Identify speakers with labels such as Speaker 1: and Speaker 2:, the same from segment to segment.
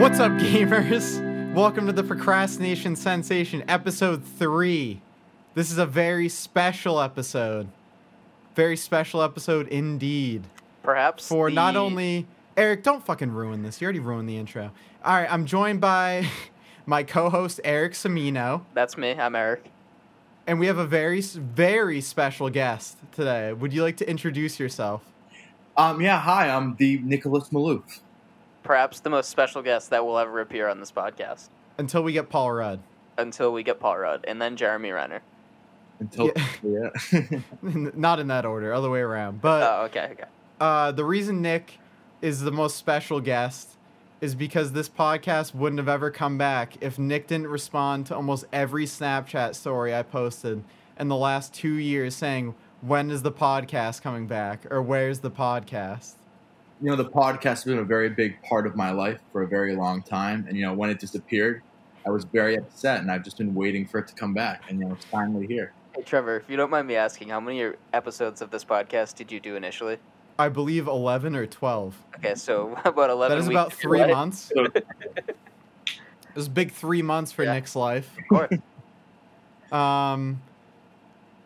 Speaker 1: What's up, gamers? Welcome to the Procrastination Sensation, episode three. This is a very special episode. Very special episode indeed.
Speaker 2: Perhaps
Speaker 1: For
Speaker 2: the-
Speaker 1: not only Eric, don't fucking ruin this. You already ruined the intro. All right, I'm joined by my co-host Eric Semino,
Speaker 2: that's me. I'm Eric.
Speaker 1: and we have a very, s- very special guest today. Would you like to introduce yourself?
Speaker 3: Um, yeah, hi, I'm the Nicholas Malouf.
Speaker 2: Perhaps the most special guest that will ever appear on this podcast
Speaker 1: Until we get Paul Rudd.
Speaker 2: until we get Paul Rudd and then Jeremy Renner.
Speaker 3: Until yeah.
Speaker 1: not in that order, other way around. But
Speaker 2: Oh, okay, okay.
Speaker 1: uh, the reason Nick is the most special guest is because this podcast wouldn't have ever come back if Nick didn't respond to almost every Snapchat story I posted in the last two years saying, when is the podcast coming back? Or where's the podcast?
Speaker 3: you know, the podcast has been a very big part of my life for a very long time, and you know, when it disappeared, I was very upset, and I've just been waiting for it to come back, and you know, it's finally here.
Speaker 2: Hey, Trevor, if you don't mind me asking, how many episodes of this podcast did you do initially?
Speaker 1: I believe 11 or 12.
Speaker 2: Okay, so about eleven.
Speaker 1: That is
Speaker 2: weeks
Speaker 1: about
Speaker 2: of
Speaker 1: three
Speaker 2: life.
Speaker 1: months. it was a big three months for
Speaker 2: Yeah.
Speaker 1: Nick's life.
Speaker 2: Of course.
Speaker 1: Um,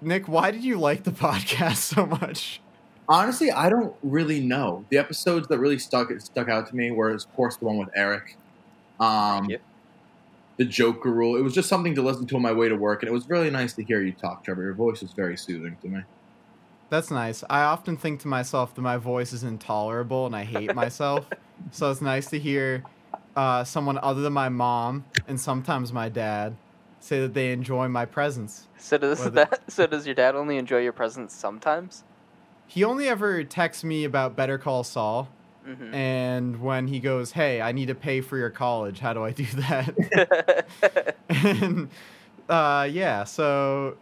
Speaker 1: Nick, why did you like the podcast so much?
Speaker 3: Honestly, I don't really know. The episodes that really stuck stuck out to me were, of course, the one with Eric, um,
Speaker 2: Thank you.
Speaker 3: the Joker rule. It was just something to listen to on my way to work, and it was really nice to hear you talk, Trevor. Your voice is very soothing to me.
Speaker 1: That's nice. I often think to myself that my voice is intolerable and I hate myself. so it's nice to hear uh, someone other than my mom and sometimes my dad say that they enjoy my presence.
Speaker 2: So does
Speaker 1: Well, the-
Speaker 2: that? So does your dad only enjoy your presence sometimes?
Speaker 1: He only ever texts me about Better Call Saul.
Speaker 2: hmm
Speaker 1: And when he goes, Hey, I need to pay for your college. How do I do that? and uh, yeah, so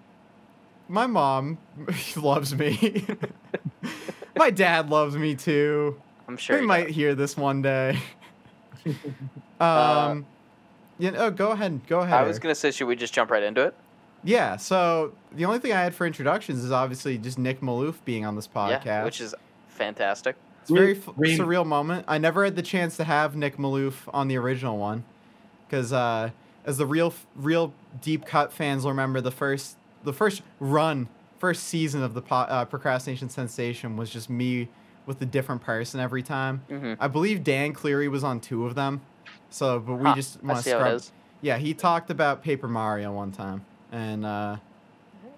Speaker 1: my mom loves me. my dad loves me too.
Speaker 2: I'm sure.
Speaker 1: we
Speaker 2: he
Speaker 1: might
Speaker 2: does.
Speaker 1: hear this one day. um,
Speaker 2: Uh,
Speaker 1: you know, go ahead, go ahead.
Speaker 2: I was
Speaker 1: Eric.
Speaker 2: gonna say, should we just jump right into it?
Speaker 1: yeah. So the only thing I had for introductions is obviously just Nick Maloof being on this podcast,
Speaker 2: Yeah, which is fantastic.
Speaker 1: it's a very f-
Speaker 3: Green-
Speaker 1: surreal moment. I never had the chance to have Nick Maloof on the original one because, uh, as the real, real deep cut fans will remember, the first, the first run, first season of the po- uh, procrastination sensation was just me with a different person every time.
Speaker 2: hmm
Speaker 1: I believe Dan Cleary was on two of them. So, but we
Speaker 2: Huh,
Speaker 1: just
Speaker 2: I
Speaker 1: want
Speaker 2: see
Speaker 1: to
Speaker 2: how it
Speaker 1: scrub.
Speaker 2: is.
Speaker 1: Yeah, he talked about Paper Mario one time, and, uh,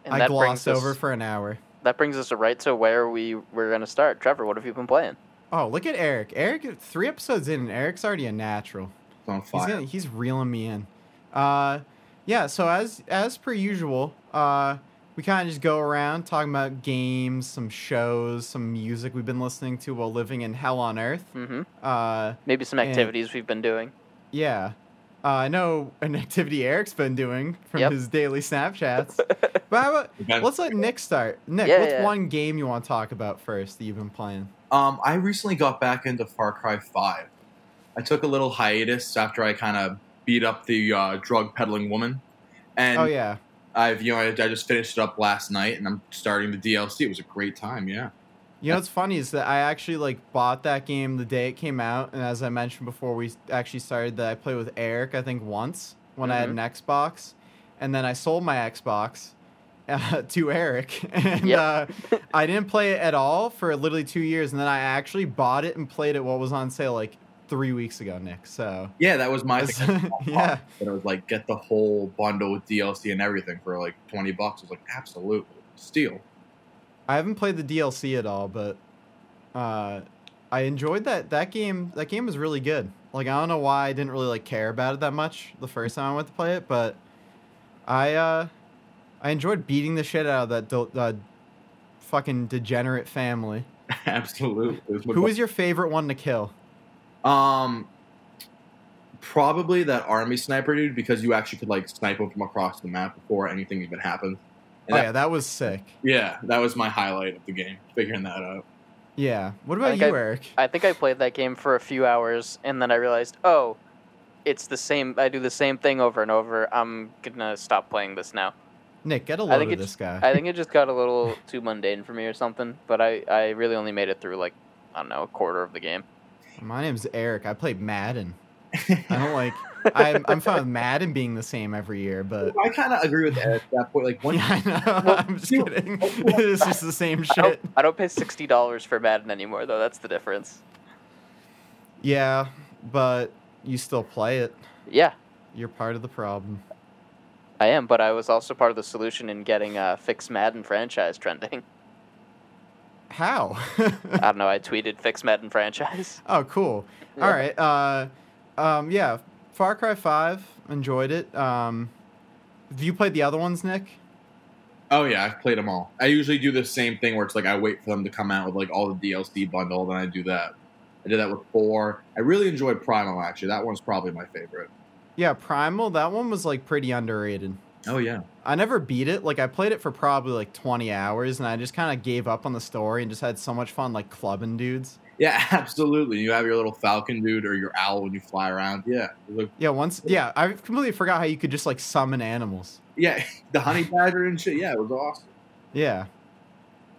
Speaker 2: And
Speaker 1: I
Speaker 2: that brings
Speaker 1: glossed over
Speaker 2: us-
Speaker 1: for an hour.
Speaker 2: that brings us right to where we were going to start. Trevor, what have you been playing?
Speaker 1: Oh, look at Eric! Eric, three episodes in, and Eric's already a natural.
Speaker 3: It's on
Speaker 1: He's
Speaker 3: fire.
Speaker 1: gonna, he's reeling me in. Uh, yeah. So as as per usual, uh, we kind of just go around talking about games, some shows, some music we've been listening to while living in hell on earth.
Speaker 2: hmm
Speaker 1: Uh,
Speaker 2: Maybe some
Speaker 1: And-
Speaker 2: activities we've been doing.
Speaker 1: yeah. Uh, I know an activity Eric's been doing from
Speaker 2: Yep.
Speaker 1: his daily Snapchats. but how about,
Speaker 3: Okay.
Speaker 1: let's let Nick start. Nick,
Speaker 2: Yeah,
Speaker 1: what's
Speaker 2: yeah.
Speaker 1: one game you want to talk about first that you've been playing?
Speaker 3: Um, I recently got back into Far Cry 5. I took a little hiatus after I kind of beat up the uh, drug peddling woman, and
Speaker 1: oh yeah.
Speaker 3: I've you know I, I just finished it up last night, and I'm starting the DLC. It was a great time, yeah.
Speaker 1: You know what's funny is that I actually like bought that game the day it came out, and as I mentioned before, we actually started that I played with Eric I think once when I had an Xbox, and then I sold my Xbox uh, to Eric, and
Speaker 2: Yep.
Speaker 1: uh, I didn't play it at all for literally two years, and then I actually bought it and played it what was on sale like three weeks ago, Nick. So
Speaker 3: Yeah, that was my thing.
Speaker 1: yeah,
Speaker 3: But I was like, get the whole bundle with DLC and everything for like twenty bucks. I was like, absolutely steal.
Speaker 1: I haven't played the DLC at all, but uh, I enjoyed that that game. That game was really good. Like I don't know why I didn't really like care about it that much the first time I went to play it, but I uh, I enjoyed beating the shit out of that del- uh, fucking degenerate family.
Speaker 3: absolutely. It was my
Speaker 1: Who was your favorite one to kill?
Speaker 3: Um, probably that army sniper dude because you actually could like snipe him from across the map before anything even happened.
Speaker 1: Oh,
Speaker 3: And that-
Speaker 1: yeah, that was sick.
Speaker 3: yeah, that was my highlight of the game. Figuring that out.
Speaker 1: Yeah. What
Speaker 2: I
Speaker 1: about
Speaker 2: think
Speaker 1: you,
Speaker 2: I-
Speaker 1: Eric?
Speaker 2: I think I played that game for a few hours, and then I realized, oh, it's the same. I do the same thing over and over. I'm gonna stop playing this now.
Speaker 1: Nick, get a
Speaker 2: I
Speaker 1: load
Speaker 2: think
Speaker 1: of
Speaker 2: it
Speaker 1: this guy.
Speaker 2: I think it just got a little too mundane for me or something. But I, I really only made it through like I don't know a quarter of the game.
Speaker 1: My name's Eric. I played Madden. I don't like. I'm I'm fine with Madden being the same every year, but
Speaker 3: I kind of agree with Eric at that point. Like one,
Speaker 1: yeah, I know.
Speaker 3: Well,
Speaker 1: I'm just
Speaker 3: you-
Speaker 1: kidding.
Speaker 3: oh, well,
Speaker 1: it's just the same
Speaker 2: I don't,
Speaker 1: shit.
Speaker 2: I don't pay sixty dollars for Madden anymore, though. That's the difference.
Speaker 1: Yeah, but you still play it.
Speaker 2: Yeah,
Speaker 1: You're part of the problem.
Speaker 2: I am, but I was also part of the solution in getting uh, fix Madden franchise trending.
Speaker 1: How?
Speaker 2: I don't know. I tweeted fix Madden franchise.
Speaker 1: oh, cool. All right. Uh, um, yeah, Far Cry Five. Enjoyed it. Um, have you played the other ones, Nick?
Speaker 3: oh yeah, I've played them all. I usually do the same thing where it's like I wait for them to come out with like all the DLC bundle, then I do that. I did that with four. I really enjoyed Primal actually. That one's probably my favorite.
Speaker 1: Yeah, Primal. That one was like pretty underrated.
Speaker 3: Oh yeah.
Speaker 1: I never beat it. Like I played it for probably like 20 hours, and I just kind of gave up on the story and just had so much fun like clubbing dudes.
Speaker 3: Yeah, absolutely. You have your little falcon dude or your owl when you fly around. Yeah, Look-
Speaker 1: Yeah, once. Yeah, I completely forgot how you could just like summon animals.
Speaker 3: yeah, the honey badger and shit. Yeah, it was awesome.
Speaker 1: Yeah.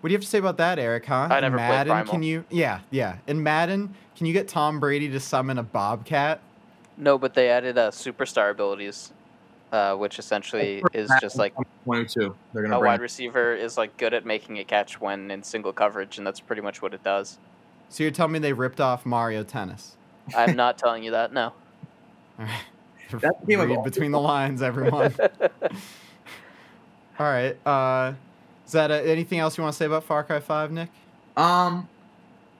Speaker 1: What do you have to say about that, Eric? Huh?
Speaker 2: I
Speaker 1: In
Speaker 2: never played
Speaker 1: Madden,
Speaker 2: Primal.
Speaker 1: Can you? Yeah, yeah. In Madden, can you get Tom Brady to summon a bobcat?
Speaker 2: No, but they added uh, superstar abilities, uh, which essentially is just like
Speaker 3: twenty-two. They're gonna
Speaker 2: a
Speaker 3: bring
Speaker 2: wide receiver is like good at making a catch when in single coverage, and that's pretty much what it does.
Speaker 1: So you're telling me they ripped off Mario Tennis?
Speaker 2: I'm not telling you that. No.
Speaker 1: All right.
Speaker 3: That game was
Speaker 1: Read
Speaker 3: awesome.
Speaker 1: between the lines, everyone. All right. Uh, is that uh, anything else you want to say about Far Cry Five, Nick?
Speaker 3: Um,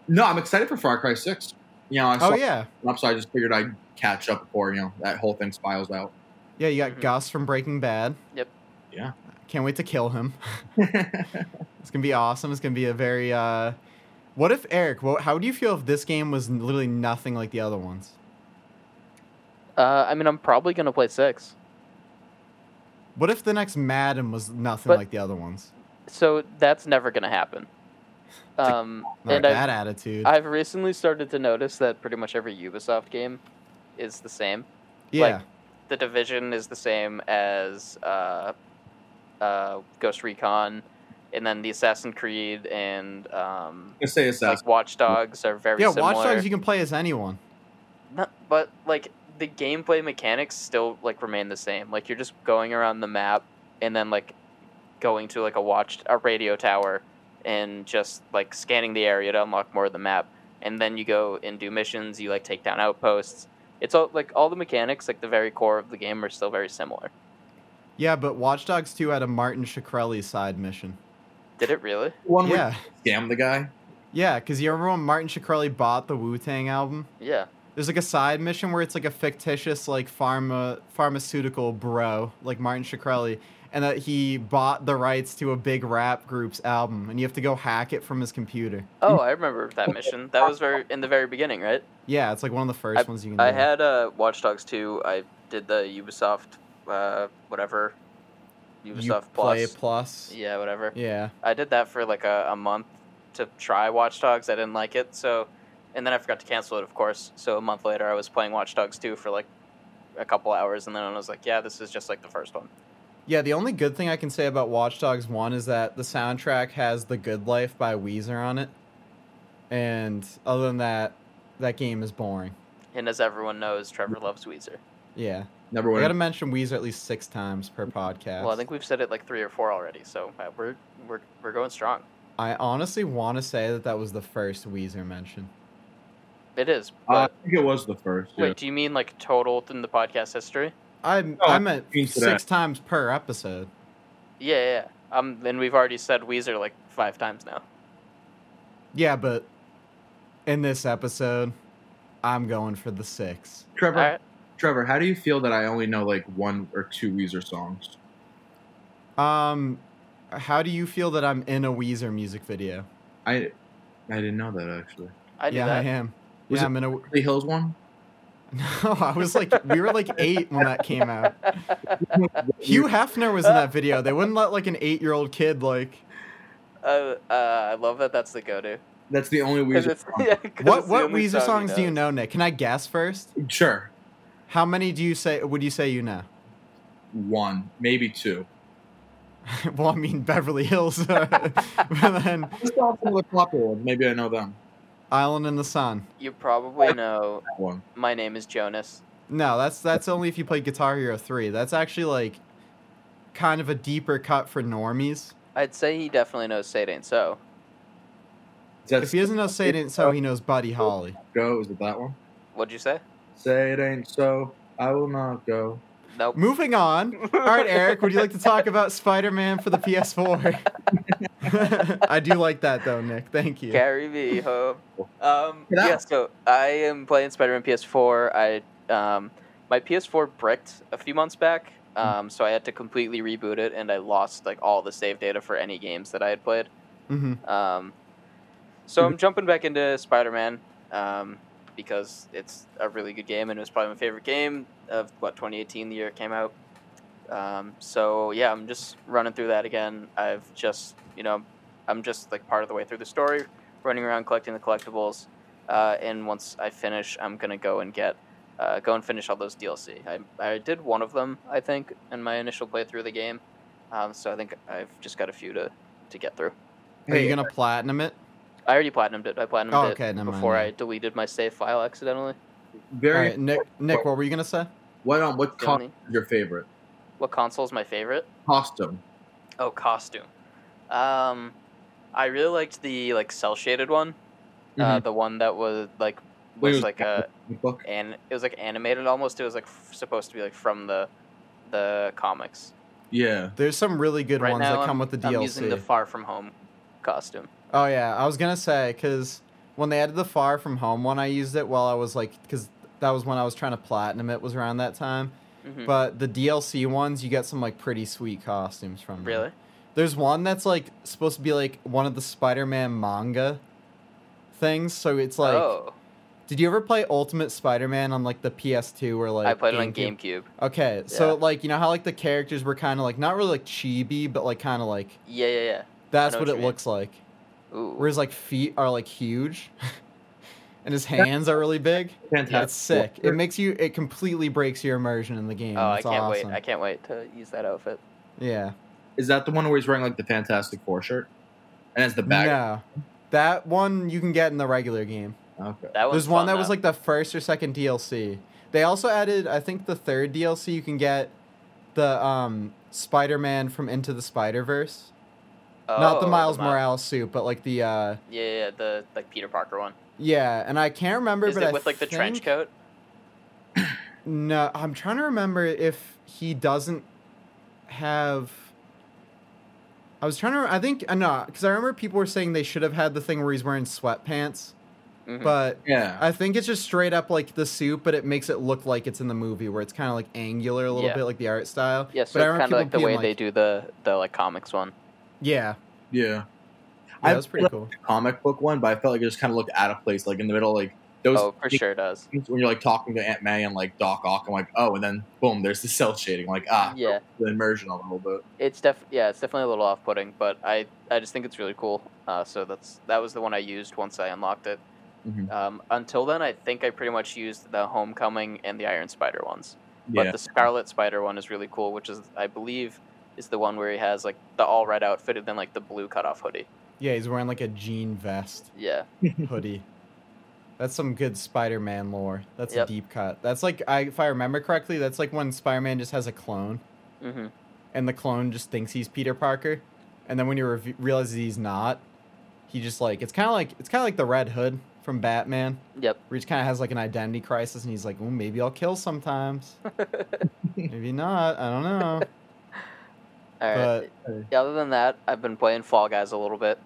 Speaker 3: no, I'm excited for Far Cry Six. You know, I saw
Speaker 1: Oh yeah,
Speaker 3: it up, so I just figured I'd catch up before you know that whole thing spiles out.
Speaker 1: yeah. You got
Speaker 2: Mhm.
Speaker 1: Gus from Breaking Bad.
Speaker 2: Yep.
Speaker 3: Yeah.
Speaker 1: Can't wait to kill him. It's gonna be awesome. It's gonna be a very. Uh, what if Eric? What, how do you feel if this game was literally nothing like the other ones?
Speaker 2: Uh, I mean, I'm probably gonna play six.
Speaker 1: What if the next Madden was nothing
Speaker 2: But-
Speaker 1: like the other ones?
Speaker 2: so that's never going to happen. Um,
Speaker 1: Not
Speaker 2: and
Speaker 1: that
Speaker 2: I've,
Speaker 1: attitude.
Speaker 2: I've recently started to notice that pretty much every Ubisoft game is the same.
Speaker 1: yeah.
Speaker 2: like- The Division is the same as uh, uh, Ghost Recon, and then the Assassin's Creed and um,
Speaker 3: Let's say
Speaker 2: like
Speaker 3: Assassin.
Speaker 2: Watch Dogs are very
Speaker 1: yeah.
Speaker 2: similar.
Speaker 1: Watch Dogs. You can play as anyone.
Speaker 2: No, but like the gameplay mechanics still like remain the same. Like you're just going around the map and then like going to like a watch a radio tower and just like scanning the area to unlock more of the map. And then you go and do missions. You like take down outposts. It's all like all the mechanics, like the very core of the game, are still very similar.
Speaker 1: Yeah, but Watch Dogs 2 had a Martin Shkreli side mission.
Speaker 2: Did it really?
Speaker 3: One where
Speaker 1: yeah,
Speaker 3: you scam the guy.
Speaker 1: yeah, because you remember when Martin Shkreli bought the Wu Tang album?
Speaker 2: Yeah.
Speaker 1: There's like a side mission where it's like a fictitious like pharma pharmaceutical bro like Martin Shkreli, and that he bought the rights to a big rap group's album, and you have to go hack it from his computer.
Speaker 2: Oh, I remember that mission. That was very in the very beginning, right?
Speaker 1: Yeah, it's like one of the first ones you can.
Speaker 2: I
Speaker 1: do.
Speaker 2: had uh, Watch Dogs 2. I did the Ubisoft, uh, whatever. Ubisoft
Speaker 1: you play
Speaker 2: Plus.
Speaker 1: plus.
Speaker 2: Yeah, whatever.
Speaker 1: Yeah.
Speaker 2: I did that for like a, a month to try Watch Dogs. I didn't like it, so. And then I forgot to cancel it, of course. So a month later, I was playing Watch Dogs 2 for like a couple hours, and then I was like, yeah, this is just like the first one.
Speaker 1: Yeah, the only good thing I can say about Watch Dogs 1 is that the soundtrack has The Good Life by Weezer on it. And other than that, that game is boring.
Speaker 2: And as everyone knows, Trevor loves Weezer.
Speaker 1: Yeah.
Speaker 3: Never
Speaker 1: I
Speaker 3: would.
Speaker 1: gotta mention Weezer at least six times per podcast.
Speaker 2: Well, I think we've said it like three or four already, so uh, we're, we're, we're going strong.
Speaker 1: I honestly want to say that that was the first Weezer mention.
Speaker 2: It is.
Speaker 3: Uh,
Speaker 2: But
Speaker 3: I think it was the first. yeah.
Speaker 2: wait, do you mean like total in the podcast history?
Speaker 1: I
Speaker 2: Oh,
Speaker 1: I meant
Speaker 3: means that-
Speaker 1: six times per episode.
Speaker 2: Yeah, yeah. yeah. Um, and we've already said Weezer like five times now.
Speaker 1: Yeah, but in this episode, I'm going for the six.
Speaker 3: Trevor,
Speaker 2: All right.
Speaker 3: Trevor, how do you feel that I only know like one or two Weezer songs?
Speaker 1: Um, how do you feel that I'm in a Weezer music video?
Speaker 3: I I didn't know that actually.
Speaker 2: I knew
Speaker 1: yeah,
Speaker 2: that.
Speaker 1: I am.
Speaker 3: Was
Speaker 1: yeah,
Speaker 3: it-
Speaker 1: I'm in a.
Speaker 3: The Hills one.
Speaker 1: No, I was like, we were like eight when that came out. Hugh Hefner was in that video. They wouldn't let like an eight-year-old kid like.
Speaker 2: Uh, uh, I love that. That's the go-to.
Speaker 3: That's the only
Speaker 2: 'Cause
Speaker 3: Weezer.
Speaker 2: it's-
Speaker 3: song.
Speaker 2: yeah, 'cause
Speaker 1: What
Speaker 2: it's the
Speaker 1: what
Speaker 2: only
Speaker 1: Weezer
Speaker 2: song he
Speaker 1: songs do you
Speaker 2: knows.
Speaker 1: know, Nick? Can I guess first?
Speaker 3: Sure,
Speaker 1: How many do you say? Would you say you know?
Speaker 3: one, maybe two.
Speaker 1: well, I mean Beverly Hills. uh, but then
Speaker 3: Just off some of the popular ones. Maybe I know them.
Speaker 1: Island in the Sun.
Speaker 2: You probably know
Speaker 3: That one.
Speaker 2: my name is Jonas.
Speaker 1: No, that's that's only if you play Guitar Hero 3. That's actually like kind of a deeper cut for normies.
Speaker 2: I'd say he definitely knows Satan. So
Speaker 1: If he doesn't know Say It Ain't So, he knows Buddy Holly.
Speaker 3: go, is it that one?
Speaker 2: what'd you say?
Speaker 3: Say it ain't so. I will not go.
Speaker 2: Nope.
Speaker 1: Moving on. All right, Eric, would you like to talk about Spider Man for the PS4? I do like that though, Nick. Thank you.
Speaker 2: Carry me home. Um,
Speaker 3: Get out.
Speaker 2: yeah, so I am playing Spider-Man PS4. I um, my PS4 bricked a few months back,
Speaker 1: Hmm.
Speaker 2: um, so I had to completely reboot it, and I lost like all the save data for any games that I had played.
Speaker 1: hmm
Speaker 2: Um, so I'm jumping back into Spider-Man um, because it's a really good game, and it was probably my favorite game of what 2018, the year it came out. Um, so yeah, I'm just running through that again. I've just you know, I'm just like part of the way through the story, running around collecting the collectibles, uh, and once I finish, I'm gonna go and get. Uh, go and finish all those DLC. I, I did one of them, I think, in my initial playthrough of the game. Um, so I think I've just got a few to, to get through.
Speaker 1: Are you gonna platinum it?
Speaker 2: I already platinumed it. I platinumed
Speaker 1: Oh,
Speaker 2: it
Speaker 1: okay, never mind,
Speaker 2: before
Speaker 1: yeah.
Speaker 2: I deleted my save file accidentally.
Speaker 1: All
Speaker 3: Very.
Speaker 1: right, Nick. Nick, what were you gonna say?
Speaker 3: What um, what costume
Speaker 2: Johnny.
Speaker 3: is your favorite
Speaker 2: What console is my favorite?
Speaker 3: costume?
Speaker 2: Oh, costume. Um, I really liked the like cell shaded one.
Speaker 1: Mm-hmm.
Speaker 2: Uh, the one that was like
Speaker 3: Wait,
Speaker 2: was,
Speaker 3: it was-
Speaker 2: like a
Speaker 3: Book.
Speaker 2: and it was like animated almost. It was like f- supposed to be like from the the comics.
Speaker 3: Yeah.
Speaker 1: There's some really good
Speaker 2: right
Speaker 1: ones
Speaker 2: now,
Speaker 1: that come
Speaker 2: I'm,
Speaker 1: with the DLC.
Speaker 2: I'm using the Far From Home costume.
Speaker 1: Oh yeah, I was gonna say because when they added the Far From Home one, I used it while I was like, because that was when I was trying to platinum it was around that time.
Speaker 2: hmm
Speaker 1: But the DLC ones, you get some like pretty sweet costumes from. them.
Speaker 2: Really?
Speaker 1: There's one that's like supposed to be like one of the Spider-Man manga things. So it's like,
Speaker 2: oh,
Speaker 1: did you ever play Ultimate Spider-Man on like the PS2 or like?
Speaker 2: I played it on
Speaker 1: GameCube?
Speaker 2: GameCube.
Speaker 1: Okay, so
Speaker 2: Yeah.
Speaker 1: like you know how like the characters were kind of like not really like chibi, but like kind of like
Speaker 2: Yeah, yeah,
Speaker 1: that's
Speaker 2: know
Speaker 1: what
Speaker 2: what you
Speaker 1: it
Speaker 2: mean.
Speaker 1: looks like
Speaker 2: yeah. Ooh,
Speaker 1: where his like feet are like huge and his hands are really big.
Speaker 3: Fantastic.
Speaker 1: It's sick. It makes you it completely breaks your immersion in the game.
Speaker 2: oh, I
Speaker 1: It's
Speaker 2: can't
Speaker 1: awesome.
Speaker 2: wait! I can't wait to use that outfit.
Speaker 1: Yeah.
Speaker 3: Is that the one where he's wearing like the Fantastic Four shirt? And it's the back.
Speaker 1: No. That one you can get in the regular game.
Speaker 3: Okay.
Speaker 2: That
Speaker 1: There's
Speaker 2: one's
Speaker 1: one
Speaker 2: fun,
Speaker 1: that was
Speaker 2: though.
Speaker 1: like the first or second DLC. They also added I think the third DLC you can get the um Spider-Man from Into the Spider-Verse. Not the
Speaker 2: Oh,
Speaker 1: Miles
Speaker 2: Mi-
Speaker 1: Morales suit, but like the uh
Speaker 2: Yeah, yeah, yeah, the like Peter Parker one.
Speaker 1: yeah, and I can't remember
Speaker 2: Is
Speaker 1: but I
Speaker 2: it with like the trench
Speaker 1: think-
Speaker 2: coat?
Speaker 1: No, I'm trying to remember if he doesn't have. I was trying to. I think uh, no, because I remember people were saying they should have had the thing where he's wearing sweatpants,
Speaker 2: Mhm.
Speaker 1: but
Speaker 3: Yeah.
Speaker 1: I think it's just straight up like the suit, but it makes it look like it's in the movie where it's kind of like angular a little
Speaker 2: Yeah.
Speaker 1: bit, like the art style. but I
Speaker 2: yeah, so it's kind
Speaker 1: remember
Speaker 2: of like the
Speaker 1: people
Speaker 2: way
Speaker 1: being
Speaker 2: they do the the like comics one.
Speaker 1: Yeah,
Speaker 3: yeah.
Speaker 1: yeah
Speaker 3: I-
Speaker 1: that was pretty cool.
Speaker 3: Comic book one, but I felt like it just kind of looked out of place, like in the middle, like those.
Speaker 2: Oh, for sure does.
Speaker 3: When you're like talking to Aunt May and like Doc Ock, I'm like, oh, and then boom, there's the cell shading, like ah,
Speaker 2: Yeah,
Speaker 3: the immersion a little bit.
Speaker 2: it's def yeah, it's definitely a little off putting, but I I just think it's really cool. Uh, so that's that was the one I used once I unlocked it.
Speaker 1: Mm-hmm.
Speaker 3: Mhm.
Speaker 2: Um, until then, I think I pretty much used the Homecoming and the Iron Spider ones.
Speaker 3: Yeah.
Speaker 2: but the Scarlet Spider one is really cool, which is I believe is the one where he has like the all red outfit and then like the blue cutoff hoodie.
Speaker 1: Yeah, he's wearing like a jean vest
Speaker 2: Yeah,
Speaker 1: hoodie. That's some good Spider-Man lore. That's
Speaker 2: Yep.
Speaker 1: a deep cut. That's like, I, if I remember correctly, that's like when Spider-Man just has a clone.
Speaker 2: hmm
Speaker 1: and the clone just thinks he's Peter Parker, and then when he rev realizes he's not, he just like it's kind of like it's kind of like the Red Hood from Batman,
Speaker 2: yep.
Speaker 1: where he kind of has like an identity crisis, and he's like, "Well, maybe I'll kill sometimes, maybe not. I don't know."
Speaker 2: All right.
Speaker 1: But
Speaker 2: Yeah, other than that, I've been playing Fall Guys a little bit.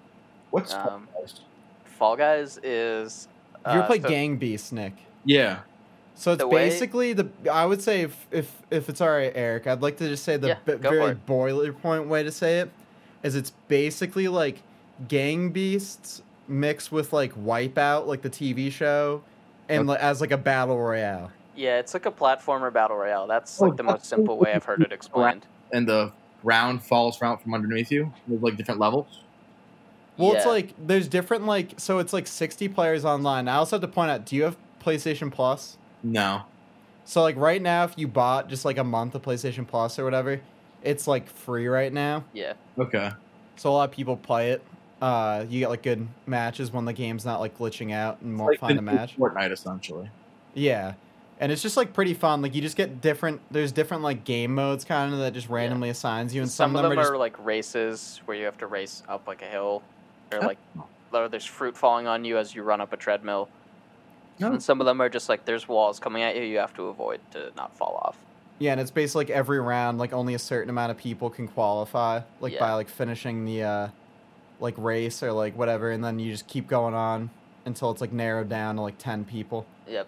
Speaker 3: What's
Speaker 2: Um, Fall Guys is
Speaker 1: you
Speaker 2: uh,
Speaker 1: ever play
Speaker 2: so-
Speaker 1: Gang Beasts, Nick?
Speaker 3: yeah.
Speaker 1: So it's
Speaker 2: The way-
Speaker 1: basically the I would say if if, if it's all right, Eric, I'd like to just say the
Speaker 2: Yeah,
Speaker 1: b-
Speaker 2: go for
Speaker 1: very
Speaker 2: it.
Speaker 1: boiler point way to say it is it's basically like gang beasts mixed with like Wipeout, like the TV show, and like, as like a battle royale.
Speaker 2: Yeah, it's like a platformer battle royale. That's
Speaker 3: Oh,
Speaker 2: like the most
Speaker 3: that's-
Speaker 2: simple way I've heard it explained.
Speaker 3: And the ground falls out from underneath you. There's like different levels.
Speaker 1: Well, it's
Speaker 2: Yeah.
Speaker 1: like there's different like so it's like 60 players online. I also have to point out, do you have PlayStation Plus?
Speaker 3: No.
Speaker 1: So like right now, if you bought just like a month of PlayStation Plus or whatever, it's like free right now.
Speaker 2: yeah.
Speaker 3: Okay.
Speaker 1: So a lot of people play it. uh, you get like good matches when the game's not like glitching out and more
Speaker 3: like
Speaker 1: fun to
Speaker 3: new
Speaker 1: match.
Speaker 3: Fortnite essentially.
Speaker 1: Yeah. And it's just like pretty fun. Like you just get different. There's different like game modes kind of that just randomly assigns you, and
Speaker 2: some, of them,
Speaker 1: are,
Speaker 2: are,
Speaker 1: just
Speaker 2: like races where you have to race up like a hill, or
Speaker 3: Oh.
Speaker 2: like or there's fruit falling on you as you run up a treadmill.
Speaker 3: Oh.
Speaker 2: And some of them are just like there's walls coming at you you have to avoid to not fall off.
Speaker 1: yeah, and it's basically like every round like only a certain amount of people can qualify like
Speaker 2: Yeah.
Speaker 1: by like finishing the uh like race or like whatever, and then you just keep going on until it's like narrowed down to like ten people.
Speaker 2: Yep.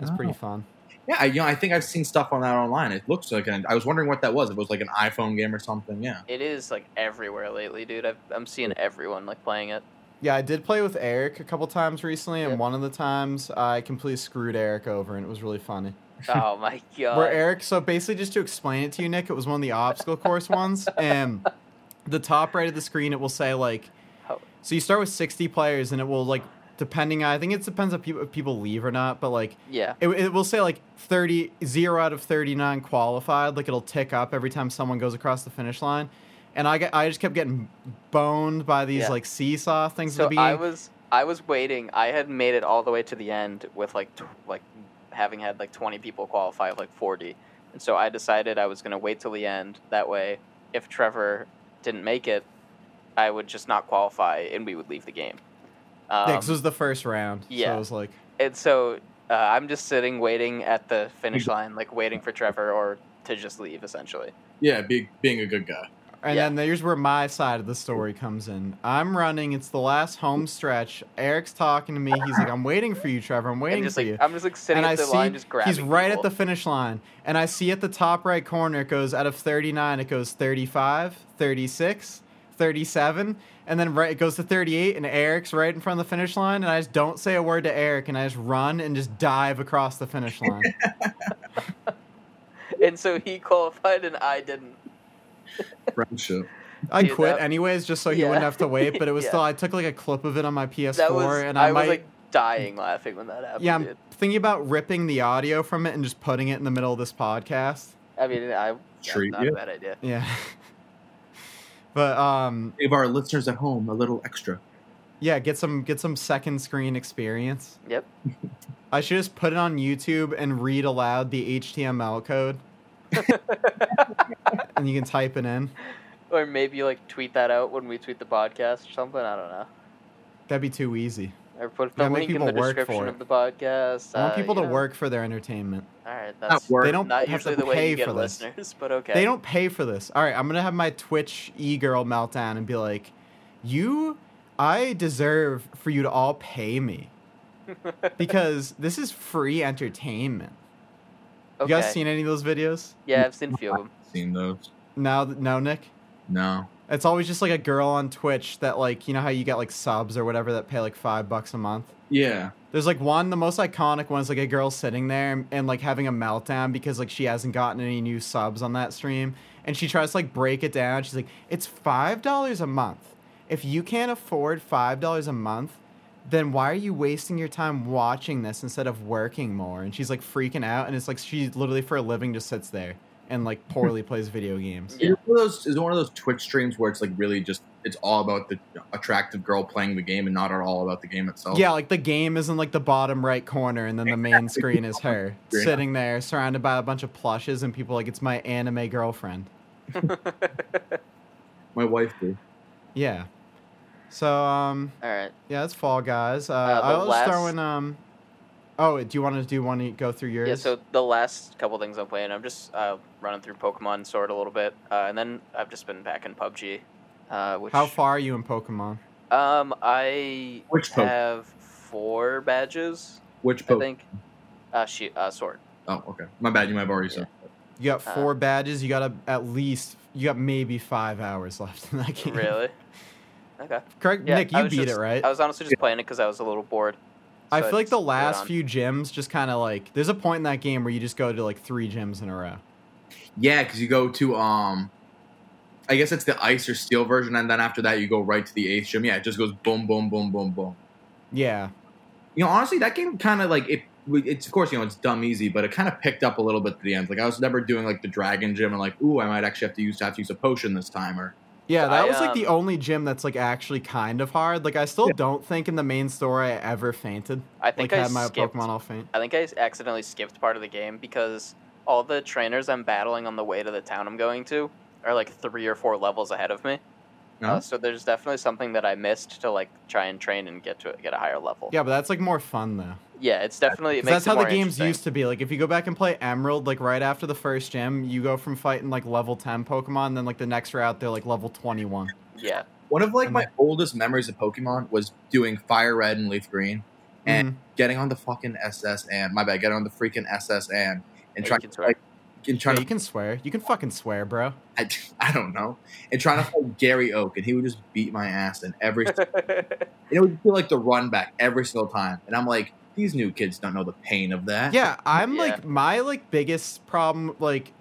Speaker 1: It's
Speaker 3: Oh.
Speaker 1: pretty fun.
Speaker 3: Yeah, I, you know, I think I've seen stuff on that online. It looks like an, I was wondering what that was. If it was like an iPhone game or something. Yeah.
Speaker 2: It is like everywhere lately, dude. I've, I'm seeing everyone like playing it.
Speaker 1: Yeah, I did play with Eric a couple times recently, and
Speaker 2: Yep.
Speaker 1: one of the times I completely screwed Eric over, and it was really funny.
Speaker 2: Oh my god.
Speaker 1: Where Eric, so basically, just to explain it to you, Nick, it was one of the obstacle course ones, and the top right of the screen, it will say like,
Speaker 2: Oh.
Speaker 1: so you start with sixty players, and it will like, depending, I think it depends on people if people leave or not, but like,
Speaker 2: yeah.
Speaker 1: it, it will say like 30 0 out of 39 qualified like it'll tick up every time someone goes across the finish line and i get, i just kept getting boned by these
Speaker 2: Yeah.
Speaker 1: like seesaw things at
Speaker 2: So
Speaker 1: the
Speaker 2: I
Speaker 1: beginning
Speaker 2: was I was waiting. I had made it all the way to the end with like tw- like having had like 20 people qualify with like 40. And so I decided I was going to wait till the end that way if Trevor didn't make it, I would just not qualify and we would leave the game. Um,
Speaker 1: Yeah, 'cause this was the first round so
Speaker 2: yeah.
Speaker 1: it was like
Speaker 2: and so uh, I'm just sitting waiting at the finish line like waiting for Trevor or to just leave essentially.
Speaker 3: Yeah, be, being a good guy.
Speaker 1: and
Speaker 2: Yeah.
Speaker 1: then there's where my side of the story comes in i'm running it's the last home stretch eric's talking to me he's like i'm waiting for you trevor i'm waiting
Speaker 2: and just
Speaker 1: for
Speaker 2: like
Speaker 1: you
Speaker 2: I'm just like sitting
Speaker 1: and
Speaker 2: at
Speaker 1: I
Speaker 2: the
Speaker 1: see
Speaker 2: line just grabbing
Speaker 1: he's right
Speaker 2: people.
Speaker 1: at the finish line and i see at the top right corner it goes out of 39 it goes 35 36 37 and then right it goes to 38 and eric's right in front of the finish line and i just don't say a word to eric and i just run and just dive across the finish line
Speaker 2: and so he qualified and I didn't.
Speaker 3: Friendship.
Speaker 1: i
Speaker 2: Dude,
Speaker 1: quit
Speaker 2: that-
Speaker 1: anyways just so he
Speaker 2: Yeah.
Speaker 1: wouldn't have to wait but it was
Speaker 2: Yeah.
Speaker 1: still i took like a clip of it on my ps4
Speaker 2: That was
Speaker 1: and
Speaker 2: I,
Speaker 1: i, might
Speaker 2: was like dying laughing when that happened.
Speaker 1: yeah i'm
Speaker 2: dude.
Speaker 1: thinking about ripping the audio from it and just putting it in the middle of this podcast
Speaker 2: I mean, I yeah,
Speaker 3: Treat
Speaker 2: not
Speaker 3: you.
Speaker 2: a bad idea.
Speaker 1: yeah but um
Speaker 3: Give our listeners at home a little extra.
Speaker 1: Yeah, get some get some second screen experience.
Speaker 2: Yep.
Speaker 1: I should just put it on YouTube and read aloud the HTML code. and you can type it in.
Speaker 2: Or maybe like tweet that out when we tweet the podcast or something. I don't know.
Speaker 1: That'd be too easy.
Speaker 2: Or put
Speaker 1: Yeah,
Speaker 2: the
Speaker 1: make
Speaker 2: link in
Speaker 1: people
Speaker 2: the
Speaker 1: work for
Speaker 2: description
Speaker 1: it.
Speaker 2: of the podcast.
Speaker 1: I want
Speaker 2: uh,
Speaker 1: people
Speaker 2: you
Speaker 1: to
Speaker 2: know.
Speaker 1: work for their entertainment.
Speaker 2: All right,
Speaker 3: Not
Speaker 2: that's
Speaker 3: work.
Speaker 1: They don't
Speaker 2: not
Speaker 1: have
Speaker 2: usually
Speaker 1: to
Speaker 2: the way
Speaker 1: pay
Speaker 2: you get
Speaker 1: for this.
Speaker 2: listeners, but okay.
Speaker 1: They don't pay for this. All right, I'm gonna have my Twitch e girl meltdown and be like, "You, I deserve for you to all pay me because this is free entertainment."
Speaker 2: Okay.
Speaker 1: You guys seen any of those videos?
Speaker 2: yeah, I've seen a few of them.
Speaker 3: Seen those?
Speaker 1: Now, no, Nick.
Speaker 3: No.
Speaker 1: It's always just like a girl on Twitch that like you know how you get like subs or whatever that pay like five bucks a month.
Speaker 3: Yeah.
Speaker 1: There's like one, the most iconic one is like a girl sitting there and, and like having a meltdown because like she hasn't gotten any new subs on that stream, and she tries to like break it down. She's like, "It's five dollars a month. If you can't afford five dollars a month, then why are you wasting your time watching this instead of working more?" And she's like freaking out, and it's like she literally for a living just sits there and like poorly plays video games.
Speaker 2: Yeah.
Speaker 3: Is, it one of those, is it one of those Twitch streams where it's like really just it's all about the attractive girl playing the game and not at all about the game itself?
Speaker 1: Yeah, like the game is in like the bottom right corner, and then the main screen is her
Speaker 3: Screen.
Speaker 1: sitting there, surrounded by a bunch of plushes, and people like it's my anime girlfriend.
Speaker 3: My wife did.
Speaker 1: Yeah. So um,
Speaker 2: All right.
Speaker 1: yeah, that's Fall Guys. Uh,
Speaker 2: Uh, the
Speaker 1: I was
Speaker 2: last-
Speaker 1: throwing um. Oh, do you want to do one? to Go through yours.
Speaker 2: Yeah, so the last couple things I'm playing, I'm just uh, running through Pokemon Sword a little bit, uh, and then I've just been back in PUBG. Uh, which
Speaker 1: how far are you in Pokemon?
Speaker 2: Um, I
Speaker 3: Which Pokemon?
Speaker 2: have four badges,
Speaker 3: Which
Speaker 2: I
Speaker 3: Pokemon?
Speaker 2: think. Uh, she, uh, Sword.
Speaker 3: Oh, okay. My bad. You might have already said.
Speaker 1: You got
Speaker 2: Uh,
Speaker 1: four badges. You got a, at least you got maybe five hours left in that game.
Speaker 2: Really? Okay.
Speaker 1: Correct,
Speaker 2: Yeah,
Speaker 1: Nick.
Speaker 2: I
Speaker 1: You
Speaker 2: was
Speaker 1: beat
Speaker 2: just-
Speaker 1: it, right?
Speaker 2: I was honestly just playing it because I was a little bored.
Speaker 1: I
Speaker 2: so
Speaker 1: feel like
Speaker 2: just
Speaker 1: the
Speaker 2: put it
Speaker 1: last
Speaker 2: on.
Speaker 1: few gyms just kind of like there's a point in that game where you just go to like three gyms in a row.
Speaker 3: Yeah, because you go to um, I guess it's the ice or steel version, and then after that you go right to the eighth gym. Yeah, it just goes boom, boom, boom, boom, boom.
Speaker 1: Yeah.
Speaker 3: You know, honestly, that game kind of like it. It's of course you know it's dumb easy, but it kind of picked up a little bit at the end. Like I was never doing like the dragon gym and like, ooh, I might actually have to use have to use a potion this time, or
Speaker 1: Yeah, that
Speaker 2: I,
Speaker 1: was like the
Speaker 2: um,
Speaker 1: only gym that's like actually kind of hard. Like I still don't think in the main story I ever fainted.
Speaker 2: I think
Speaker 1: like
Speaker 2: I
Speaker 1: had my
Speaker 2: skipped.
Speaker 1: Pokemon all faint.
Speaker 2: I think I accidentally skipped part of the game because all the trainers I'm battling on the way to the town I'm going to are like three or four levels ahead of me.
Speaker 3: No?
Speaker 1: Uh-huh.
Speaker 2: Uh, so there's definitely something that I missed to like try and train and get to it, get a higher level.
Speaker 1: Yeah, but that's like more fun though.
Speaker 2: yeah, it's definitely it
Speaker 1: 'Cause
Speaker 2: makes
Speaker 1: that's how
Speaker 2: it more
Speaker 1: the game's
Speaker 2: interesting.
Speaker 1: used to be. Like if you go back and play Emerald, like right after the first gym, you go from fighting like level ten Pokemon, and then like the next route they're like level twenty one.
Speaker 2: Yeah,
Speaker 3: One of like my oldest memories of Pokemon was doing Fire Red and Leaf Green,
Speaker 1: Mm-hmm.
Speaker 3: and getting on the fucking SS and my bad, getting on the freaking SS and
Speaker 2: Yeah,
Speaker 3: and
Speaker 2: you can
Speaker 3: trying to
Speaker 2: swear.
Speaker 3: like and trying
Speaker 1: you can swear. You can fucking swear, bro.
Speaker 3: to I, I don't know and trying to fight Gary Oak and he would just beat my ass and every and it would feel like the run back every single time and I'm like these new kids don't know the pain of that
Speaker 1: Yeah, I'm
Speaker 2: Yeah.
Speaker 1: like my like biggest problem like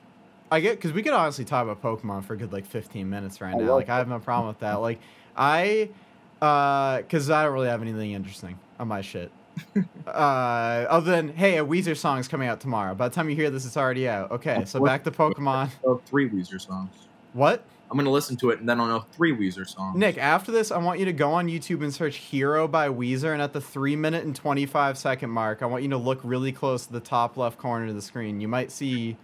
Speaker 1: I get because we could honestly talk about Pokemon for a good like 15 minutes right
Speaker 3: I
Speaker 1: now.
Speaker 3: love
Speaker 1: Like I have no problem with that. Like I uh because I don't really have anything interesting on my shit. uh other than hey a Weezer song's coming out tomorrow. By the time you hear this it's already out. Okay, so back to Pokemon.
Speaker 3: Oh, three Weezer songs
Speaker 1: What?
Speaker 3: I'm gonna listen to it and then I'll know three Weezer songs
Speaker 1: Nick, after this I want you to go on YouTube and search Hero by Weezer and at the three minute and twenty five second mark, I want you to look really close to the top left corner of the screen. You might see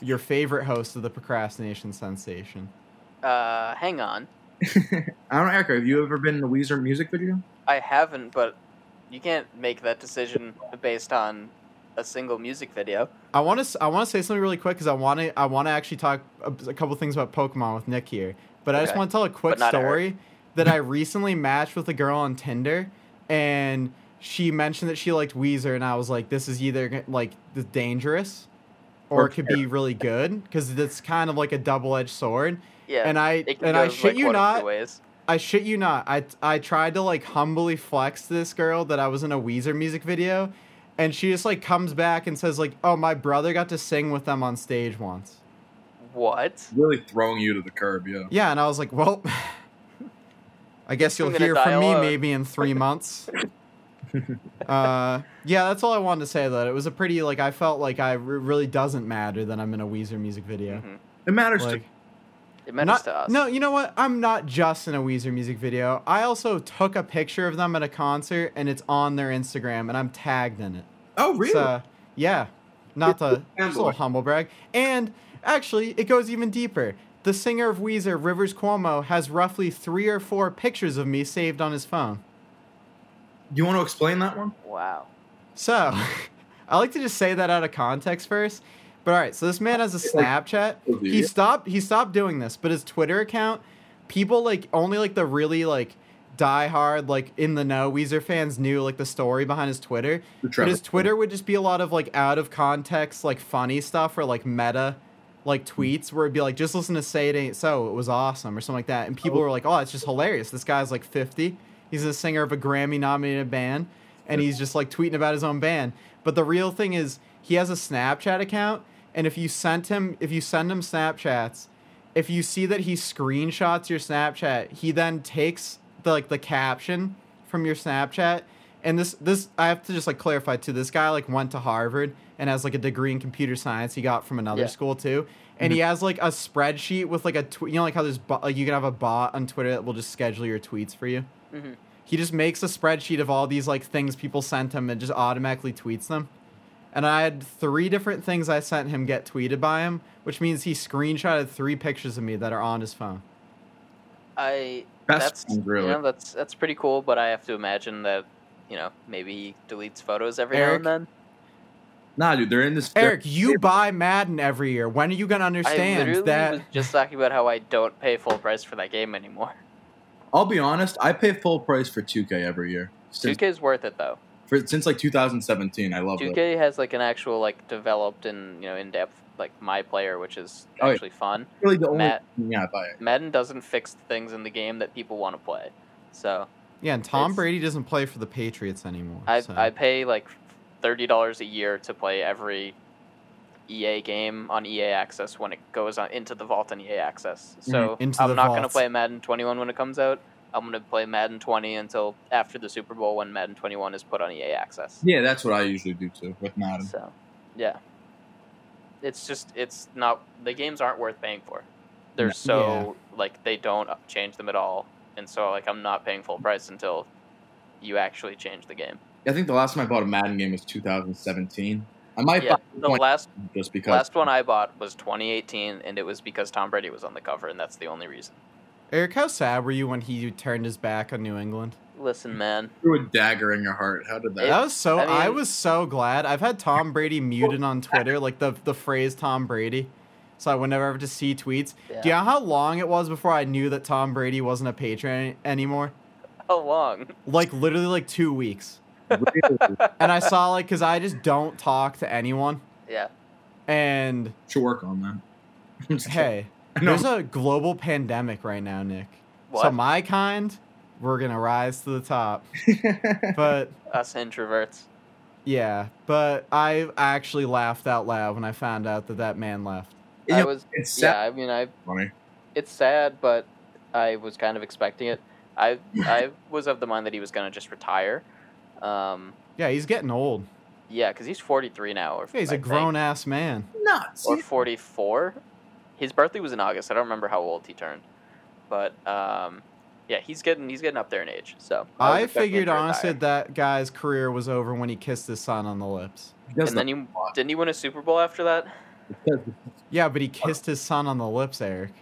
Speaker 1: your favorite host of the procrastination sensation.
Speaker 2: uh, hang on,
Speaker 3: I don't know Erica have you ever been in the Weezer music video
Speaker 2: I haven't, but you can't make that decision based on a single music video.
Speaker 1: I want to I want to say something really quick because I want to I want to actually talk a, a couple things about Pokemon with Nick here, but I just
Speaker 2: Okay.
Speaker 1: want to tell a quick
Speaker 2: But not Eric.
Speaker 1: story that I recently matched with a girl on Tinder, and she mentioned that she liked Weezer, and I was like, this is either like the dangerous, or it could be really good because it's kind of like a double edged sword.
Speaker 2: Yeah,
Speaker 1: And I
Speaker 2: it can
Speaker 1: and
Speaker 2: go
Speaker 1: I
Speaker 2: like
Speaker 1: shit you
Speaker 2: one of
Speaker 1: not,
Speaker 2: two ways.
Speaker 1: I shit you not. I I tried to like humbly flex to this girl that I was in a Weezer music video, and she just like comes back and says like, "Oh, my brother got to sing with them on stage once."
Speaker 2: What?
Speaker 3: really throwing you to the curb yeah
Speaker 1: Yeah, and I was like, "Well, I guess
Speaker 2: I'm
Speaker 1: you'll
Speaker 2: gonna
Speaker 1: hear
Speaker 2: die
Speaker 1: from me
Speaker 2: alone."
Speaker 1: maybe in three months." uh, yeah, that's all I wanted to say. That it was a pretty like I felt like I it really doesn't matter that I'm in a Weezer music video.
Speaker 2: Mhm.
Speaker 3: it matters to
Speaker 1: Like,
Speaker 2: It matters
Speaker 1: Not-
Speaker 2: to us.
Speaker 1: No, you know what? I'm not just in a Weezer music video. I also took a picture of them at a concert, and it's on their Instagram, and I'm tagged in it.
Speaker 3: oh really
Speaker 1: So, yeah, not to just a
Speaker 3: Humble.
Speaker 1: little humble brag. And actually, it goes even deeper. The singer of Weezer, Rivers Cuomo, has roughly three or four pictures of me saved on his phone.
Speaker 3: you want to explain that one
Speaker 2: Wow.
Speaker 1: So, I like to just say that out of context first. But all right, so this man has a Snapchat. He stopped. He stopped doing this, but his Twitter account, people like only like the really like diehard like in the know Weezer fans knew like the story behind his Twitter. But his Twitter would just be a lot of like out of context, like funny stuff or like meta, like tweets where it'd be like, just listen to Say It Ain't So, it was awesome or something like that. And people were like, oh, it's just hilarious. This guy's like 50. He's a singer of a Grammy nominated band and he's just like tweeting about his own band. But the real thing is, he has a Snapchat account. And if you sent him, if you send him Snapchats, if you see that he screenshots your Snapchat, he then takes the like the caption from your Snapchat. And this this I have to just like clarify too. This guy like went to Harvard and has like a degree in computer science he got from another
Speaker 2: Yeah.
Speaker 1: school too. And he has like a spreadsheet with like a tw- you know like how there's bo- like you can have a bot on Twitter that will just schedule your tweets for you.
Speaker 2: hmm
Speaker 1: He just makes a spreadsheet of all these like things people sent him and just automatically tweets them. And I had three different things I sent him get tweeted by him, which means he screenshotted three pictures of me that are on his phone.
Speaker 2: I
Speaker 3: Best friend, really.
Speaker 2: you know, that's that's pretty cool, but I have to imagine that you know maybe he deletes photos every
Speaker 1: Eric?
Speaker 2: now and then.
Speaker 3: Nah, dude, they're in this.
Speaker 1: Eric, you buy Madden every year. When are you gonna
Speaker 2: I literally
Speaker 1: understand that?
Speaker 2: was just talking about how I don't pay full price for that game anymore.
Speaker 3: I'll be honest. I pay full price for 2K every year
Speaker 2: Two
Speaker 3: since
Speaker 2: K is worth it though.
Speaker 3: for, since like 2017. I love
Speaker 2: Two
Speaker 3: it.
Speaker 2: K has like an actual like developed and you know in depth like my player, which is
Speaker 3: Oh, yeah.
Speaker 2: actually fun.
Speaker 3: Really, the only
Speaker 2: Matt.
Speaker 3: yeah, I buy it.
Speaker 2: Madden doesn't fix things in the game that people want to play, so
Speaker 1: Yeah, and Tom
Speaker 2: It's-
Speaker 1: Brady doesn't play for the Patriots anymore.
Speaker 2: I
Speaker 1: so.
Speaker 2: I pay like thirty dollars a year to play every EA game on EA Access when it goes on into the vault on EA Access. So
Speaker 1: Mhm, into
Speaker 2: I'm
Speaker 1: the
Speaker 2: not gonna
Speaker 1: vault.
Speaker 2: play Madden 21 when it comes out. I'm gonna play Madden 20 until after the Super Bowl when Madden 21 is put on EA Access.
Speaker 3: Yeah, that's what I usually do too with Madden.
Speaker 2: So, yeah, it's just it's not the games aren't worth paying for. They're so like they don't change them at all, and so like I'm not paying full price until you actually change the game.
Speaker 3: I think the last time I bought a Madden game was 2017. I might
Speaker 2: yeah,
Speaker 3: buy
Speaker 2: the
Speaker 3: one
Speaker 2: last
Speaker 3: just because.
Speaker 2: last one I bought was 2018, and it was because Tom Brady was on the cover, and that's the only reason.
Speaker 1: Eric, how sad were you when he turned his back on New England?
Speaker 2: Listen, man,
Speaker 3: threw a dagger in your heart. How did that?
Speaker 2: It-
Speaker 1: that was so. I,
Speaker 2: I mean-
Speaker 1: was so glad. I've had Tom Brady muted on Twitter, like the the phrase Tom Brady. So I would never ever just see tweets. Do you know how long it was before I knew that Tom Brady wasn't a patron anymore?
Speaker 2: how long?
Speaker 1: Like literally like two weeks.
Speaker 3: really
Speaker 1: And I saw like because I just don't talk to anyone.
Speaker 2: Yeah,
Speaker 1: And
Speaker 3: should work on that. I'm just
Speaker 1: hey,
Speaker 3: kidding.
Speaker 1: there's a global pandemic right now, Nick.
Speaker 2: what?
Speaker 1: So my kind, we're gonna rise to the top. But
Speaker 2: Us introverts.
Speaker 1: yeah, but I actually laughed out loud when I found out that that man left.
Speaker 3: You
Speaker 2: I
Speaker 3: know,
Speaker 2: was
Speaker 3: it's
Speaker 2: yeah.
Speaker 3: sad.
Speaker 2: I mean, I
Speaker 3: Funny.
Speaker 2: it's sad, but I was kind of expecting it. I I was of the mind that he was gonna just retire. Um,
Speaker 1: Yeah, he's getting old.
Speaker 2: yeah, because he's forty three now, or
Speaker 1: Yeah, he's
Speaker 2: a
Speaker 1: a grown ass man.
Speaker 3: Nuts.
Speaker 2: or forty four. His birthday was in August. I don't remember how old he turned, but um, yeah, he's getting he's getting up there in age. So was
Speaker 1: I
Speaker 2: expecting him
Speaker 1: figured
Speaker 2: to
Speaker 1: honestly
Speaker 2: retire.
Speaker 1: that guy's career was over when he kissed his son on the lips.
Speaker 3: He does
Speaker 2: and then
Speaker 3: that
Speaker 2: he
Speaker 3: a lot.
Speaker 2: didn't he win a Super Bowl after that?
Speaker 1: Yeah, but he kissed his son on the lips, Eric.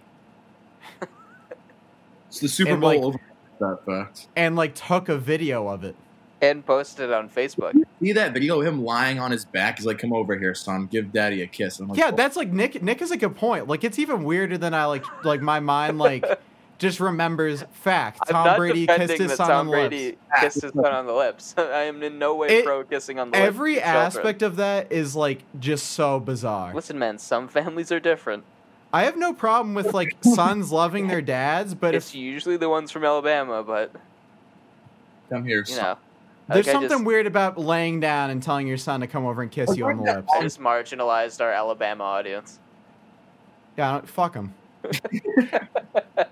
Speaker 3: It's the Super
Speaker 1: and,
Speaker 3: Bowl
Speaker 1: like-
Speaker 3: over. That fact.
Speaker 1: And like took a video of it.
Speaker 2: And posted it on Facebook.
Speaker 3: See that video of him lying on his back? He's like, "Come over here, son. Give daddy a kiss." And I'm like,
Speaker 1: Yeah,
Speaker 3: "Oh."
Speaker 1: that's like Nick Nick is a good point. Like it's even weirder than I like like my mind like just remembers fact.
Speaker 2: I'm
Speaker 1: Tom
Speaker 2: not
Speaker 1: Brady
Speaker 2: defending
Speaker 1: kissed his
Speaker 2: that
Speaker 1: son
Speaker 2: Tom
Speaker 1: on the
Speaker 2: Brady
Speaker 1: lips.
Speaker 2: kissed his son on the lips. I am in no way
Speaker 1: It-
Speaker 2: pro kissing on the lips.
Speaker 1: Every
Speaker 2: to children.
Speaker 1: aspect of that is like just so bizarre.
Speaker 2: Listen, man, some families are different.
Speaker 1: I have no problem with like sons loving their dads, but if
Speaker 2: it's usually the ones from Alabama, but
Speaker 3: come here,
Speaker 2: you
Speaker 3: son.
Speaker 2: know, I
Speaker 1: There's
Speaker 2: think I
Speaker 1: something
Speaker 2: just-
Speaker 1: weird about laying down and telling your son to come over and kiss you on the lips.
Speaker 2: I just marginalized our Alabama audience.
Speaker 1: Yeah, I don't, fuck him.
Speaker 3: Well,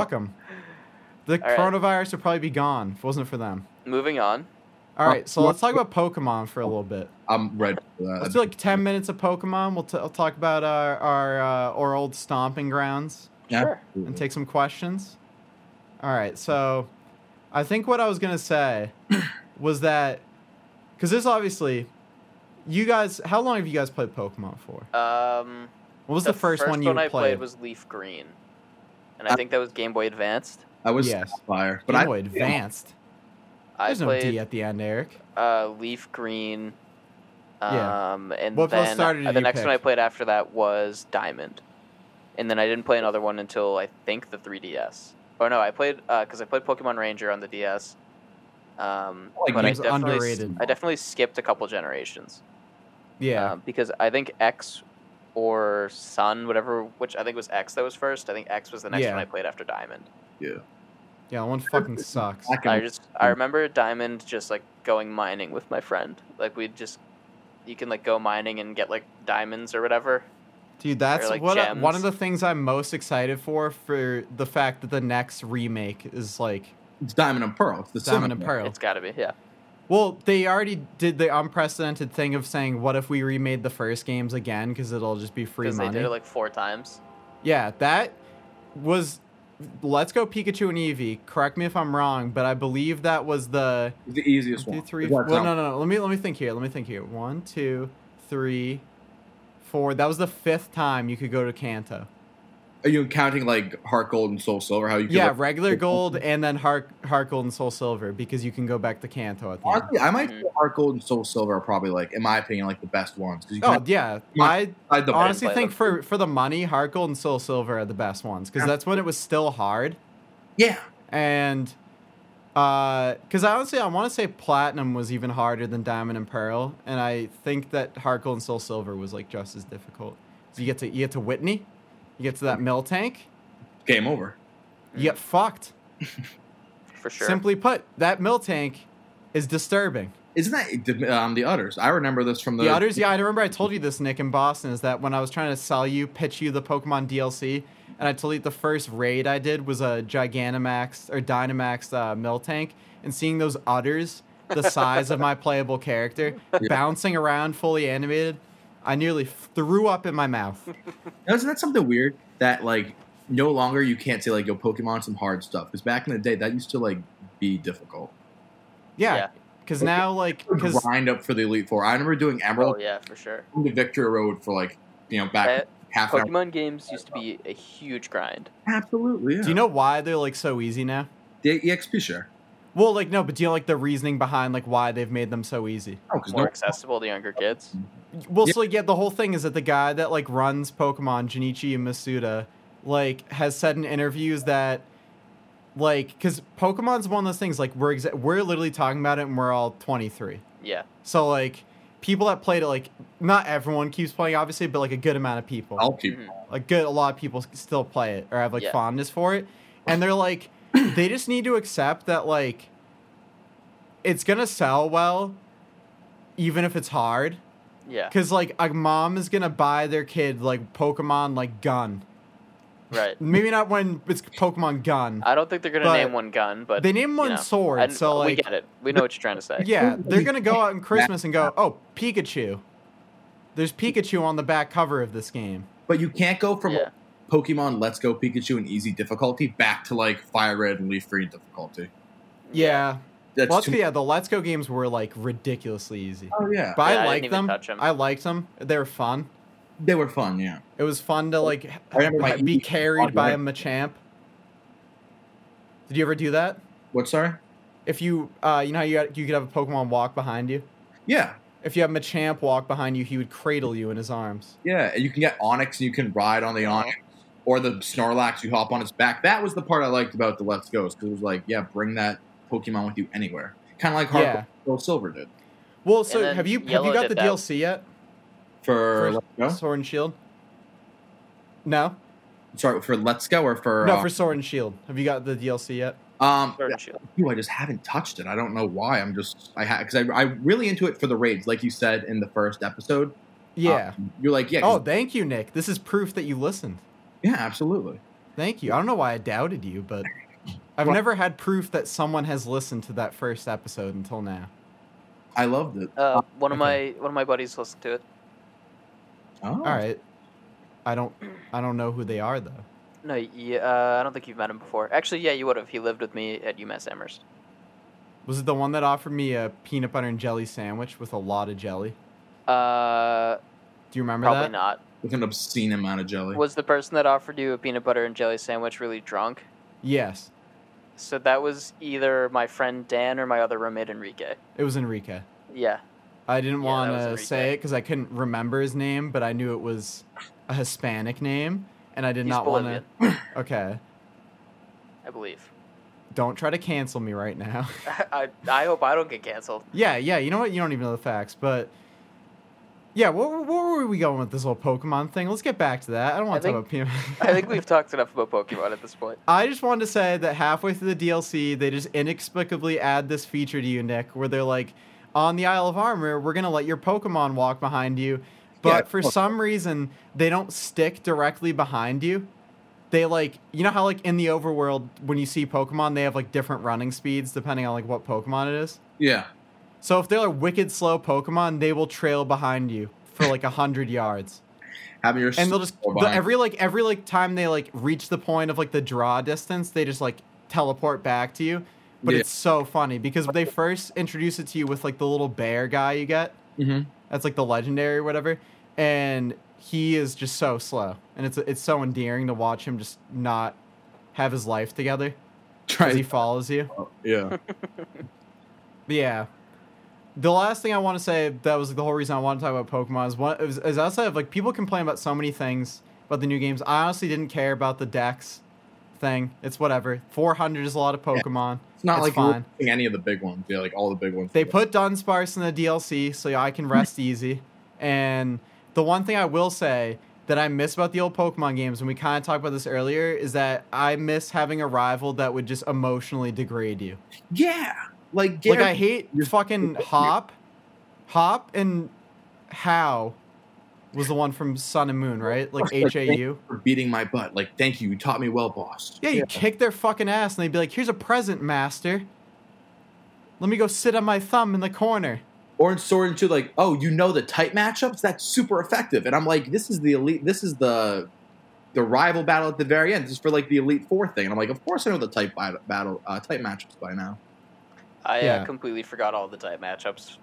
Speaker 1: Fuck him. The
Speaker 2: All right.
Speaker 1: coronavirus would probably be gone if it wasn't for them.
Speaker 2: Moving on.
Speaker 1: All
Speaker 3: Uh,
Speaker 1: right, so let's talk about Pokemon for a little bit.
Speaker 3: I'm ready for that.
Speaker 1: Let's do like 10 minutes of Pokemon. We'll, t- I'll talk about our our, uh, our old stomping grounds
Speaker 3: Yeah.
Speaker 2: Sure.
Speaker 1: and take some questions. All right, so I think what I was going to say was that, because this obviously, you guys, how long have you guys played Pokemon for?
Speaker 2: Um,
Speaker 1: What was the, first, one you
Speaker 2: I
Speaker 1: played?
Speaker 2: played was Leaf Green, and I
Speaker 3: Uh,
Speaker 2: think that was Game Boy Advanced.
Speaker 3: I was
Speaker 1: Yes.
Speaker 3: fire, but
Speaker 1: Game
Speaker 3: I
Speaker 1: Boy Advanced.
Speaker 2: I
Speaker 1: There's no
Speaker 2: played
Speaker 1: D at the end, Eric.
Speaker 2: uh, Leaf Green.
Speaker 1: Yeah.
Speaker 2: Um, and
Speaker 1: What
Speaker 2: then
Speaker 1: starter did
Speaker 2: the
Speaker 1: you
Speaker 2: next one I
Speaker 1: pick?
Speaker 2: played after that was Diamond, and then I didn't play another one until I think the 3DS. Or Oh, no, I played because I played Pokemon Ranger on the DS. Um,
Speaker 3: Like,
Speaker 2: but I
Speaker 3: games
Speaker 2: definitely,
Speaker 1: underrated.
Speaker 2: I definitely skipped a couple generations.
Speaker 1: Yeah.
Speaker 2: um, because I think X or Sun, whatever, which I think was X that was first. I think X was the next
Speaker 1: Yeah.
Speaker 2: one I played after Diamond.
Speaker 1: Yeah, that one fucking sucks.
Speaker 3: I can-
Speaker 2: I just I remember Diamond just like going mining with my friend. Like we'd just you can like go mining and get like diamonds or whatever.
Speaker 1: Dude, that's
Speaker 2: They're like
Speaker 1: what I- one of
Speaker 2: gems.
Speaker 1: the things I'm most excited for for the fact that the next remake is like
Speaker 3: it's Diamond and Pearl. It's the
Speaker 1: Diamond and
Speaker 3: cinema.
Speaker 1: Pearl.
Speaker 2: It's got to be yeah.
Speaker 1: Well, they already did the unprecedented thing of saying, "What if we remade the first games again? Because it'll just be free
Speaker 2: Because they
Speaker 1: money."
Speaker 2: did it like four times.
Speaker 1: yeah, that was. Let's go Pikachu and Eevee. Correct me if I'm wrong, but I believe that was the
Speaker 3: It's the easiest
Speaker 1: One,
Speaker 3: one.
Speaker 1: two, three.
Speaker 3: That's
Speaker 1: Well,
Speaker 3: how-
Speaker 1: no, no, no. Let me let me think here. Let me think here. One, two, three, four. That was the fifth time you could go to Kanto.
Speaker 3: Are you counting like Heart Gold and Soul Silver? How you? could,
Speaker 1: Yeah,
Speaker 3: like-
Speaker 1: regular
Speaker 3: like-
Speaker 1: gold and then heart heart gold and soul silver because you can go back to Kanto at the end.
Speaker 3: Honestly, I might
Speaker 2: Mhm.
Speaker 3: say Heart Gold and Soul Silver are probably like, in my opinion, like the best ones because you
Speaker 1: Oh uh,
Speaker 3: can
Speaker 1: yeah,
Speaker 3: Yeah.
Speaker 1: I
Speaker 3: hide the
Speaker 1: honestly
Speaker 2: play
Speaker 1: think
Speaker 2: them.
Speaker 1: for for the money, heart gold and soul silver are the best ones because
Speaker 3: Yeah.
Speaker 1: that's when it was still hard
Speaker 3: yeah.
Speaker 1: and. Because I honestly, I want to say platinum was even harder than diamond and pearl, and I think that heart gold and soul silver was like just as difficult. So you get to you get to Whitney, you get to that mill tank,
Speaker 3: Game over.
Speaker 1: you get fucked.
Speaker 2: For sure.
Speaker 1: Simply put, that mill tank is disturbing.
Speaker 3: Isn't that um, the udders? I remember this from the,
Speaker 1: The otters, yeah, I remember I told you this, Nick, in Boston, is that when I was trying to sell you, pitch you the Pokemon DLC, and I told you the first raid I did was a Gigantamax or Dynamax uh, Miltank, and seeing those otters the size of my playable character
Speaker 3: Yeah.
Speaker 1: bouncing around fully animated, I nearly threw up in my mouth.
Speaker 3: Now, Isn't that something weird that like no longer you can't say like yo Pokemon some hard stuff because back in the day that used to like be difficult.
Speaker 2: Yeah.
Speaker 1: Yeah, because
Speaker 3: Okay.
Speaker 1: now like because
Speaker 3: Grind up for the Elite Four. I remember doing
Speaker 2: Oh
Speaker 3: Emerald
Speaker 2: yeah, for sure.
Speaker 3: to Victory Road for like you know back
Speaker 2: Uh,
Speaker 3: half an hour.
Speaker 2: Pokemon games used to be a huge grind.
Speaker 3: Absolutely. Yeah.
Speaker 1: do you know why they're like so easy now?
Speaker 3: the E EXP share?
Speaker 1: Well, like no, but do you know like the reasoning behind like why they've made them so easy?
Speaker 3: Oh, No, because
Speaker 2: More
Speaker 3: no.
Speaker 2: accessible to younger kids.
Speaker 1: Well,
Speaker 3: Yeah.
Speaker 1: so like, yeah, the whole thing is that the guy that like runs Pokemon, Junichi Masuda, like has said in interviews that like because Pokemon's one of those things like we're exa- we're literally talking about it and we're all 23.
Speaker 2: Yeah.
Speaker 1: So like people that played it like not everyone keeps playing obviously, but like a good amount of people.
Speaker 3: I'll keep.
Speaker 1: a good a lot of people s- still play it or have like
Speaker 2: Yeah.
Speaker 1: fondness for it and they're like they just need to accept that like it's gonna sell well even if it's hard
Speaker 2: Yeah.
Speaker 1: because like a mom is gonna buy their kid like pokemon like gun
Speaker 2: Right.
Speaker 1: maybe not when it's pokemon gun
Speaker 2: I don't think they're gonna
Speaker 1: But-
Speaker 2: name one gun, but
Speaker 1: they name one
Speaker 2: know,
Speaker 1: sword
Speaker 2: I-
Speaker 1: so
Speaker 2: we
Speaker 1: like
Speaker 2: get it. We know what you're trying to say.
Speaker 1: yeah they're gonna go out in christmas and go oh pikachu there's pikachu on the back cover of this game
Speaker 3: But you can't go from
Speaker 2: Yeah.
Speaker 3: Pokemon Let's Go Pikachu and easy difficulty back to like Fire Red and Leaf Green difficulty.
Speaker 1: yeah
Speaker 3: That's
Speaker 1: Let's
Speaker 3: too-
Speaker 1: yeah, the Let's Go games were like ridiculously easy.
Speaker 3: Oh yeah,
Speaker 1: But
Speaker 2: Yeah, I
Speaker 1: I
Speaker 2: didn't
Speaker 1: liked
Speaker 2: even
Speaker 1: them.
Speaker 2: touch 'em.
Speaker 1: I liked them. They were fun.
Speaker 3: they were fun. Yeah,
Speaker 1: It was fun to like
Speaker 3: I remember my
Speaker 1: ha- be
Speaker 3: Eevee-
Speaker 1: carried by a Machamp. Did you ever do that?
Speaker 3: What? Sorry.
Speaker 1: If you, uh, you know how you had, you could have a Pokemon walk behind you.
Speaker 3: Yeah,
Speaker 1: If you have Machamp walk behind you, he would cradle you in his arms.
Speaker 3: yeah. And you can get Onyx and you can ride on the
Speaker 1: Uh-huh.
Speaker 3: Onyx or the Snorlax. You hop on its back. That was the part I liked about the Let's Go's because it was like, yeah, bring that Pokemon with you anywhere. Kind of like Heart
Speaker 1: Yeah.
Speaker 3: Gold Silver did
Speaker 1: Well, so
Speaker 2: And then
Speaker 1: have you have
Speaker 2: Yellow
Speaker 1: you got
Speaker 2: did
Speaker 1: the
Speaker 2: that.
Speaker 1: DLC yet?
Speaker 3: for,
Speaker 1: For-
Speaker 3: Let's Go.
Speaker 1: Sword and Shield. No,
Speaker 3: Sorry, for Let's Go or for
Speaker 1: no,
Speaker 3: uh,
Speaker 1: for Sword and Shield. Have you got the DLC yet?
Speaker 3: um.
Speaker 2: Sword and Shield.
Speaker 3: Ew, I just haven't touched it. I don't know why. I'm just I because I I really into it for the raids, like you said in the first episode.
Speaker 1: Yeah.
Speaker 3: Um, you're like yeah, 'cause-
Speaker 1: oh, thank you, Nick. This is proof that you listened.
Speaker 3: yeah, absolutely.
Speaker 1: Thank you. I don't know why I doubted you, but I've
Speaker 3: Well-
Speaker 1: never had proof that someone has listened to that first episode until now.
Speaker 3: I loved it.
Speaker 2: Uh, one of my one of my buddies listened to it.
Speaker 3: Oh,
Speaker 1: All right. I don't I don't know who they are though.
Speaker 2: No, yeah, uh, I don't think you've met him before. Actually, yeah, you would have. He lived with me at UMass Amherst.
Speaker 1: Was it the one that offered me a peanut butter and jelly sandwich with a lot of jelly?
Speaker 2: Uh,
Speaker 1: Do you remember
Speaker 2: probably
Speaker 1: that?
Speaker 2: not.
Speaker 3: with an obscene amount of jelly.
Speaker 2: Was the person that offered you a peanut butter and jelly sandwich really drunk?
Speaker 1: Yes.
Speaker 2: So that was either my friend Dan or my other roommate Enrique.
Speaker 1: It was Enrique.
Speaker 2: Yeah,
Speaker 1: I didn't
Speaker 2: Yeah, that
Speaker 1: want
Speaker 2: was
Speaker 1: to
Speaker 2: Enrique.
Speaker 1: say it because I couldn't remember his name, but I knew it was a Hispanic name, and I did
Speaker 2: He's
Speaker 1: not want to.
Speaker 2: Bolivian.
Speaker 1: Okay,
Speaker 2: I believe.
Speaker 1: don't try to cancel me right now.
Speaker 2: I I hope I don't get canceled.
Speaker 1: Yeah, yeah. You know what? You don't even know the facts, but yeah. What, where were we going with this whole Pokemon thing? Let's get back to that. I don't want
Speaker 2: I
Speaker 1: to talk about Pokemon.
Speaker 2: I think we've talked enough about Pokemon at this point.
Speaker 1: I just wanted to say that halfway through the DLC, they just inexplicably add this feature to you, Nick, where they're like, on the Isle of Armor, we're gonna let your Pokemon walk behind you, but
Speaker 3: Yeah,
Speaker 1: for
Speaker 3: well-
Speaker 1: some reason, they don't stick directly behind you. They like, you know how like in the overworld, when you see Pokemon, they have like different running speeds depending on like what Pokemon it is.
Speaker 3: yeah,
Speaker 1: So if they're like wicked slow Pokemon, they will trail behind you for like a hundred yards,
Speaker 3: having your
Speaker 1: and they'll just
Speaker 3: soul
Speaker 1: the-
Speaker 3: behind-
Speaker 1: every like every like time they like reach the point of like the draw distance, they just like teleport back to you. But
Speaker 3: Yeah.
Speaker 1: it's so funny because they first introduce it to you with like the little bear guy you get.
Speaker 3: Mhm.
Speaker 1: That's like the legendary or whatever, and he is just so slow, and it's it's so endearing to watch him just not have his life together
Speaker 3: try.
Speaker 1: because he follows you.
Speaker 3: yeah,
Speaker 1: Yeah. The last thing I want to say that was the whole reason I want to talk about Pokemon is one is, is outside of like people complain about so many things about the new games. I honestly didn't care about the Dex thing. It's whatever. Four hundred is a lot of Pokemon.
Speaker 3: it's not
Speaker 1: It's
Speaker 3: like you were
Speaker 1: fine.
Speaker 3: playing any of the big ones. Yeah, like all the big ones.
Speaker 1: They put Dunsparce in the DLC, so I can rest easy. And the one thing I will say that I miss about the old Pokemon games, and we kind of talked about this earlier, is that I miss having a rival that would just emotionally degrade you.
Speaker 3: yeah, like
Speaker 1: Like
Speaker 3: Gary-
Speaker 1: I hate
Speaker 3: you're-
Speaker 1: fucking Hop, Hop and How was the one from Sun and Moon, right? Like
Speaker 3: Like,
Speaker 1: H A U.
Speaker 3: for beating my butt. Like thank you, you taught me well, boss.
Speaker 1: Yeah, you kick their fucking ass, and they'd be like, "Here's a present, master. Let me go sit on my thumb in the corner."
Speaker 3: Or in Sword and Shield, like oh, you know the tight matchups. That's super effective. And I'm like, this is the elite. This is the the rival battle at the very end. This is for like the Elite Four thing, and I'm like, of course I know the type bi- battle uh, type matchups by now.
Speaker 2: I
Speaker 1: Yeah.
Speaker 2: uh, completely forgot all the type matchups.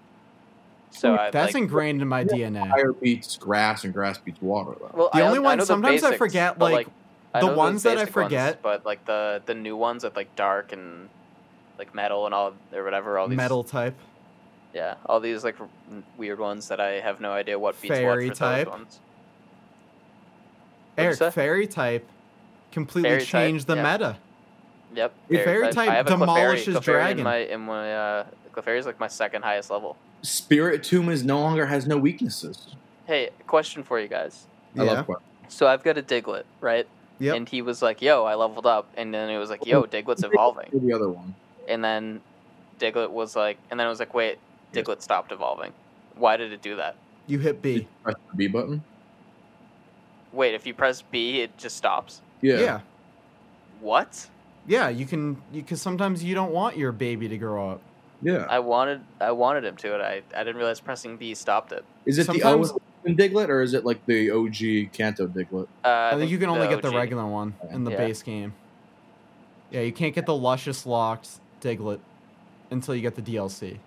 Speaker 2: So I,
Speaker 1: That's
Speaker 2: like,
Speaker 1: ingrained in my DNA.
Speaker 3: Fire beats grass, and grass beats water. Though.
Speaker 2: well,
Speaker 1: The
Speaker 2: I
Speaker 1: only
Speaker 2: un- I
Speaker 1: one-
Speaker 2: know the
Speaker 1: sometimes I
Speaker 2: basics,
Speaker 1: forget,
Speaker 2: but,
Speaker 1: like,
Speaker 2: I
Speaker 1: the
Speaker 2: know those
Speaker 1: ones that I
Speaker 2: basic ones,
Speaker 1: forget-
Speaker 2: but like the the new ones with like dark and like metal and all or whatever. All these
Speaker 1: Metal type.
Speaker 2: Yeah, all these like r- weird ones that I have no idea what beats
Speaker 1: Fairy
Speaker 2: what for
Speaker 1: type.
Speaker 2: those ones. What'd you
Speaker 1: Eric,
Speaker 2: say?
Speaker 1: fairy type completely
Speaker 2: Fairy type,
Speaker 1: changed the
Speaker 2: yeah.
Speaker 1: meta.
Speaker 2: Yep.
Speaker 1: Your fairy type
Speaker 2: I have a Clefairy-
Speaker 1: demolishes
Speaker 2: Clefairy
Speaker 1: dragon.
Speaker 2: In my, in my uh, Clefairy is like my second highest level.
Speaker 3: Spirit Tomb is no longer has no weaknesses.
Speaker 2: Hey, question for you guys.
Speaker 3: I
Speaker 1: yeah.
Speaker 3: love questions.
Speaker 2: So I've got a Diglett, right?
Speaker 1: Yep.
Speaker 2: And he was like, "Yo, I leveled up," and then it was like, "Yo, Diglett's evolving,"
Speaker 3: The other one.
Speaker 2: and then Diglett was like, and then I was like, "Wait,
Speaker 3: Yes.
Speaker 2: Diglett stopped evolving. Why did it do that?
Speaker 1: You hit B.
Speaker 3: Press the B button.
Speaker 2: Wait, if you press B, it just stops.
Speaker 3: Yeah.
Speaker 1: yeah.
Speaker 2: What?
Speaker 1: Yeah, you can because sometimes you don't want your baby to grow up.
Speaker 3: Yeah.
Speaker 2: I wanted, I wanted him to, and I, I didn't realize pressing B stopped it.
Speaker 3: Is it the O
Speaker 1: Sometimes-
Speaker 3: in Diglett or is it like the OG Canto Diglett?
Speaker 2: Uh,
Speaker 1: I, think, you can only get the
Speaker 2: OG.
Speaker 1: regular one in the
Speaker 2: Yeah.
Speaker 1: base game. Yeah, you can't get the luscious locked Diglett until you get the DLC.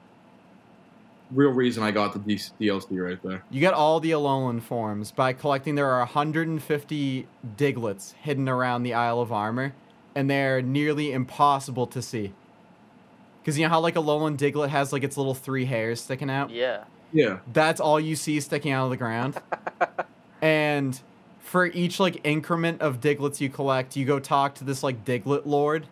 Speaker 3: Real reason I got the D- DLC right there.
Speaker 1: You get all the Alolan forms by collecting. There are 150 Diglets hidden around the Isle of Armor, and they're nearly impossible to see. Because you know how like Alolan Diglett has like its little three hairs sticking out.
Speaker 2: Yeah.
Speaker 3: Yeah.
Speaker 1: that's all you see sticking out of the ground. and for each like increment of diglets you collect, you go talk to this like diglet lord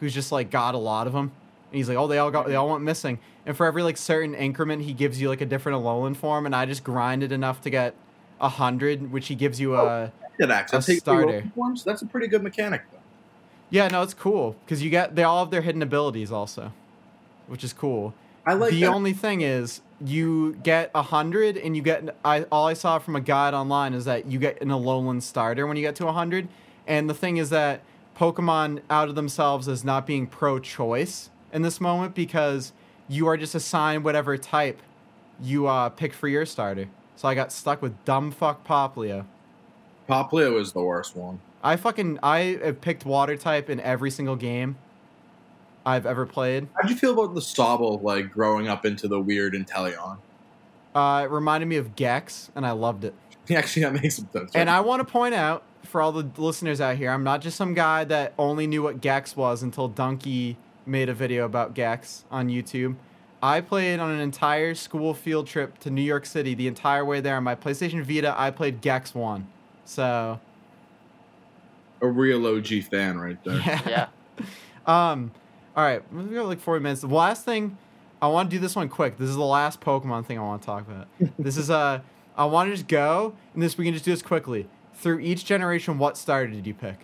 Speaker 1: who's just like got a lot of them. And he's like, "Oh, they all got they all went missing." And for every like certain increment, he gives you like a different Alolan form and I just grinded enough to get a 100, which he gives you a
Speaker 3: That actually
Speaker 1: A
Speaker 3: takes three
Speaker 1: starter.
Speaker 3: open forms. That's a pretty good mechanic though.
Speaker 1: Yeah, no, it's cool cuz you get they all have their hidden abilities also, which is cool.
Speaker 3: I like
Speaker 1: the
Speaker 3: that.
Speaker 1: only thing is you get a hundred and you get I all I saw from a guide online is that you get an Alolan starter when you get to a hundred. And the thing is that Pokemon out of themselves as not being pro choice in this moment because you are just assigned whatever type you uh, pick for your starter. So I got stuck with dumb fuck Poplio.
Speaker 3: Poplio is the worst one.
Speaker 1: I fucking I have picked water type in every single game I've ever played.
Speaker 3: How'd you feel about the Sobble like growing up into the weird Inteleon?
Speaker 1: Uh, it reminded me of Gex and I loved it.
Speaker 3: Actually, that makes some sense.
Speaker 1: And I want to point out for all the listeners out here, I'm not just some guy that only knew what Gex was until Donkey made a video about Gex on YouTube. I played on an entire school field trip to New York City. The entire way there on my PlayStation Vita, I played Gex 1. So,
Speaker 3: a real OG fan right there.
Speaker 1: yeah.
Speaker 2: Yeah.
Speaker 1: Um, all right, we've got like 40 minutes. The last thing I want to do this one quick. This is the last Pokemon thing I want to talk about. this is uh, I want to just go and this we can just do this quickly through each generation. What starter did you pick?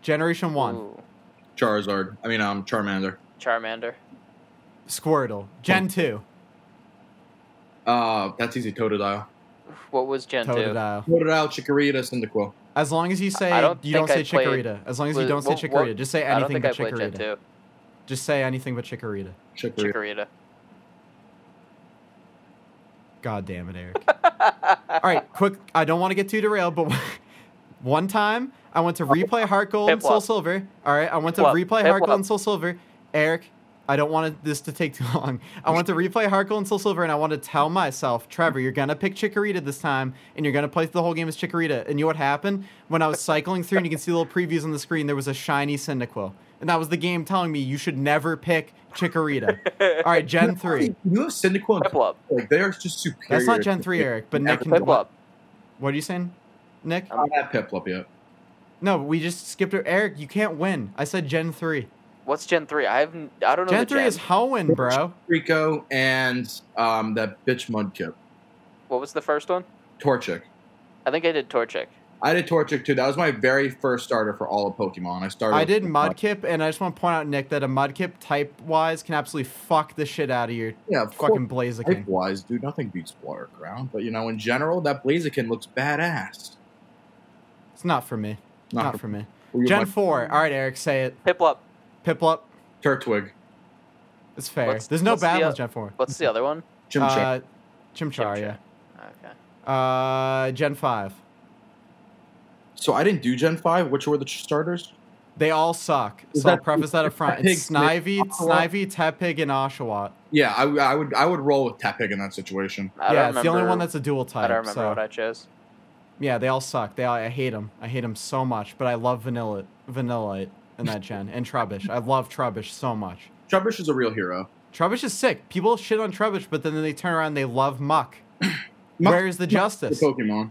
Speaker 1: Generation one,
Speaker 2: Ooh.
Speaker 3: Charizard. I mean, um, Charmander.
Speaker 2: Charmander.
Speaker 1: Squirtle. Gen two,
Speaker 3: Uh, that's easy. Totodile.
Speaker 2: What was Gen 2?
Speaker 1: Totodile.
Speaker 3: Totodile, Chikorita, Cyndaquil.
Speaker 1: As long as you say
Speaker 2: don't
Speaker 1: you don't say
Speaker 2: think I played-
Speaker 1: Chikorita. As long as you
Speaker 2: was-
Speaker 1: don't say
Speaker 2: what-
Speaker 1: Chikorita,
Speaker 2: what-
Speaker 1: just say
Speaker 2: I don't
Speaker 1: anything
Speaker 2: think
Speaker 1: but
Speaker 2: I played Gen
Speaker 1: Chikorita.
Speaker 2: 2.
Speaker 1: Just say anything but Chikorita.
Speaker 3: Chikorita.
Speaker 2: Chikorita.
Speaker 1: God damn it, Eric. All right, quick. I don't want to get too derailed, but one time I went to replay Heart Gold and Soul
Speaker 2: Piplup.
Speaker 1: Silver. All right, I went to
Speaker 2: Piplup,
Speaker 1: replay Heart Gold
Speaker 2: Piplup.
Speaker 1: and Soul Silver. Eric, I don't want this to take too long. I went to replay Heart Gold and Soul Silver, and I want to tell myself, Trevor, you're gonna pick Chikorita this time, and you're gonna play through the whole game as Chikorita. And you know what happened? When I was cycling through, and you can see little previews on the screen, there was a shiny Cyndaquil, and that was the game telling me you should never pick Chikorita. All right, Gen three.
Speaker 3: You know Cyndaquil and
Speaker 2: Piplup.
Speaker 3: like they are just superior.
Speaker 1: That's not
Speaker 3: to
Speaker 1: Gen three,
Speaker 3: Piplup.
Speaker 1: Eric. But Nick,
Speaker 3: Never
Speaker 1: can,
Speaker 2: Piplup.
Speaker 1: what are you saying, Nick?
Speaker 3: I'm
Speaker 2: Um,
Speaker 3: not at Piplup yet.
Speaker 1: No, we just skipped it. Eric, you can't win. I said Gen 3.
Speaker 2: What's Gen 3? I haven't. I don't know.
Speaker 1: Gen
Speaker 2: the
Speaker 1: 3
Speaker 2: gen.
Speaker 1: is Hoenn, bro.
Speaker 3: Rico and um that bitch Mudkip.
Speaker 2: What was the first one?
Speaker 3: Torchic.
Speaker 2: I think I did Torchic.
Speaker 3: I did Torchic too. That was my very first starter for all of Pokemon. I started.
Speaker 1: I
Speaker 3: with
Speaker 1: did
Speaker 3: Piplup.
Speaker 1: Mudkip, and I just want to point out, Nick, that a Mudkip type wise can absolutely fuck the shit out of your
Speaker 3: Yeah, of
Speaker 1: fucking
Speaker 3: fucking.
Speaker 1: Blaziken.
Speaker 3: Type-wise, dude, nothing beats water ground. But you know, in general, that Blaziken looks badass.
Speaker 1: It's not for me. Not,
Speaker 3: Not,
Speaker 1: for me.
Speaker 3: for,
Speaker 1: Gen
Speaker 3: my
Speaker 1: 4. All right, Eric, say it.
Speaker 2: Piplup.
Speaker 1: Piplup.
Speaker 3: Turtwig,
Speaker 1: It's fair.
Speaker 2: What's-
Speaker 1: There's no
Speaker 2: what's
Speaker 1: bad
Speaker 2: the
Speaker 1: ones,
Speaker 2: oth-
Speaker 1: Gen 4.
Speaker 2: What's the other one?
Speaker 3: Chimchar,
Speaker 1: Uh, Chimchar, Uh,
Speaker 2: Chimchar.
Speaker 1: yeah.
Speaker 2: Okay.
Speaker 1: Uh, Gen 5.
Speaker 3: So I didn't do Gen Five. Which were the ch- starters?
Speaker 1: They all suck.
Speaker 3: Is
Speaker 1: so I'll
Speaker 3: that-
Speaker 1: preface that up front. It's
Speaker 3: Tepig,
Speaker 1: Snivy,
Speaker 3: Oshawott?
Speaker 1: Snivy, Tepig, and Oshawott.
Speaker 3: Yeah, I, I would I would roll with Tepig in that situation.
Speaker 2: I
Speaker 1: yeah,
Speaker 2: don't
Speaker 1: it's the only
Speaker 2: remember-
Speaker 1: one that's a dual type.
Speaker 2: I don't remember
Speaker 1: so.
Speaker 2: what I chose.
Speaker 1: Yeah, they all suck. They all, I hate them. I hate them so much, but I love vanilla vanillite in that gen and Trubbish. I love Trubbish so much.
Speaker 3: Trubbish is a real hero.
Speaker 1: Trubbish is sick. People shit on Trubbish, but then they turn around and they love Muck.
Speaker 3: Muck-
Speaker 1: Where is the
Speaker 3: The
Speaker 1: justice?
Speaker 3: Pokemon.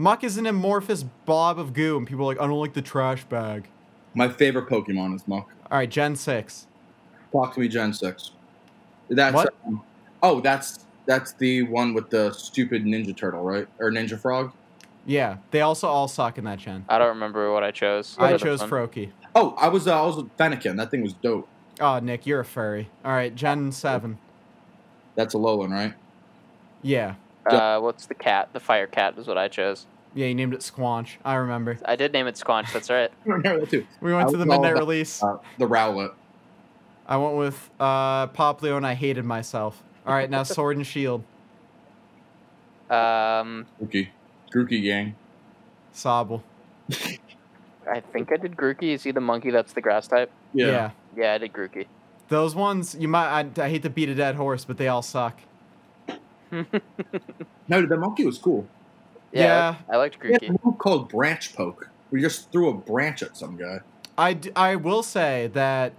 Speaker 1: Muck is an amorphous blob of goo, and people are like, I don't like the trash bag.
Speaker 3: My favorite Pokemon is Muck.
Speaker 1: All right, Gen 6.
Speaker 3: Talk to me, Gen Six. That's
Speaker 1: What?
Speaker 3: um, oh, that's that's the one with the stupid Ninja Turtle, right? Or Ninja Frog?
Speaker 1: Yeah, they also all suck in that gen.
Speaker 2: I don't remember what I chose.
Speaker 1: I
Speaker 2: Either
Speaker 1: chose
Speaker 2: one.
Speaker 1: Froakie.
Speaker 3: Oh, I was uh, I was with Fennekin. That thing was dope.
Speaker 1: Oh, Nick, you're a furry. All right, Gen 7.
Speaker 3: That's a low one, right?
Speaker 1: Yeah.
Speaker 2: Uh, what's the cat? The fire cat is what I chose.
Speaker 1: Yeah, you named it Squanch. I remember.
Speaker 2: I did name it Squanch. That's right.
Speaker 3: I remember that too.
Speaker 1: We went
Speaker 3: I
Speaker 1: to the
Speaker 3: was all
Speaker 1: midnight
Speaker 3: about-
Speaker 1: release.
Speaker 3: Uh, the Rowlet.
Speaker 1: I went with uh, Poplio and I hated myself. All right, now Sword and Shield.
Speaker 2: Um,
Speaker 3: Grookey. Grookey gang.
Speaker 1: Sobble.
Speaker 2: I think I did Grookey. Is he the monkey that's the grass type?
Speaker 1: Yeah.
Speaker 2: Yeah, I did Grookey.
Speaker 1: Those ones, you might, I, I hate to beat a dead horse, but they all suck.
Speaker 3: No, the monkey was cool.
Speaker 2: Yeah, I liked
Speaker 3: Yeah,
Speaker 2: Grookey.
Speaker 3: one called Branch Poke. We just threw a branch at some guy.
Speaker 1: I, d- I will say that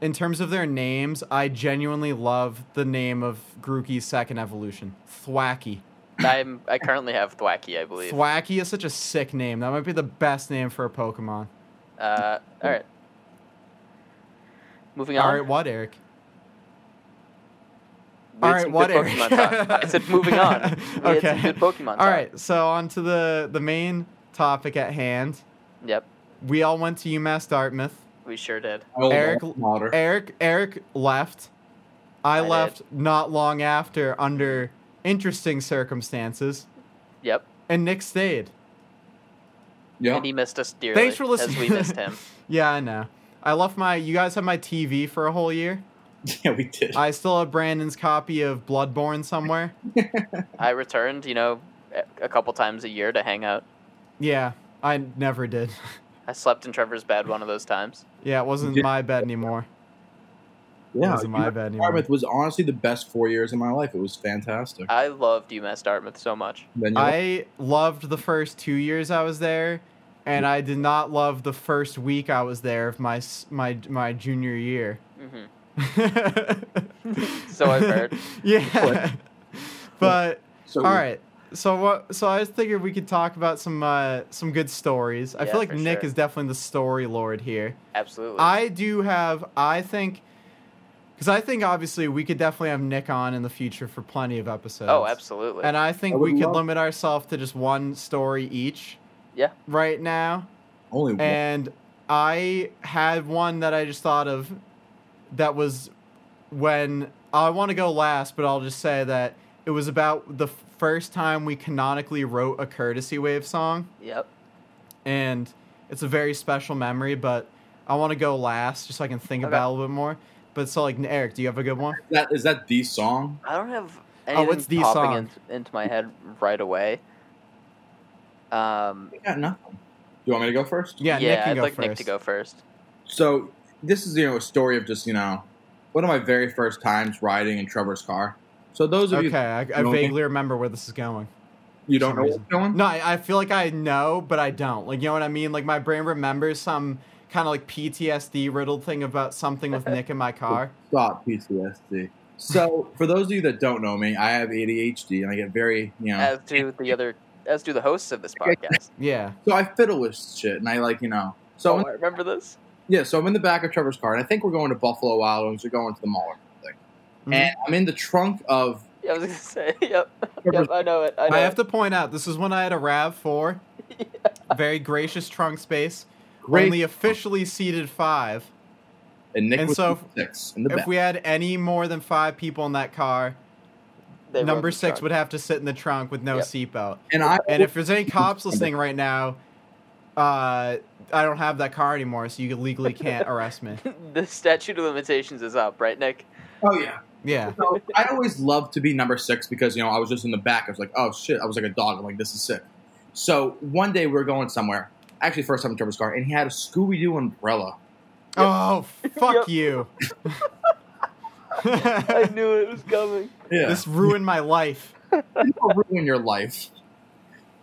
Speaker 1: in terms of their names, I genuinely love the name of Grookey's second evolution Thwacky.
Speaker 2: I'm, I currently have Thwacky, I believe.
Speaker 1: Thwacky is such a sick name. That might be the best name for a Pokemon.
Speaker 2: Uh, all right. Moving
Speaker 1: All
Speaker 2: on.
Speaker 1: right, what, Eric?
Speaker 2: We had
Speaker 1: All right,
Speaker 2: some
Speaker 1: what,
Speaker 2: good
Speaker 1: Eric?
Speaker 2: Pokemon talk. I said moving on. We had some
Speaker 1: okay.
Speaker 2: good Pokemon.
Speaker 1: All right, so on to the, the main topic at hand.
Speaker 2: Yep,
Speaker 1: We all went to UMass Dartmouth.
Speaker 2: we sure did.
Speaker 3: Oh,
Speaker 1: Eric-
Speaker 3: Water.
Speaker 1: Eric Eric left. I,
Speaker 2: I did.
Speaker 1: left not long after under interesting circumstances,
Speaker 2: Yep,
Speaker 1: and Nick stayed.
Speaker 3: yeah.
Speaker 2: and he missed us dearly.
Speaker 1: Thanks for listening.
Speaker 2: As we missed him.
Speaker 1: Yeah, I know. I left my. You guys had my TV for a whole year.
Speaker 3: yeah, we did.
Speaker 1: I still have Brandon's copy of Bloodborne somewhere.
Speaker 2: I returned, you know, a- a couple times a year to hang out.
Speaker 1: Yeah, I never did.
Speaker 2: I slept in Trevor's bed one of those times.
Speaker 1: Yeah, it wasn't
Speaker 3: Yeah.
Speaker 1: my bed anymore. it
Speaker 3: yeah,
Speaker 1: wasn't my bed anymore.
Speaker 3: Dartmouth was honestly the best four years of my life. It was fantastic.
Speaker 2: I loved UMass Dartmouth so much.
Speaker 3: Then you-
Speaker 1: I loved the first two years I was there, and I did not love the first week I was there of my s- my my junior year.
Speaker 2: hmm
Speaker 1: so
Speaker 2: I've heard.
Speaker 1: Yeah. But
Speaker 3: so
Speaker 1: all right. So what? So I just figured we could talk about some uh, some good stories. I
Speaker 2: Yeah,
Speaker 1: feel like
Speaker 2: for
Speaker 1: Nick
Speaker 2: sure.
Speaker 1: is definitely the story lord here.
Speaker 2: Absolutely.
Speaker 1: I do have. I think. Because I think obviously we could definitely have Nick on in the future for plenty of episodes.
Speaker 2: oh, absolutely.
Speaker 1: And I think
Speaker 3: I would
Speaker 1: we could
Speaker 3: love-
Speaker 1: limit ourselves to just one story each.
Speaker 2: Yeah.
Speaker 1: Right now.
Speaker 3: only one.
Speaker 1: And I had one that I just thought of that was when I want to go last, but I'll just say that it was about the f- first time we canonically wrote a courtesy wave song
Speaker 2: yep.
Speaker 1: and it's a very special memory, but I want to go last just so I can think
Speaker 2: Okay.
Speaker 1: about it a little bit more. But so like Eric, do you have a good one?
Speaker 3: Is that is that the song?
Speaker 2: I don't have
Speaker 1: Oh,
Speaker 2: anything
Speaker 1: what's the
Speaker 2: popping
Speaker 1: song?
Speaker 2: in- into my head right away. Um,
Speaker 3: I got nothing. You want me to go first?
Speaker 1: Yeah, Nick can
Speaker 2: I'd
Speaker 1: go
Speaker 2: like
Speaker 1: first.
Speaker 2: Nick to go first.
Speaker 3: So this is you know a story of just you know one of my very first times riding in Trevor's car. So those of
Speaker 1: Okay, I, I
Speaker 3: know-
Speaker 1: vaguely remember where this is going.
Speaker 3: you you don't
Speaker 1: some
Speaker 3: know what's
Speaker 1: reason.
Speaker 3: going.
Speaker 1: No, I, I feel like I know, but I don't. Like, you know what I mean? Like, my brain remembers some kind of like PTSD riddled thing about something with Nick in my car.
Speaker 3: Stop PTSD. So for those of you that don't know me, I have ADHD and I get very you know.
Speaker 2: As do the other, as do the hosts of this podcast.
Speaker 1: Yeah.
Speaker 3: so I fiddle with shit and I like you know. So
Speaker 2: oh, I remember this.
Speaker 3: yeah, so I'm in the back of Trevor's car and I think we're going to Buffalo Wild Wings. We're going to the mall or something.
Speaker 1: Mhm.
Speaker 3: And I'm in the trunk of
Speaker 2: Yeah, I was gonna say. Yep.
Speaker 3: Trevor's
Speaker 2: Yep. I know it. I know.
Speaker 1: I have to point out, this is when I had a RAV4. Very gracious trunk space.
Speaker 3: great
Speaker 1: Only officially seated five.
Speaker 3: and Nick
Speaker 1: and
Speaker 3: was
Speaker 1: so
Speaker 3: in six in the
Speaker 1: If
Speaker 3: back.
Speaker 1: we had any more than five people in that car,
Speaker 2: it. They
Speaker 1: number
Speaker 2: wrote the
Speaker 1: six
Speaker 2: song.
Speaker 1: would have to sit in the trunk with no
Speaker 2: Yep.
Speaker 1: seatbelt.
Speaker 3: and I
Speaker 1: And if there's any cops listening right now, uh, I don't have that car anymore, so you legally can't arrest me.
Speaker 2: the statute of limitations is up, right, Nick?
Speaker 3: oh yeah.
Speaker 1: Yeah.
Speaker 3: So I always loved to be number six because you know I was just in the back. I was like, oh shit! I was like a dog. I'm like, this is sick. So one day we were going somewhere, actually first time in Turbo's car, and he had a Scooby Doo umbrella.
Speaker 1: Oh, fuck
Speaker 2: Yep.
Speaker 1: you.
Speaker 2: I knew it was coming.
Speaker 3: Yeah,
Speaker 1: this ruined my life.
Speaker 3: will ruin your life.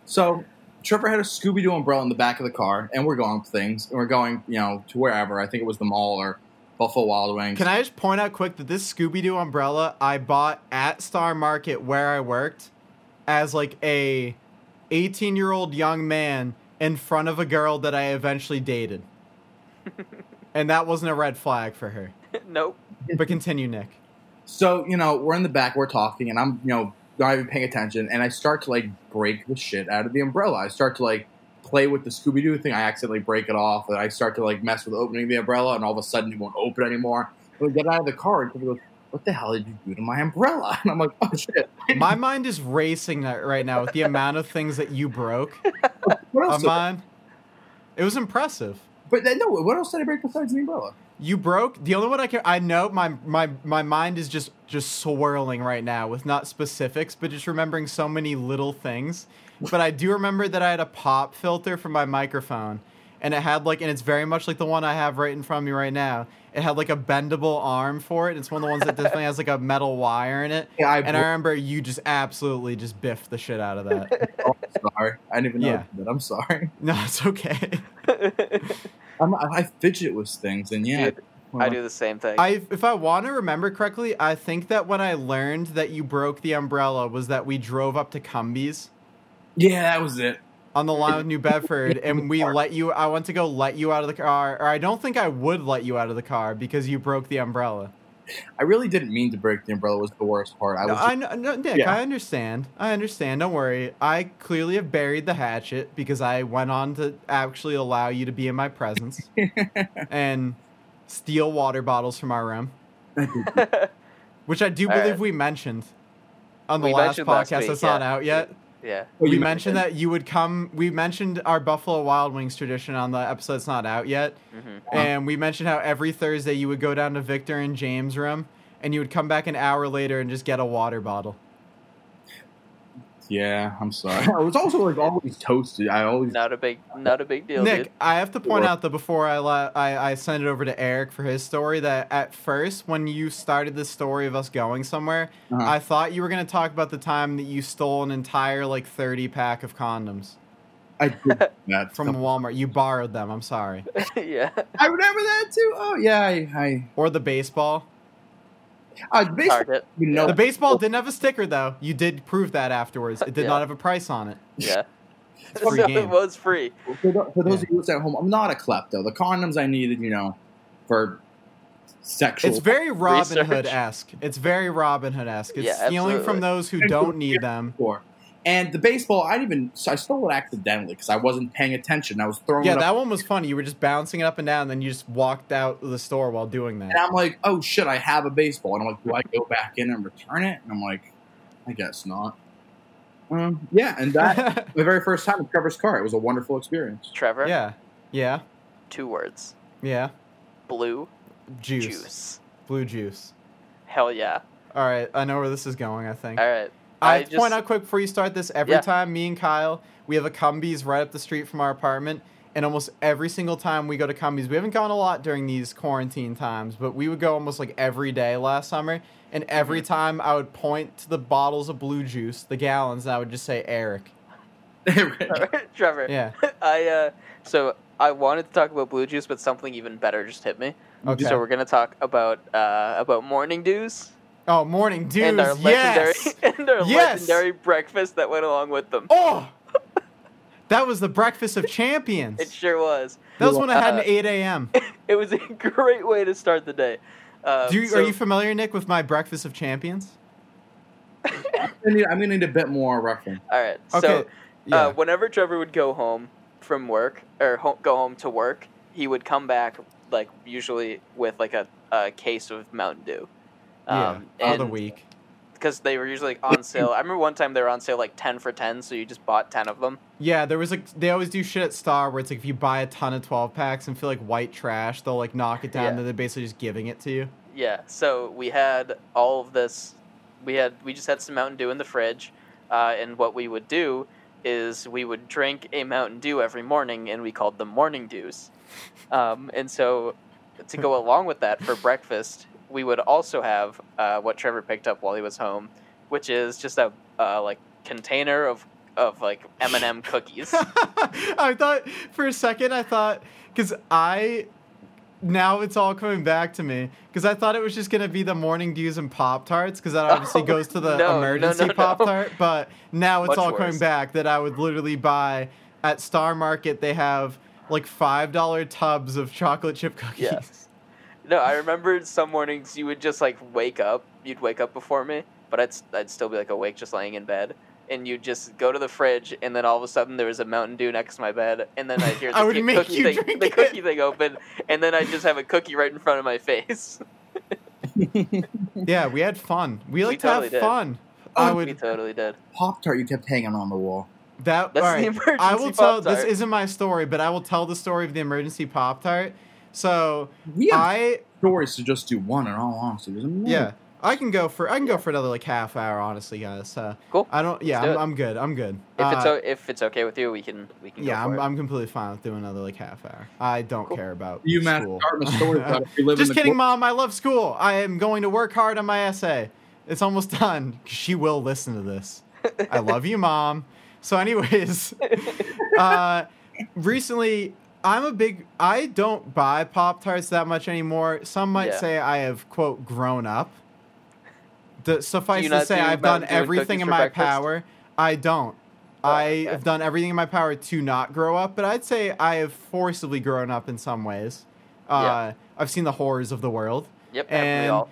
Speaker 3: So Trevor had a Scooby Doo umbrella in the back of the car, and we're going up things, and we're going, you know, to wherever. I think it was the mall or Buffalo Wild Wings.
Speaker 1: Can I just point out quick that this Scooby Doo umbrella I bought at Star Market where I worked as like a 18 year old young man in front of a girl that I eventually dated. and that wasn't a red flag for her.
Speaker 2: nope.
Speaker 1: But continue, Nick.
Speaker 3: So you know, we're in the back, we're talking, and I'm you know not even paying attention, and I start to like break the shit out of the umbrella. I start to like play with the Scooby Doo thing. I accidentally break it off, and I start to like mess with opening the umbrella, and all of a sudden it won't open anymore. And we get out of the car, and he goes, "What the hell did you do to my umbrella?" And I'm like, "Oh shit!
Speaker 1: My mind is racing that right now with the amount of things that you broke.
Speaker 3: What
Speaker 1: Uh,
Speaker 3: else?" did-
Speaker 1: mine, it was impressive.
Speaker 3: but then, no, what else did I break besides the umbrella?
Speaker 1: You broke. The only one I can. I know my my my mind is just just swirling right now with not specifics, but just remembering so many little things. But I do remember that I had a pop filter for my microphone, and it had like, and it's very much like the one I have right in front of me right now. It had like a bendable arm for it. It's one of the ones that definitely has like a metal wire in it.
Speaker 3: Yeah, I
Speaker 1: And I remember you just absolutely just biffed the shit out of that.
Speaker 3: broke- oh, I'm sorry. I didn't even know
Speaker 1: Yeah.
Speaker 3: that. I'm sorry.
Speaker 1: No, it's okay.
Speaker 3: I'm, I fidget with things, and yeah,
Speaker 2: Dude, I do the same thing.
Speaker 1: I, if I want to remember correctly, I think that when I learned that you broke the umbrella was that we drove up to Cumbies
Speaker 3: Yeah, that was it.
Speaker 1: on the line with New Bedford, and we let you. I went to go let you out of the car, or I don't think I would let you out of the car because you broke the umbrella.
Speaker 3: I really didn't mean to break the umbrella. Was the worst part. I
Speaker 1: No,
Speaker 3: was.
Speaker 1: I know, no, Nick,
Speaker 3: Yeah.
Speaker 1: I understand. I understand. Don't worry. I clearly have buried the hatchet because I went on to actually allow you to be in my presence and steal water bottles from our room. which I do
Speaker 2: All
Speaker 1: believe
Speaker 2: right.
Speaker 1: we mentioned on the
Speaker 2: We
Speaker 1: last
Speaker 2: mentioned last
Speaker 1: podcast
Speaker 2: week,
Speaker 1: that's not
Speaker 2: yeah.
Speaker 1: out yet.
Speaker 2: yeah.
Speaker 3: Oh, you
Speaker 1: we mentioned that you would come. We mentioned our Buffalo Wild Wings tradition on the episode that's not out yet,
Speaker 2: Mhm.
Speaker 1: and we mentioned how every Thursday you would go down to Victor and James' room, and you would come back an hour later and just get a water bottle.
Speaker 3: Yeah, I'm sorry. I was also like always toasted. I always
Speaker 2: Not a big, not a big deal,
Speaker 1: Nick,
Speaker 2: dude.
Speaker 1: I have to point
Speaker 3: Sure.
Speaker 1: out that before I, la- I I send it over to Eric for his story, that at first when you started the story of us going somewhere,
Speaker 3: Uh-huh.
Speaker 1: I thought you were going to talk about the time that you stole an entire like thirty pack of condoms.
Speaker 3: I did that
Speaker 1: from Walmart. You borrowed them. I'm sorry.
Speaker 2: yeah.
Speaker 3: I remember that too. Oh yeah, I
Speaker 1: Or the baseball.
Speaker 3: I, I basically
Speaker 2: Target.
Speaker 3: you know
Speaker 1: The baseball didn't have a sticker though. You did prove that afterwards. It did
Speaker 2: Yeah.
Speaker 1: not have a price on it.
Speaker 2: Yeah.
Speaker 1: free
Speaker 2: so it
Speaker 1: game.
Speaker 2: was free.
Speaker 3: for, tho- for those
Speaker 1: Yeah.
Speaker 3: of you listening at home, I'm not a klepto. The condoms I needed, you know, for sexual.
Speaker 1: It's very Robin
Speaker 2: Research.
Speaker 1: Hood esque. It's very Robin Hood esque. It's
Speaker 2: Yeah,
Speaker 1: stealing from
Speaker 2: absolutely.
Speaker 1: those who don't need them.
Speaker 3: for. And the baseball, I didn't even. So I stole it accidentally because I wasn't paying attention. I was throwing
Speaker 1: Yeah,
Speaker 3: it up,
Speaker 1: that one was funny. You were just bouncing it up and down, and then you just walked out of the store while doing
Speaker 3: and
Speaker 1: that.
Speaker 3: I'm like, "Oh shit, I have a baseball." And I'm like, "Do I go back in and return it?" And I'm like, "I guess not." Um, yeah, and that the very first time in Trevor's car. It was a wonderful experience.
Speaker 2: Trevor.
Speaker 1: yeah, yeah,
Speaker 2: Two words.
Speaker 1: yeah.
Speaker 2: Blue
Speaker 1: Juice.
Speaker 2: juice.
Speaker 1: blue juice.
Speaker 2: Hell yeah.
Speaker 1: All right, I know where this is going. I think.
Speaker 2: All right.
Speaker 1: I,
Speaker 2: I
Speaker 1: have to point
Speaker 2: just-
Speaker 1: out quick before you start this. Every
Speaker 2: Yeah.
Speaker 1: time me and Kyle, we have a Cumbies right up the street from our apartment, and almost every single time we go to Cumbies, we haven't gone a lot during these quarantine times, but we would go almost like every day last summer. And every
Speaker 2: Mm-hmm.
Speaker 1: time I would point to the bottles of blue juice, the gallons, and I would just say Eric.
Speaker 2: Trevor.
Speaker 1: Yeah.
Speaker 2: I uh so I wanted to talk about blue juice, but something even better just hit me.
Speaker 1: Okay.
Speaker 2: So we're gonna talk about uh about morning dews
Speaker 1: oh, morning dudes.
Speaker 2: and our legendary
Speaker 1: yes.
Speaker 2: and our
Speaker 1: Yes!
Speaker 2: legendary breakfast that went along with them.
Speaker 1: Oh, that was the breakfast of champions.
Speaker 2: It sure was.
Speaker 1: that was when I had an
Speaker 2: Uh,
Speaker 1: 8 a.m.
Speaker 2: It was a great way to start the day. Uh,
Speaker 1: Do you,
Speaker 2: so-
Speaker 1: are you familiar, Nick, with my breakfast of champions?
Speaker 3: I need- I'm gonna need a bit more reference.
Speaker 2: all right?
Speaker 1: Okay.
Speaker 2: So uh, whenever Trevor would go home from work or ho- go home to work, he would come back like usually with like a, a case of Mountain Dew. Um,
Speaker 1: yeah. All the
Speaker 2: and-
Speaker 1: week.
Speaker 2: because they were usually on sale. I remember one time they were on sale like ten for ten, so you just bought ten of them.
Speaker 1: Yeah, there was like they always do shit at Star where it's like if you buy a ton of twelve packs and feel like white trash, they'll like knock it down.
Speaker 2: Yeah.
Speaker 1: And then they're basically just giving it to you.
Speaker 2: Yeah, so we had all of this. We had we just had some Mountain Dew in the fridge, uh, and what we would do is we would drink a Mountain Dew every morning, and we called them morning dews. Um, and so, to go along with that for breakfast, we would also have uh, what Trevor picked up while he was home, which is just a uh, like container of of like M and m cookies.
Speaker 1: I thought for a second, I thought because I now it's all coming back to me because I thought it was just gonna be the morning dews and pop tarts because that obviously
Speaker 2: Oh,
Speaker 1: goes to the
Speaker 2: no, no,
Speaker 1: emergency
Speaker 2: no, no.
Speaker 1: pop tart. But now it's
Speaker 2: Much
Speaker 1: all
Speaker 2: worse.
Speaker 1: coming back that I would literally buy at Star Market. They have like five dollar tubs of chocolate chip cookies.
Speaker 2: Yes. No, I remember some mornings you would just like wake up. You'd wake up before me, but I'd I'd still be like awake, just laying in bed. And you'd just go to the fridge, and then all of a sudden there was a Mountain Dew next to my bed, and then I would hear the
Speaker 1: I would
Speaker 2: ki-
Speaker 1: make
Speaker 2: cookie
Speaker 1: you
Speaker 2: thing,
Speaker 1: drink
Speaker 2: the
Speaker 1: it.
Speaker 2: cookie thing open, and then I would just have a cookie right in front of my face.
Speaker 1: Yeah, we had fun. We like to
Speaker 2: totally
Speaker 1: have
Speaker 2: did. Oh,
Speaker 1: fun. I
Speaker 2: we
Speaker 1: would
Speaker 2: totally did.
Speaker 3: Pop Tart you kept hanging on the wall.
Speaker 1: that.
Speaker 2: That's
Speaker 1: all
Speaker 2: the
Speaker 1: right.
Speaker 2: emergency.
Speaker 1: I will tell.
Speaker 2: Pop-Tart.
Speaker 1: This isn't my story, but I will tell the story of the emergency pop tart. So
Speaker 3: We have
Speaker 1: I
Speaker 3: stories to just do one in all honesty. There's a million.
Speaker 1: Yeah, I can go for I can go for another like half hour, honestly, guys. So
Speaker 2: Cool.
Speaker 1: I don't. Yeah,
Speaker 2: Let's do
Speaker 1: I'm,
Speaker 2: it.
Speaker 1: I'm good. I'm good.
Speaker 2: If it's
Speaker 1: Uh,
Speaker 2: o- if it's okay with you, we can we can.
Speaker 1: yeah,
Speaker 2: go for
Speaker 1: I'm,
Speaker 2: it.
Speaker 1: I'm completely fine with doing another like half hour. I don't
Speaker 2: Cool.
Speaker 1: care about
Speaker 3: You mad
Speaker 1: school.
Speaker 3: starting a story about if you live
Speaker 1: Just
Speaker 3: in the
Speaker 1: kidding,
Speaker 3: glo-
Speaker 1: mom. I love school. I am going to work hard on my essay. It's almost done. She will listen to this. I love you, mom. So, anyways, uh, recently I'm a big. I don't buy Pop Tarts that much anymore. Some might
Speaker 2: Yeah.
Speaker 1: say I have quote grown up. The, suffice
Speaker 2: you
Speaker 1: to
Speaker 2: not
Speaker 1: say,
Speaker 2: do
Speaker 1: I've
Speaker 2: Mountain
Speaker 1: done
Speaker 2: Dew and
Speaker 1: everything
Speaker 2: cookies
Speaker 1: in
Speaker 2: for
Speaker 1: my
Speaker 2: breakfast?
Speaker 1: power. I don't.
Speaker 2: Oh,
Speaker 1: I
Speaker 2: okay.
Speaker 1: have done everything in my power to not grow up, but I'd say I have forcibly grown up in some ways. Uh, I've seen the horrors of the world.
Speaker 2: Yep, and we
Speaker 1: And-
Speaker 2: all.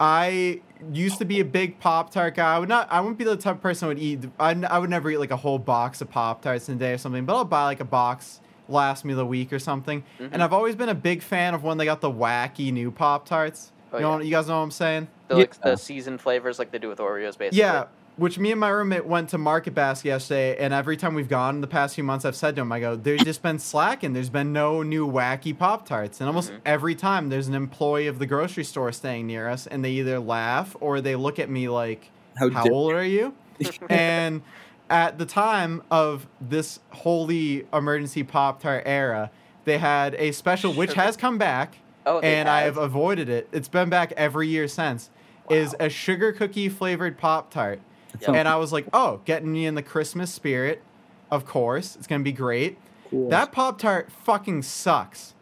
Speaker 1: I used to be a big Pop Tart guy. I would not. I wouldn't be the type of person who would eat. I, I would never eat like a whole box of Pop Tarts in a day or something. But I'll buy like a box last meal of the week or something.
Speaker 2: Mhm.
Speaker 1: And I've always been a big fan of when they got the wacky new Pop Tarts.
Speaker 2: Oh,
Speaker 1: you, know,
Speaker 2: yeah.
Speaker 1: what- you guys know what I'm saying?
Speaker 2: The, like,
Speaker 3: Yeah.
Speaker 2: the seasoned flavors like they do with Oreos, basically.
Speaker 1: Yeah, which me and my roommate went to Market Basket yesterday, and every time we've gone in the past few months, I've said to him, I go, there's just been slacking. There's been no new wacky Pop Tarts. And almost
Speaker 2: Mhm.
Speaker 1: every time there's an employee of the grocery store staying near us, and they either laugh or they look at me like,
Speaker 3: How,
Speaker 1: how
Speaker 3: dare-
Speaker 1: old are you? and at the time of this holy emergency Pop Tart era, they had a special, which
Speaker 2: Sugar.
Speaker 1: has come back
Speaker 2: Oh, they
Speaker 1: and I have avoided it. It's been back every year since. Is a sugar cookie flavored Pop Tart,
Speaker 2: Yeah.
Speaker 1: and I was like, oh, getting me in the Christmas spirit. Of course, it's gonna be great.
Speaker 3: Cool.
Speaker 1: That Pop Tart fucking sucks.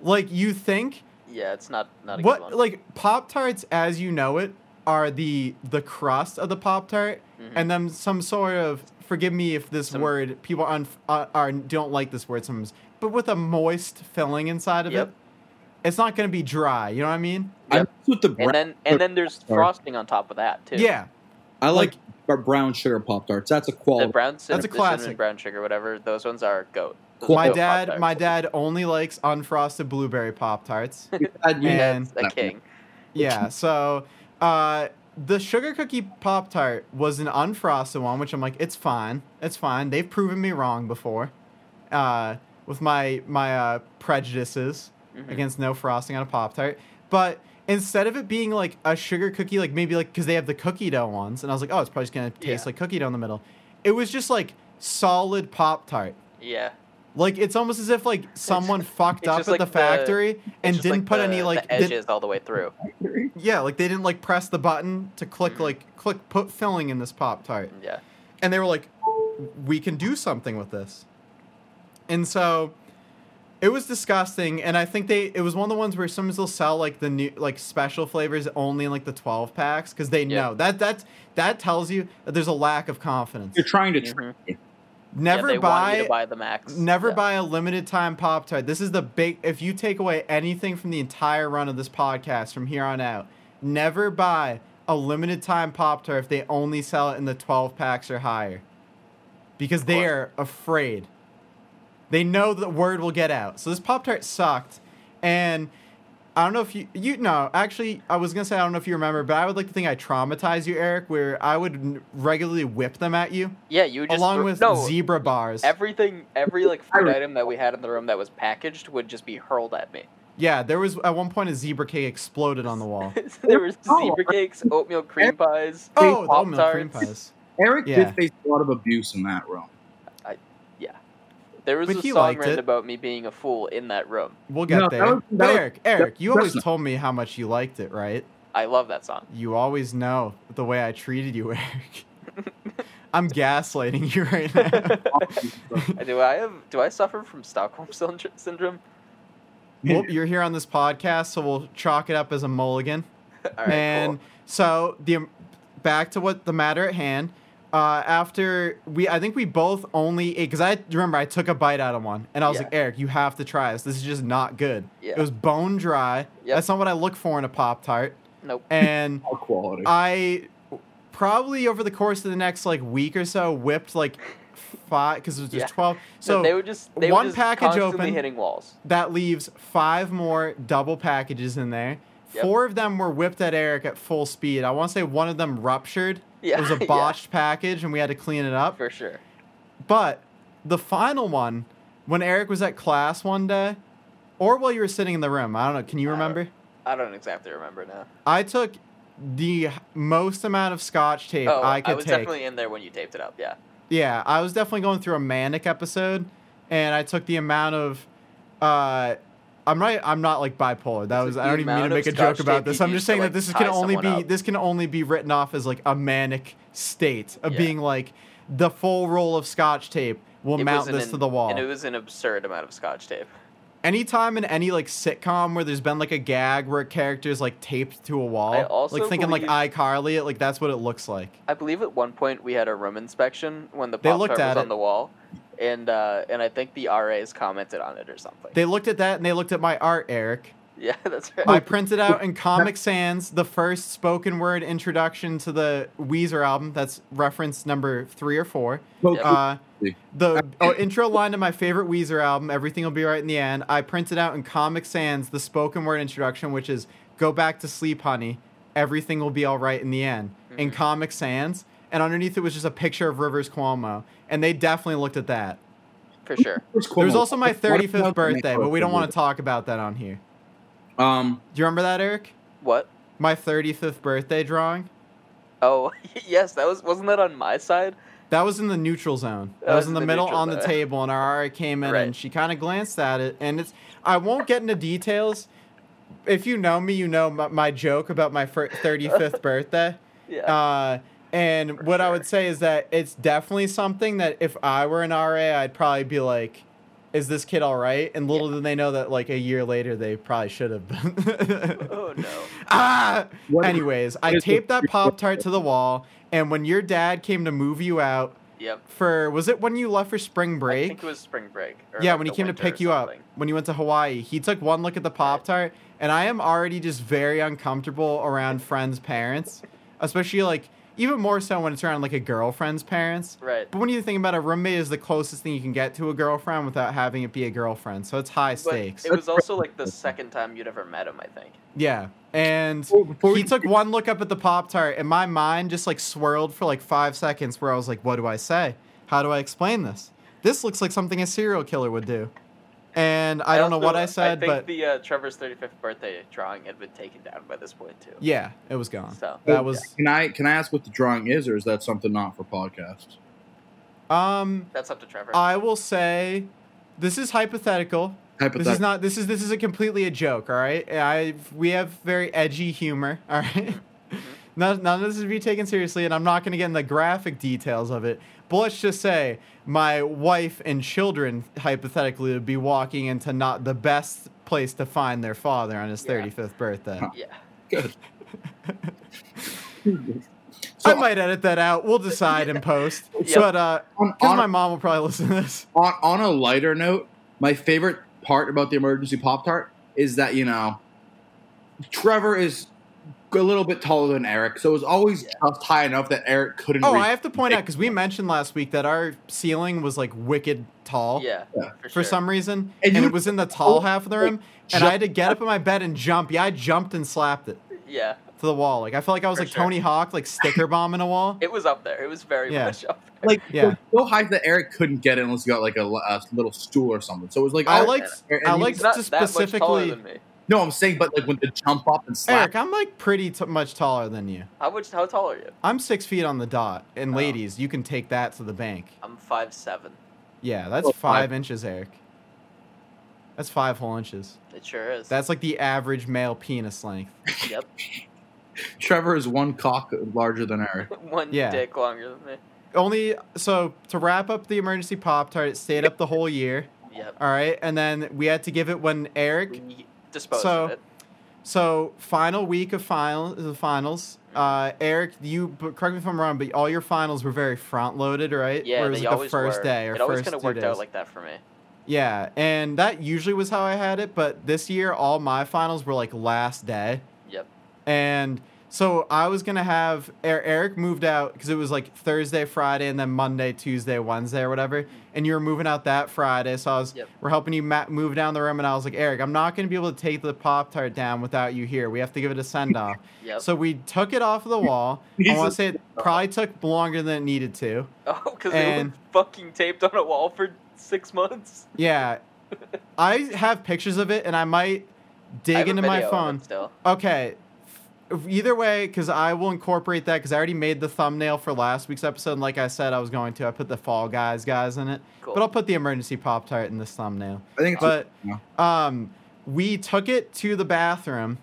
Speaker 1: Like you think
Speaker 2: Yeah, it's not not a
Speaker 1: what
Speaker 2: good one.
Speaker 1: like Pop Tarts as you know it are the the crust of the Pop Tart,
Speaker 2: Mhm.
Speaker 1: and then some sort of forgive me if this
Speaker 2: Some-
Speaker 1: word people on uh, are don't like this word sometimes, but with a moist filling inside of
Speaker 2: Yep.
Speaker 1: it, it's not going to be dry. You know what I mean?
Speaker 3: I mess with the brown,
Speaker 2: and then and then there's
Speaker 3: Sorry.
Speaker 2: frosting on top of that too.
Speaker 1: Yeah,
Speaker 3: I like, our brown sugar pop tarts. That's a
Speaker 2: the
Speaker 3: quality.
Speaker 2: brown cinnamon,
Speaker 1: a
Speaker 2: the cinnamon
Speaker 1: classic.
Speaker 2: brown sugar, whatever. Those ones are goat. Those
Speaker 3: Cool.
Speaker 2: are
Speaker 1: my
Speaker 2: goat
Speaker 1: dad
Speaker 2: Pop-Tarts.
Speaker 1: my dad only likes unfrosted blueberry Pop Tarts.
Speaker 3: Glad you-
Speaker 1: Yeah.
Speaker 2: That's a king.
Speaker 1: yeah, so uh, the sugar cookie Pop Tart was an unfrosted one, which I'm like, it's fine, it's fine. They've proven me wrong before, uh, with my my uh, prejudices
Speaker 2: Mhm.
Speaker 1: against no frosting on a Pop Tart. But instead of it being like a sugar cookie, like maybe like because they have the cookie dough ones, and I was like, oh, it's probably just gonna taste
Speaker 2: Yeah.
Speaker 1: like cookie dough in the middle. It was just like solid Pop Tart.
Speaker 2: Yeah,
Speaker 1: Like it's almost as if like someone fucked
Speaker 2: it's
Speaker 1: up at
Speaker 2: just
Speaker 1: the
Speaker 2: like the-
Speaker 1: factory and
Speaker 2: It's just,
Speaker 1: didn't
Speaker 2: like,
Speaker 1: put
Speaker 2: the-
Speaker 1: any like
Speaker 2: the
Speaker 1: didn't-
Speaker 2: edges all the way through.
Speaker 1: yeah, like they didn't like press the button to click
Speaker 2: Mhm.
Speaker 1: like click put filling in this pop tart.
Speaker 2: Yeah,
Speaker 1: And they were like we can do something with this. And so it was disgusting and I think they it was one of the ones where sometimes they'll sell like the new like special flavors only in like the 12 packs cuz they
Speaker 2: Yeah.
Speaker 1: know. That that's that tells you that there's a lack of confidence.
Speaker 3: You're trying to
Speaker 2: Mhm.
Speaker 3: trick me.
Speaker 2: Yeah,
Speaker 1: Never
Speaker 2: they want you
Speaker 1: buy
Speaker 2: to buy the max.
Speaker 1: Never
Speaker 2: Yeah.
Speaker 1: buy a limited time Pop Tart. This is the big. If you take away anything from the entire run of this podcast from here on out, never buy a limited time Pop Tart if they only sell it in the 12 packs or higher. Because they
Speaker 2: course.
Speaker 1: are afraid. They know the word will get out. So this Pop Tart sucked. And I don't know if you you no actually I was gonna say I don't know if you remember, but I would like to think I traumatized you, Eric, where I would n- regularly whip them at you
Speaker 2: Yeah, you would just
Speaker 1: along
Speaker 2: throw-
Speaker 1: with
Speaker 2: no,
Speaker 1: zebra bars.
Speaker 2: Everything, every like food
Speaker 3: I-
Speaker 2: item that we had in the room that was packaged would just be hurled at me.
Speaker 1: Yeah, there was at one point a zebra cake exploded on the wall.
Speaker 2: there was
Speaker 3: Oh,
Speaker 2: zebra cakes, oatmeal cream pies,
Speaker 1: oh, the
Speaker 2: Pop
Speaker 1: oatmeal cream
Speaker 2: Tarts.
Speaker 1: pies.
Speaker 3: Eric
Speaker 1: Yeah.
Speaker 3: did face a lot of abuse in that room.
Speaker 2: There was
Speaker 1: But
Speaker 2: a
Speaker 1: he
Speaker 2: song
Speaker 1: liked
Speaker 2: written
Speaker 1: it.
Speaker 2: about me being a fool in that room.
Speaker 1: We'll get
Speaker 3: No, that
Speaker 1: there.
Speaker 3: was- that
Speaker 1: but
Speaker 3: was-
Speaker 1: Eric, Eric, you
Speaker 3: that's
Speaker 1: always
Speaker 3: not-
Speaker 1: told me how much you liked it, right?
Speaker 2: I love that song.
Speaker 1: You always know the way I treated you, Eric. I'm gaslighting you right now.
Speaker 2: Do I have? Do I suffer from Stockholm syndr- syndrome?
Speaker 1: well, you're here on this podcast, so we'll chalk it up as a mulligan.
Speaker 2: All right,
Speaker 1: and so the back to what the matter at hand. Uh, after we, I think we both only because I remember I took a bite out of one, and I was
Speaker 2: Yeah.
Speaker 1: like, Eric, you have to try this. This is just not good.
Speaker 2: Yeah.
Speaker 1: It was bone dry.
Speaker 2: Yep.
Speaker 1: That's not what I look for in a pop tart.
Speaker 2: cool. Nope.
Speaker 1: And
Speaker 3: All quality.
Speaker 1: Uh, I probably over the course of the next like week or so whipped like five because it was just
Speaker 2: Yeah.
Speaker 1: twelve. So
Speaker 2: they were just they
Speaker 1: one
Speaker 2: were just
Speaker 1: package
Speaker 2: constantly
Speaker 1: open.
Speaker 2: hitting walls.
Speaker 1: that leaves five more double packages in there.
Speaker 2: Yep.
Speaker 1: Four of them were whipped at Eric at full speed. I want to say one of them ruptured.
Speaker 2: Yeah,
Speaker 1: It was a
Speaker 2: yeah.
Speaker 1: botched package and we had to clean it up.
Speaker 2: for sure.
Speaker 1: But the final one, when Eric was at class one day, or while you were sitting in the room, I don't know, can you
Speaker 2: I don't-
Speaker 1: remember?
Speaker 2: I don't exactly remember now.
Speaker 1: I took the most amount of scotch tape
Speaker 2: oh,
Speaker 1: I could
Speaker 2: was
Speaker 1: take.
Speaker 2: definitely in there when you taped it up. Yeah.
Speaker 1: Yeah, I was definitely going through a manic episode, and I took the amount of. Uh, I'm right. I'm not like bipolar. That
Speaker 2: It's
Speaker 1: was.
Speaker 2: like
Speaker 1: I
Speaker 2: the
Speaker 1: don't even mean to
Speaker 2: amount of
Speaker 1: make a
Speaker 2: scotch
Speaker 1: joke about
Speaker 2: tape
Speaker 1: this.
Speaker 2: you
Speaker 1: I'm
Speaker 2: use
Speaker 1: just
Speaker 2: to,
Speaker 1: saying
Speaker 2: like,
Speaker 1: that this is
Speaker 2: tie
Speaker 1: can only be
Speaker 2: someone up.
Speaker 1: this can only be written off as like a manic state of
Speaker 2: Yeah.
Speaker 1: being like the full roll of scotch tape will
Speaker 2: It
Speaker 1: mount
Speaker 2: was an
Speaker 1: this
Speaker 2: in-
Speaker 1: to the wall.
Speaker 2: And it was an absurd amount of scotch tape.
Speaker 1: Anytime in any like sitcom where there's been like a gag where a character is like taped to a wall,
Speaker 2: I also
Speaker 1: like thinking like
Speaker 2: believe-
Speaker 1: iCarly, it like that's what it looks like.
Speaker 2: I believe at one point we had a room inspection when the
Speaker 1: They
Speaker 2: pop
Speaker 1: looked
Speaker 2: tart
Speaker 1: at
Speaker 2: was
Speaker 1: it.
Speaker 2: on the wall, and uh, and I think the RAs commented on it or something.
Speaker 1: They looked at that and they looked at my art, Eric.
Speaker 2: yeah, that's
Speaker 3: Oh,
Speaker 2: right.
Speaker 1: I printed out in Comic Sans the first spoken word introduction to the Weezer album. That's reference number three or four.
Speaker 3: Well,
Speaker 2: Yeah.
Speaker 1: Uh, the oh, intro line to my favorite Weezer album, Everything Will Be Right in the End. I printed out in Comic Sans the spoken word introduction, which is Go Back to Sleep, Honey. Everything will be all right in the end. In
Speaker 3: Mm-hmm.
Speaker 2: Mhm.
Speaker 1: Comic Sans. And underneath it was just a picture of Rivers Cuomo. And they definitely looked at that.
Speaker 2: for sure.
Speaker 3: Chris Cuomo.
Speaker 1: There was also my
Speaker 3: What about the
Speaker 1: 35th
Speaker 3: man
Speaker 1: birthday, but we don't
Speaker 3: who-
Speaker 1: want to talk about that on here.
Speaker 3: Um,
Speaker 1: Do you remember that, Eric?
Speaker 2: What?
Speaker 1: my 35th birthday drawing.
Speaker 2: Oh, yes, that was wasn't that on my side?
Speaker 1: That was in the neutral zone.
Speaker 2: That
Speaker 1: That was
Speaker 2: was
Speaker 1: in
Speaker 2: the
Speaker 1: the middle
Speaker 2: neutral
Speaker 1: on the
Speaker 2: zone.
Speaker 1: table, and our RA came in
Speaker 2: Right.
Speaker 1: and she kind of glanced at it. And it's I won't get into details. If you know me, you know my, my joke about my fir- 35th birthday.
Speaker 2: Yeah.
Speaker 1: Uh, and what I
Speaker 2: sure.
Speaker 1: would say is that it's definitely something that if I were an RA, I'd probably be like, "Is this kid all right?" And little did they know that like a year later, they probably should have.
Speaker 2: oh no.
Speaker 1: ah!
Speaker 3: what-
Speaker 1: Anyways, I
Speaker 3: is the-
Speaker 1: taped that Pop Tart to the wall, and when your dad came to move you out
Speaker 2: Yep.
Speaker 1: for was it when you left for spring
Speaker 2: I think
Speaker 1: break?
Speaker 2: it was spring break. or,
Speaker 1: yeah,
Speaker 2: like,
Speaker 1: when he
Speaker 2: the
Speaker 1: came to
Speaker 2: winter or
Speaker 1: pick you up
Speaker 2: something.
Speaker 1: when you went to Hawaii, he took one look at the Pop Tart, and I am already just very uncomfortable around friends' parents, especially like even more so when it's around like a girlfriend's parents.
Speaker 2: Right.
Speaker 1: But when you think about it, a roommate is the closest thing you can get to a girlfriend without having it be a girlfriend, so it's high
Speaker 2: But
Speaker 1: stakes.
Speaker 2: it was also like the second time you'd ever met him, I think.
Speaker 1: yeah, and
Speaker 3: Well, before
Speaker 1: he
Speaker 3: we-
Speaker 1: took one look up at the pop tart and my mind just like swirled for like five seconds where i was like what do i say how do i explain this this looks like something a serial killer would do and i, don't know
Speaker 2: also-
Speaker 1: what i said
Speaker 2: I think
Speaker 1: but
Speaker 2: the uh, Trevor's 35th birthday drawing had been taken down by this point too.
Speaker 1: yeah it was gone
Speaker 2: So
Speaker 1: that was
Speaker 3: Can I can I ask what the drawing is, or is that something not for podcast?
Speaker 1: um
Speaker 2: that's up to Trevor.
Speaker 1: i will say this is hypothetical this is
Speaker 3: Hypothetical.
Speaker 1: not this is this is a completely a joke all right i we have very edgy humor all right
Speaker 2: Mm-hmm.
Speaker 1: none, none of this is to be taken seriously and i'm not going to get in the graphic details of it but let's just say my wife and children hypothetically would be walking into not the best place to find their father on his
Speaker 2: Yeah.
Speaker 1: 35th birthday
Speaker 3: Huh.
Speaker 2: yeah.
Speaker 1: i
Speaker 3: so
Speaker 1: might edit that out we'll decide in post
Speaker 2: Yeah.
Speaker 1: but uh
Speaker 3: on,
Speaker 1: because
Speaker 3: on,
Speaker 1: my mom will probably listen to this
Speaker 3: on, on a lighter note, my favorite part about the emergency pop tart is that you know, Trevor is a little bit taller than Eric, so it was always just high enough that Eric couldn't.
Speaker 1: oh
Speaker 3: reach.
Speaker 1: i have to point out because we mentioned last week that our ceiling was like wicked tall
Speaker 2: Yeah.
Speaker 3: Yeah.
Speaker 2: For,
Speaker 1: for
Speaker 2: sure.
Speaker 1: some reason,
Speaker 3: And
Speaker 1: and,
Speaker 3: you-
Speaker 1: it was in the tall half of the room, and I
Speaker 3: jump-
Speaker 1: had to get up in my bed and jump. Yeah, I jumped and slapped it
Speaker 2: Yeah.
Speaker 1: to the wall. Like I felt like I was
Speaker 2: For
Speaker 1: like
Speaker 2: sure.
Speaker 1: Tony Hawk, like sticker bombing a wall.
Speaker 2: It was up there. It was very
Speaker 1: Yeah.
Speaker 2: much up there.
Speaker 3: like
Speaker 1: Yeah.
Speaker 3: it was so high that Eric couldn't get it unless he got like a, a little stool or something. So it was like
Speaker 1: I
Speaker 3: all-
Speaker 1: liked,
Speaker 3: and
Speaker 1: I
Speaker 3: he
Speaker 1: liked
Speaker 2: He's not
Speaker 1: to
Speaker 2: that much taller
Speaker 1: specifically,
Speaker 2: than me.
Speaker 3: No, I'm saying, but like when the jump up and slap.
Speaker 1: Eric, I'm like pretty t- much taller than you.
Speaker 2: How much? How tall are you?
Speaker 1: I'm six feet on the dot, and
Speaker 2: Oh.
Speaker 1: ladies, you can take that to the bank.
Speaker 2: I'm five seven.
Speaker 1: Yeah, that's
Speaker 3: Oh,
Speaker 1: five
Speaker 3: five.
Speaker 1: inches, Eric. That's five whole inches.
Speaker 2: It sure is.
Speaker 1: That's like the average male penis length.
Speaker 2: yep.
Speaker 3: Trevor is one cock larger than Eric.
Speaker 2: One
Speaker 1: Yeah.
Speaker 2: dick longer than me.
Speaker 1: Only so to wrap up the emergency pop tart, it stayed up the whole year.
Speaker 2: Yep.
Speaker 1: All right, and then we had to give it when Eric.
Speaker 2: We disposed
Speaker 1: So-
Speaker 2: of it.
Speaker 1: So final week of final the finals. Uh, Eric, you but correct me if I'm wrong, but all your finals were very front loaded, right?
Speaker 2: Yeah,
Speaker 1: Where it was
Speaker 2: they
Speaker 1: like
Speaker 2: always
Speaker 1: the first
Speaker 2: were.
Speaker 1: day or
Speaker 2: it always
Speaker 1: first
Speaker 2: kinda
Speaker 1: two
Speaker 2: worked
Speaker 1: days.
Speaker 2: out like that for me.
Speaker 1: Yeah, and that usually was how I had it, but this year all my finals were like last day.
Speaker 2: Yep.
Speaker 1: And so I was going to have Er- Eric moved out because it was like Thursday, Friday, and then Monday, Tuesday, Wednesday, or whatever. And you were moving out that Friday. So I was,
Speaker 2: Mm-hmm. Yep.
Speaker 1: we're helping you ma- move down the room. And I was like, Eric, I'm not going to be able to take the Pop Tart down without you here. We have to give it a send off.
Speaker 2: Yep.
Speaker 1: So we took it off the wall. I
Speaker 3: Jesus.
Speaker 1: want to say it probably took longer than it needed to.
Speaker 2: oh, because they were
Speaker 1: and-
Speaker 2: fucking taped on a wall for six months.
Speaker 1: Yeah. I have pictures of it and I might dig
Speaker 2: I have a
Speaker 1: into my
Speaker 2: video of it
Speaker 1: phone.
Speaker 2: Still.
Speaker 1: Okay. F- Either way, because I will incorporate that because I already made the thumbnail for last week's episode. And like I said, I was going to. I put the Fall Guys guys in it.
Speaker 2: Cool.
Speaker 1: But I'll put the emergency Pop Tart in this thumbnail.
Speaker 3: I think it's
Speaker 1: But
Speaker 3: Yeah.
Speaker 1: um, we took it to the bathroom.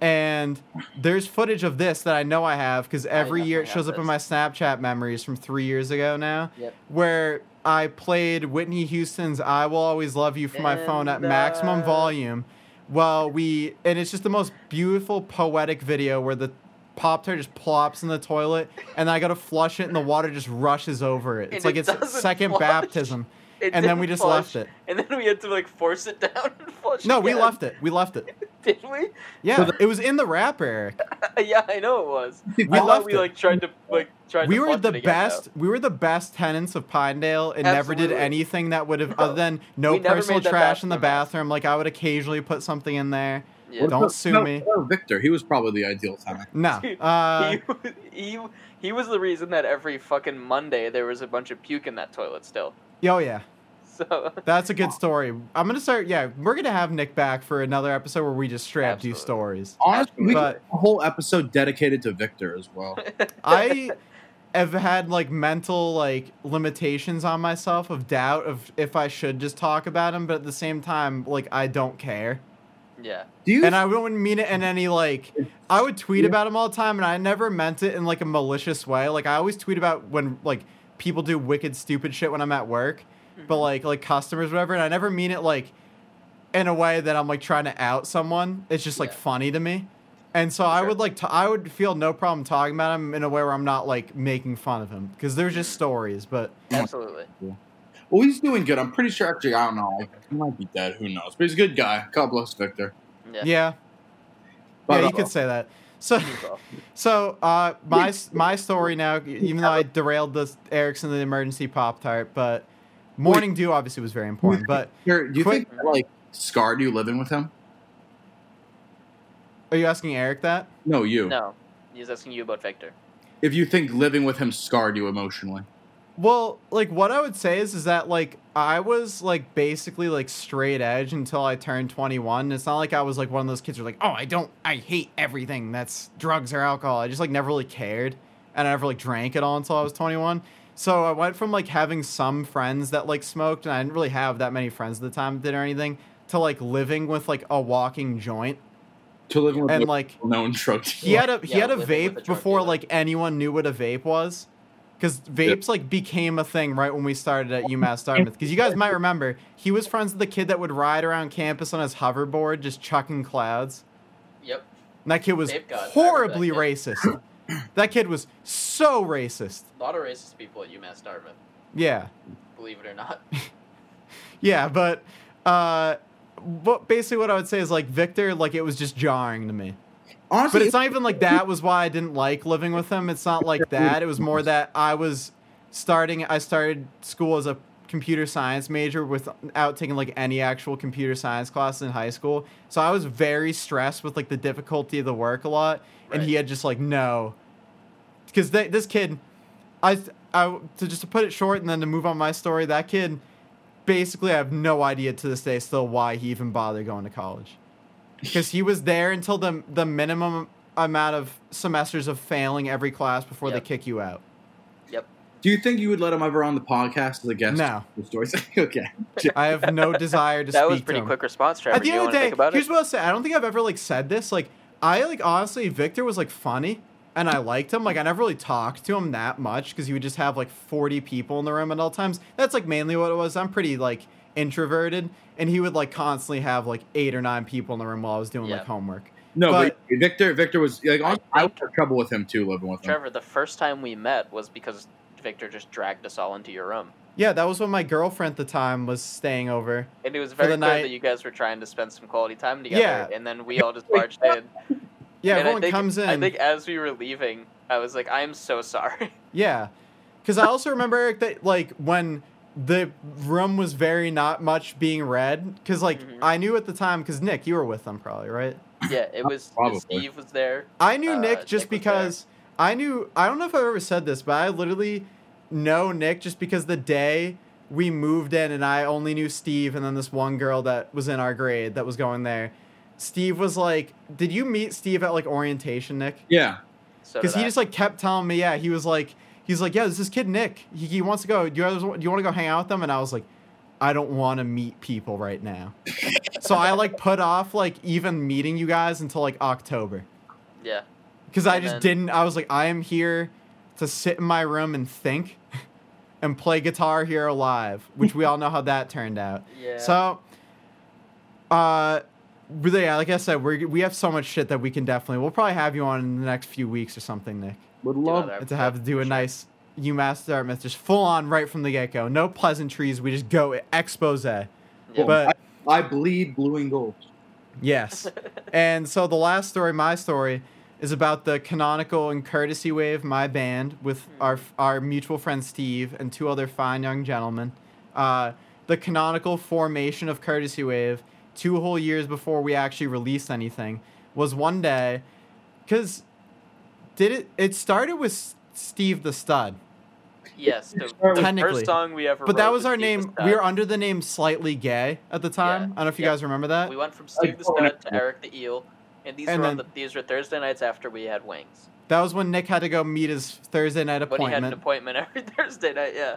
Speaker 1: And there's footage of this that I know I have because every year it
Speaker 2: definitely
Speaker 1: shows
Speaker 2: have
Speaker 1: up in
Speaker 2: this.
Speaker 1: my Snapchat memories from three years ago now
Speaker 2: Yep.
Speaker 1: where I played Whitney Houston's "I Will Always Love You" from my phone at
Speaker 2: And, uh,
Speaker 1: maximum volume. While we and it's just the most beautiful poetic video where the pop tart just plops in the toilet and I got to flush it and the water just rushes over it.
Speaker 2: And
Speaker 1: It's
Speaker 2: it
Speaker 1: like it's
Speaker 2: doesn't
Speaker 1: second
Speaker 2: flush.
Speaker 1: baptism.
Speaker 2: It
Speaker 1: And then
Speaker 2: didn't
Speaker 1: we just
Speaker 2: flush,
Speaker 1: left it.
Speaker 2: And then we had to like force it down and flush.
Speaker 1: No, we
Speaker 2: again.
Speaker 1: left it. We left it.
Speaker 2: Did we?
Speaker 1: Yeah, it was in the wrapper. Eric.
Speaker 2: yeah, I know it was.
Speaker 3: We
Speaker 2: I thought
Speaker 1: left
Speaker 2: we
Speaker 1: it.
Speaker 2: like tried to like tried.
Speaker 1: We
Speaker 2: to
Speaker 1: were
Speaker 2: flush
Speaker 1: the
Speaker 2: it again,
Speaker 1: best. We were the best tenants of Pinedale, and never did
Speaker 2: Absolutely.
Speaker 1: anything that would have
Speaker 2: No.
Speaker 1: other than no
Speaker 2: We never
Speaker 1: personal
Speaker 2: made that
Speaker 1: trash in the
Speaker 2: bathroom ass.
Speaker 1: bathroom. Like I would occasionally put something in there.
Speaker 2: though. Yeah.
Speaker 1: Don't
Speaker 3: No,
Speaker 1: sue
Speaker 3: no,
Speaker 1: me.
Speaker 3: no, Victor, he was probably the ideal time.
Speaker 1: No,
Speaker 2: Dude,
Speaker 1: uh,
Speaker 2: he, he he was the reason that every fucking Monday there was a bunch of puke in that toilet still.
Speaker 1: Oh yeah,
Speaker 2: So
Speaker 1: that's a good story. I'm gonna start. Yeah, we're gonna have Nick back for another episode where we just straight up do
Speaker 2: Absolutely.
Speaker 1: stories.
Speaker 3: Honestly, we
Speaker 1: But-
Speaker 3: did a whole episode dedicated to Victor as well.
Speaker 1: I have had like mental like limitations on myself of doubt of if I should just talk about him, but at the same time, like I don't care,
Speaker 2: yeah,
Speaker 3: Do you?
Speaker 1: and I wouldn't mean it in any like. I would tweet
Speaker 3: Yeah.
Speaker 1: about him all the time, and I never meant it in like a malicious way. Like I always tweet about when like people do wicked, stupid shit when I'm at work. but like like customers whatever and i never mean it like in a way that i'm like trying to out someone it's just like
Speaker 2: Yeah.
Speaker 1: funny to me and so i
Speaker 2: Sure.
Speaker 1: would like to i would feel no problem talking about him in a way where i'm not like making fun of him because they're just stories but
Speaker 2: absolutely.
Speaker 3: well, he's doing good. I'm pretty sure. Actually, I don't know. Like, He might be dead. Who knows? But he's a good guy. God bless Victor.
Speaker 2: Yeah.
Speaker 1: yeah yeah,
Speaker 3: But,
Speaker 1: you
Speaker 3: uh,
Speaker 1: could say that so
Speaker 2: you go.
Speaker 1: so uh my my story now e, even though i derailed this erickson the emergency pop tart but morning dew obviously was very important but
Speaker 3: Victor, do you
Speaker 1: Quick-
Speaker 3: think that, like scarred you living with him?
Speaker 1: are you asking eric that
Speaker 3: No, you.
Speaker 2: No, he was asking you about Victor.
Speaker 3: If you think living with him scarred you emotionally,
Speaker 1: Well, like what I would say is is that like I was like basically like straight edge until I turned 21. It's not like I was like one of those kids who are like, "Oh, I don't I hate everything that's drugs or alcohol." I just like never really cared and I never like drank at all until I was 21. So I went from like having some friends that like smoked and I didn't really have that many friends at the time that did or anything to like living with like a walking joint
Speaker 3: to living with
Speaker 1: and
Speaker 3: a
Speaker 1: like
Speaker 3: known drug.
Speaker 1: he had a he
Speaker 2: Yeah,
Speaker 1: had a
Speaker 2: living with a
Speaker 1: vape
Speaker 2: drug
Speaker 1: before
Speaker 2: dealer.
Speaker 1: like anyone knew what a vape was, because vapes like became a thing right when we started at UMass Dartmouth. Because you guys might remember, he was friends with the kid that would ride around campus on his hoverboard just chucking clouds.
Speaker 2: Yep.
Speaker 1: And that kid was
Speaker 2: Vape god, I remember
Speaker 1: horribly
Speaker 2: that
Speaker 1: racist. that kid was so racist.
Speaker 2: A lot of racist people at UMass Dartmouth,
Speaker 1: Yeah.
Speaker 2: believe it or not.
Speaker 1: Yeah, but uh but basically what I would say is like Victor, like it was just jarring to me.
Speaker 3: Honestly,
Speaker 1: But it's not even like that was why I didn't like living with him. It's not like that. It was more that I was starting. I started school as a computer science major without taking like any actual computer science class in high school. So I was very stressed with like the difficulty of the work a lot, and he
Speaker 2: Right.
Speaker 1: had just like no, because this kid, I I to just to put it short and then to move on my story. That kid, basically, I have no idea to this day still why he even bothered going to college. because he was there until the the minimum amount of semesters of failing every class before
Speaker 2: Yep.
Speaker 1: they kick you out.
Speaker 3: Do you think you would let him ever on the podcast as a guest?
Speaker 1: No.
Speaker 3: The stories. okay.
Speaker 1: I have no desire to
Speaker 2: that
Speaker 1: speak
Speaker 2: was
Speaker 1: to
Speaker 2: pretty
Speaker 1: him.
Speaker 2: quick response, Trevor.
Speaker 1: At the
Speaker 2: Do
Speaker 1: end
Speaker 2: you
Speaker 1: of
Speaker 2: want
Speaker 1: the
Speaker 2: to
Speaker 1: day,
Speaker 2: think about
Speaker 1: here's
Speaker 2: it?
Speaker 1: what I'll say. I don't think I've ever like said this. Like I like honestly, Victor was like funny, and I liked him. Like I never really talked to him that much because he would just have like 40 people in the room at all times. That's like mainly what it was. I'm pretty like introverted, and he would like constantly have like eight or nine people in the room while I was doing
Speaker 2: Yeah.
Speaker 1: like homework.
Speaker 3: No, but, Victor. Victor was like. honestly, I was
Speaker 2: think-
Speaker 3: in trouble with him too, living with him.
Speaker 2: Trevor, the first time we met was because Victor just dragged us all into your room.
Speaker 1: Yeah, that was when my girlfriend at the time was staying over.
Speaker 2: And it was very
Speaker 1: the
Speaker 2: clear
Speaker 1: night-
Speaker 2: that you guys were trying to spend some quality time together.
Speaker 1: Yeah.
Speaker 2: And then we all just barged in.
Speaker 1: Yeah,
Speaker 2: And I
Speaker 1: everyone
Speaker 2: think-
Speaker 1: comes in.
Speaker 2: I think as we were leaving, I was like, I am so sorry.
Speaker 1: Yeah. Cause I also remember Eric that like when the room was very not much being read, cause like
Speaker 2: Mhm.
Speaker 1: I knew at the time, cause Nick, you were with them probably, right?
Speaker 2: yeah, it was
Speaker 3: Probably.
Speaker 2: Steve was there.
Speaker 1: I knew
Speaker 2: Uh,
Speaker 1: Nick just
Speaker 2: Nick was
Speaker 1: because I knew I don't know if I've ever said this, but I literally know Nick just because the day we moved in and I only knew Steve and then this one girl that was in our grade that was going there. Steve was like, "Did you meet Steve at like orientation, Nick?"
Speaker 3: Yeah.
Speaker 2: So
Speaker 1: because
Speaker 2: did
Speaker 1: he
Speaker 2: I.
Speaker 1: just like kept telling me, yeah, he was like, he's like, yeah, this is kid Nick. He, he wants to go. Do you guys, do you want to go hang out with them? And I was like, I don't want to meet people right now. so I like put off like even meeting you guys until like October
Speaker 2: yeah.
Speaker 1: because I
Speaker 2: And
Speaker 1: just
Speaker 2: then-
Speaker 1: didn't. I was like, I am here to sit in my room and think and play Guitar Hero live, which we all know how that turned out.
Speaker 2: Yeah.
Speaker 1: So, uh, really, yeah, like I said, we we have so much shit that we can definitely. We'll probably have you on in the next few weeks or something, Nick,
Speaker 3: Would
Speaker 2: Do
Speaker 3: love.
Speaker 2: another
Speaker 1: and to have to
Speaker 2: episode.
Speaker 1: do a nice UMass Dartmouth just full on right from the get go. No pleasantries. We just go expose.
Speaker 2: Yeah.
Speaker 1: But
Speaker 3: I bleed blue and gold.
Speaker 1: yes, and so the last story, my story. Is about the canonical and courtesy wave, my band, with our our mutual friend Steve and two other fine young gentlemen. uh, the canonical formation of Courtesy Wave two whole years before we actually released anything was one day because did it it started with S- steve the stud
Speaker 2: yes. The,
Speaker 3: Start
Speaker 2: the
Speaker 1: with- Technically.
Speaker 2: first song we ever
Speaker 1: but that
Speaker 2: wrote
Speaker 1: was our
Speaker 2: Steve the
Speaker 1: name
Speaker 2: Stud.
Speaker 1: we were under the name slightly gay at the time
Speaker 2: Yeah.
Speaker 1: i don't know if you
Speaker 2: Yep.
Speaker 1: guys remember that
Speaker 2: We went from Steve the
Speaker 3: Oh,
Speaker 2: Stud
Speaker 3: no.
Speaker 2: to Eric the Eel, and these
Speaker 1: And
Speaker 2: were on the,
Speaker 1: then-
Speaker 2: these were Thursday nights after we had wings.
Speaker 1: that was when nick had to go meet his thursday night
Speaker 2: But he had an
Speaker 1: appointment
Speaker 2: appointment every Thursday night. Yeah.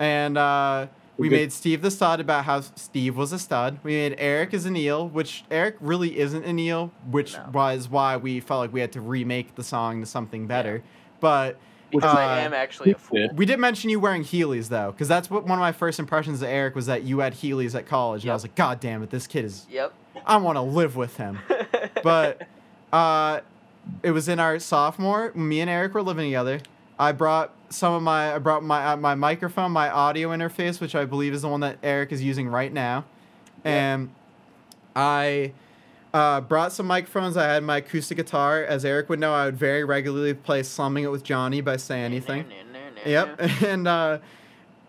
Speaker 1: and uh we
Speaker 3: Okay.
Speaker 1: made Steve the stud about how Steve was a stud. We made Eric as an eel, which Eric really isn't an eel, which
Speaker 2: No.
Speaker 1: was why we felt like we had to remake the song to something better. But
Speaker 2: Because
Speaker 1: Uh,
Speaker 2: I am actually a fool.
Speaker 1: we did mention you wearing Heelys though, because that's what one of my first impressions of Eric was that you had Heelys at college, and I
Speaker 2: Yep.
Speaker 1: was like, God damn it, this kid is.
Speaker 2: Yep.
Speaker 1: I want to live with him. But uh, it was in our sophomore. Me and Eric were living together. I brought some of my I brought my uh, my microphone, my audio interface, which I believe is the one that Eric is using right now, and I uh, brought some microphones. I had my acoustic guitar, as Eric would know. I would very regularly play "Slumming It with Johnny" by Say Anything. Yep. And uh,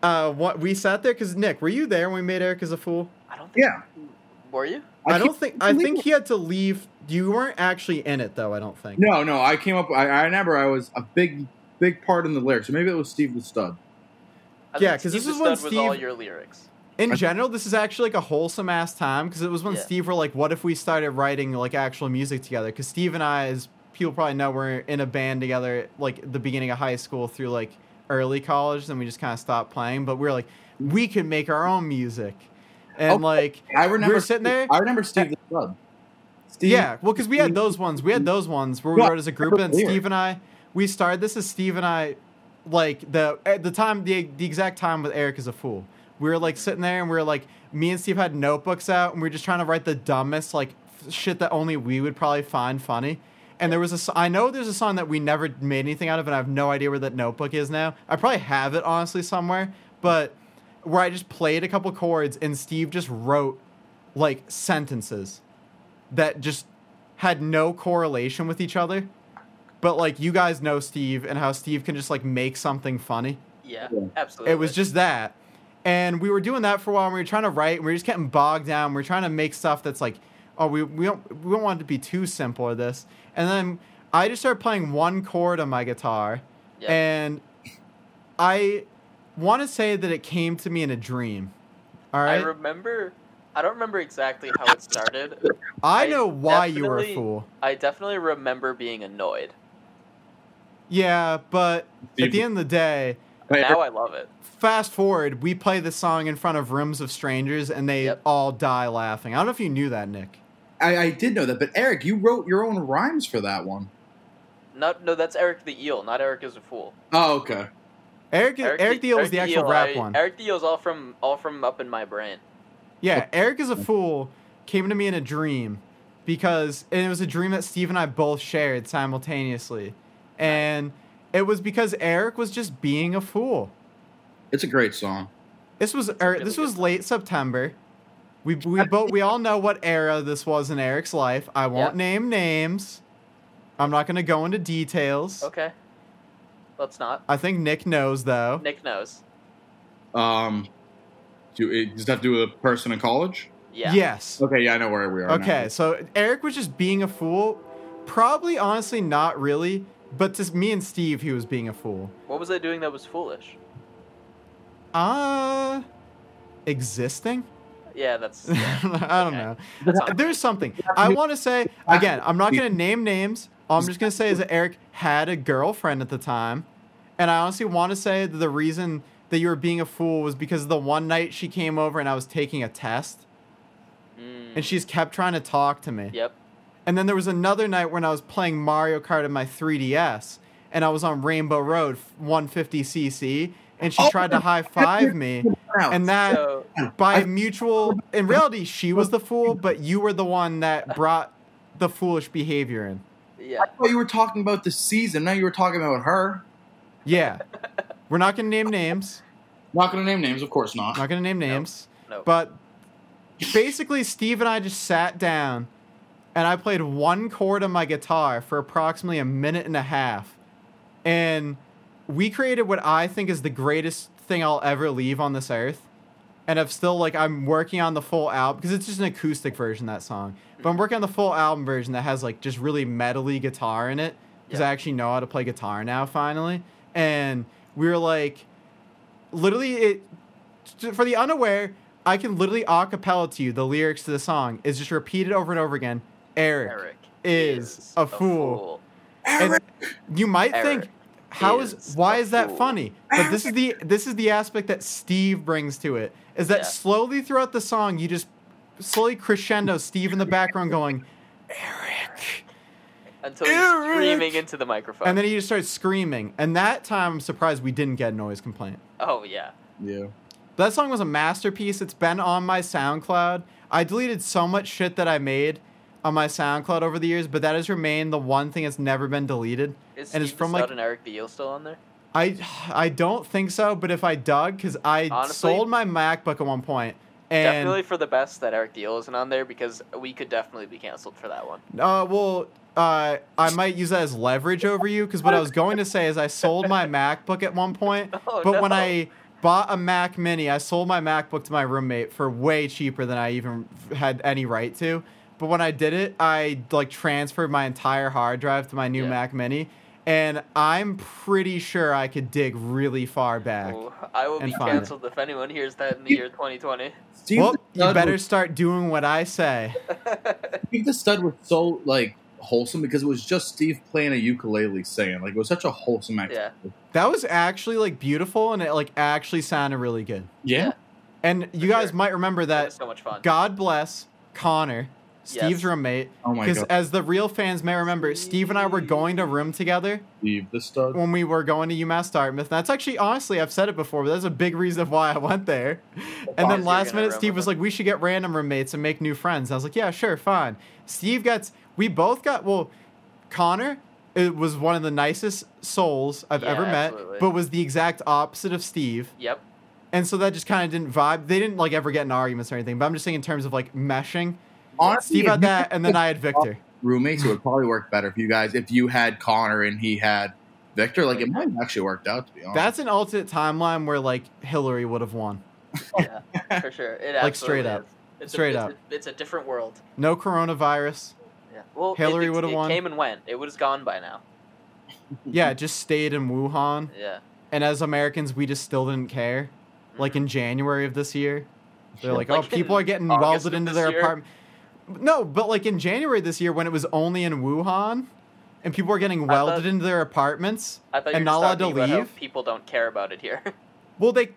Speaker 1: uh, what we sat there because Nick, were you there when we made Eric as a fool?
Speaker 2: I don't think.
Speaker 3: Yeah.
Speaker 2: Were you?
Speaker 1: I,
Speaker 3: keep-
Speaker 1: don't think. I think he had to leave. You weren't actually in it though. I don't think.
Speaker 3: No, no. I came up. I, I remember. I was a big, big part in the lyrics. Maybe it was Steve the Stud.
Speaker 2: I
Speaker 1: Yeah,
Speaker 2: think
Speaker 1: 'cause this
Speaker 2: Steve
Speaker 1: is
Speaker 2: the
Speaker 1: when
Speaker 2: Stud was all
Speaker 1: Steve-
Speaker 2: your lyrics.
Speaker 1: In
Speaker 3: I-
Speaker 1: general, this is actually like a wholesome ass time because it was when
Speaker 2: Yeah.
Speaker 1: Steve were like, "What if we started writing like actual music together?" Because Steve and I, as people probably know, were in a band together like at the beginning of high school through like early college. Then we just kind of stopped playing, but we were like, we can make our own music, and
Speaker 3: Oh,
Speaker 1: like
Speaker 3: I remember
Speaker 1: We're sitting there-
Speaker 3: I remember Steve the Stud. Steve,
Speaker 1: Yeah, well, because we had those ones. We had those ones where we
Speaker 3: Yeah,
Speaker 1: wrote as a group, and then
Speaker 3: weird.
Speaker 1: Steve and I, we started this as Steve and I, like the at the time the the exact time with Eric is a fool. We were like sitting there, and we were like, me and Steve had notebooks out, and we were just trying to write the dumbest like f- shit that only we would probably find funny. And there was a, s- I know there's a song that we never made anything out of, and I have no idea where that notebook is now. I probably have it honestly somewhere, but where I just played a couple chords, and Steve just wrote like sentences that just had no correlation with each other. But like you guys know Steve and how Steve can just like make something funny.
Speaker 2: Yeah,
Speaker 3: Yeah.
Speaker 2: absolutely.
Speaker 1: It was just that. And we were doing that for a while and we were trying to write and we were just getting bogged down. We are trying to make stuff that's like, oh, we, we don't we don't want it to be too simple or this. And then I just started playing one chord on my guitar
Speaker 2: Yeah.
Speaker 1: and I wanna say that it came to me in a dream. All right.
Speaker 2: I remember I don't remember exactly how it started.
Speaker 1: I
Speaker 2: I
Speaker 1: know why you were a
Speaker 2: definitely-
Speaker 1: fool.
Speaker 2: I definitely remember being annoyed.
Speaker 1: Yeah, but
Speaker 3: You-
Speaker 1: at the end of the day,
Speaker 2: Now I love it.
Speaker 1: fast forward, we play this song in front of rooms of strangers and they
Speaker 2: Yep.
Speaker 1: all die laughing. I don't know if you knew that, Nick.
Speaker 3: I, I did know that, but Eric, you wrote your own rhymes for that one.
Speaker 2: Not no, that's Eric the Eel, not Eric is a fool.
Speaker 3: Oh, okay.
Speaker 1: Eric Eric, Deal is the actual
Speaker 2: Eel,
Speaker 1: rap
Speaker 2: I-
Speaker 1: one.
Speaker 2: Eric the Eel's all from all from up in my brain.
Speaker 1: Yeah, Eric is a fool came to me in a dream because and it was a dream that Steve and I both shared simultaneously. And it was because Eric was just being a fool.
Speaker 3: It's a great song.
Speaker 1: This was er,
Speaker 2: really
Speaker 1: this
Speaker 2: good
Speaker 1: was late September. We we both we all know what era this was in Eric's life. I won't
Speaker 2: Yep.
Speaker 1: name names. I'm not going to go into details.
Speaker 2: Okay. Let's not.
Speaker 1: I think Nick knows though.
Speaker 2: Nick knoes.
Speaker 3: Um, do it, does that have to do with a person in college?
Speaker 2: Yeah.
Speaker 1: Yes.
Speaker 3: Okay, yeah, I know where we are. now.
Speaker 1: Okay, so Eric was just being a fool. Probably, honestly, not really. But to me and Steve, he was being a fool.
Speaker 2: What was I doing that was foolish?
Speaker 1: Uh, existing?
Speaker 2: Yeah, that's yeah,
Speaker 1: I don't
Speaker 2: Okay.
Speaker 1: know.
Speaker 2: that's on-
Speaker 1: There's something. I want to say, again, I'm not going to name names. All I'm just going to say is that Eric had a girlfriend at the time. And I honestly want to say that the reason that you were being a fool was because the one night she came over and I was taking a test.
Speaker 2: Mm,
Speaker 1: And she's kept trying to talk to me.
Speaker 2: Yep.
Speaker 1: And then there was another night when I was playing Mario Kart on my 3DS, and I was on Rainbow Road 150cc, and she
Speaker 3: Oh.
Speaker 1: tried to high five me, and that
Speaker 2: So
Speaker 1: by
Speaker 3: I-
Speaker 1: mutual, in reality, she was the fool, but you were the one that brought the foolish behavior in.
Speaker 2: yeah.
Speaker 3: I thought you were talking about the season. Now you were talking about her.
Speaker 1: Yeah, we're not gonna name names.
Speaker 3: Not going to name names, of course not.
Speaker 1: Not gonna name names.
Speaker 2: No.
Speaker 1: But basically, Steve and I just sat down and I played one chord on my guitar for approximately a minute and a half. And we created what I think is the greatest thing I'll ever leave on this earth. And I've still, like, I'm working on the full album because it's just an acoustic version of that song. But I'm working on the full album version that has, like, just really metally guitar in it because
Speaker 2: Yeah.
Speaker 1: I actually know how to play guitar now, finally. And we were like, literally, it t- for the unaware, I can literally a cappella to you the lyrics to the song. It's just repeated over and over again. Eric.
Speaker 2: Eric
Speaker 1: is a fool. And
Speaker 3: Eric,
Speaker 1: you might
Speaker 2: Eric
Speaker 1: think, how is,
Speaker 2: is
Speaker 1: why
Speaker 2: a
Speaker 1: is that
Speaker 2: fool.
Speaker 1: funny? But this is the this is the aspect that Steve brings to it. Is that
Speaker 2: Yeah.
Speaker 1: slowly throughout the song you just slowly crescendo Steve in the background going, Eric.
Speaker 2: Until he's
Speaker 1: Eric!
Speaker 2: screaming into the microphone.
Speaker 1: And then he just starts screaming. And that time I'm surprised we didn't get a noise complaint.
Speaker 2: oh yeah.
Speaker 3: yeah.
Speaker 1: That song was a masterpiece. It's been on my SoundCloud. I deleted so much shit that I made on my SoundCloud over the years, but that has remained the one thing that's never been deleted.
Speaker 2: Is
Speaker 1: And
Speaker 2: and
Speaker 1: it's
Speaker 2: Steve
Speaker 1: from,
Speaker 2: from
Speaker 1: like-
Speaker 2: and Eric the Eel still on there?
Speaker 1: I I don't think so, but if I dug, because I
Speaker 2: Honestly-
Speaker 1: sold my MacBook at one point, and
Speaker 2: definitely for the best that Eric the Eel isn't on there because we could definitely be canceled for that one.
Speaker 1: Uh, well, uh, I might use that as leverage over you because what I was going to say is I sold my MacBook at one point,
Speaker 2: Oh,
Speaker 1: but when
Speaker 2: no.
Speaker 1: I bought a Mac Mini, I sold my MacBook to my roommate for way cheaper than I even had any right to. But when I did it, I like transferred my entire hard drive to my new
Speaker 2: Yeah.
Speaker 1: Mac Mini, and I'm pretty sure I could dig really far back.
Speaker 2: Ooh, I will
Speaker 1: and
Speaker 2: be
Speaker 1: find it.
Speaker 2: canceled if anyone hears that in the year 2020.
Speaker 3: Steve
Speaker 1: well,
Speaker 3: the
Speaker 1: you
Speaker 3: Stud
Speaker 1: better
Speaker 3: was-
Speaker 1: start doing what I say.
Speaker 3: Steve the Stud was so like wholesome because it was just Steve playing a ukulele singing. Like it was such a wholesome act.
Speaker 2: yeah.
Speaker 1: That was actually like beautiful, and it like actually sounded really good.
Speaker 3: yeah.
Speaker 1: And you
Speaker 2: For
Speaker 1: guys
Speaker 2: sure.
Speaker 1: might remember
Speaker 2: That
Speaker 1: that
Speaker 2: was so much fun.
Speaker 1: God bless Connor, Steve's
Speaker 2: Yes.
Speaker 1: roommate.
Speaker 3: Oh my
Speaker 1: Because
Speaker 3: god,
Speaker 1: as the real fans may remember, Steve and I were going to room together
Speaker 3: Steve the Stud.
Speaker 1: when we were going to UMass Dartmouth. That's actually, honestly, I've said it before, but that's a big reason of why I went there. And
Speaker 2: Why
Speaker 1: then
Speaker 2: is he
Speaker 1: last
Speaker 2: gonna
Speaker 1: minute,
Speaker 2: room
Speaker 1: Steve
Speaker 2: with
Speaker 1: was
Speaker 2: him?
Speaker 1: like, we should get random roommates and make new friends. I was like, yeah, sure, fine. Steve gets, we both got, well, Connor it was one of the nicest souls I've
Speaker 2: Yeah,
Speaker 1: ever met,
Speaker 2: absolutely.
Speaker 1: but was the exact opposite of Steve.
Speaker 2: Yep.
Speaker 1: And so that just kind of didn't vibe. They didn't like ever get in arguments or anything. But I'm just saying in terms of like meshing.
Speaker 3: Honestly,
Speaker 1: Steve
Speaker 3: if
Speaker 1: had
Speaker 3: you
Speaker 1: that,
Speaker 3: had
Speaker 1: and then I had Victor.
Speaker 3: roommates, it would probably work better for you guys if you had Connor and he had Victor. Like it might have actually worked out to be honest.
Speaker 1: That's an alternate timeline where like Hillary would have won.
Speaker 2: Yeah. For sure. It
Speaker 1: Like, straight
Speaker 2: absolutely
Speaker 1: up.
Speaker 2: is. It's
Speaker 1: Straight
Speaker 2: a,
Speaker 1: up.
Speaker 2: It's a, it's a different world.
Speaker 1: No coronavirus.
Speaker 2: Yeah. Well, it-
Speaker 1: Hillary
Speaker 2: it-
Speaker 1: would've
Speaker 2: it
Speaker 1: won.
Speaker 2: Came and went. It would have gone by now.
Speaker 1: Yeah, it just stayed in Wuhan.
Speaker 2: Yeah. Mm-hmm.
Speaker 1: And as Americans, we just still didn't care. Like in January of this year, They're like,
Speaker 2: Like
Speaker 1: oh, people
Speaker 2: in
Speaker 1: are getting
Speaker 2: August
Speaker 1: welded
Speaker 2: of
Speaker 1: into
Speaker 2: this
Speaker 1: their
Speaker 2: year?
Speaker 1: apartment. No, but like in January this year, when it was only in Wuhan, and people were getting
Speaker 2: I thought-
Speaker 1: welded into their apartments.
Speaker 2: I thought you
Speaker 1: And
Speaker 2: were
Speaker 1: not
Speaker 2: just
Speaker 1: allowed to
Speaker 2: talking about how
Speaker 1: leave?
Speaker 2: people don't care about it here.
Speaker 1: Well, they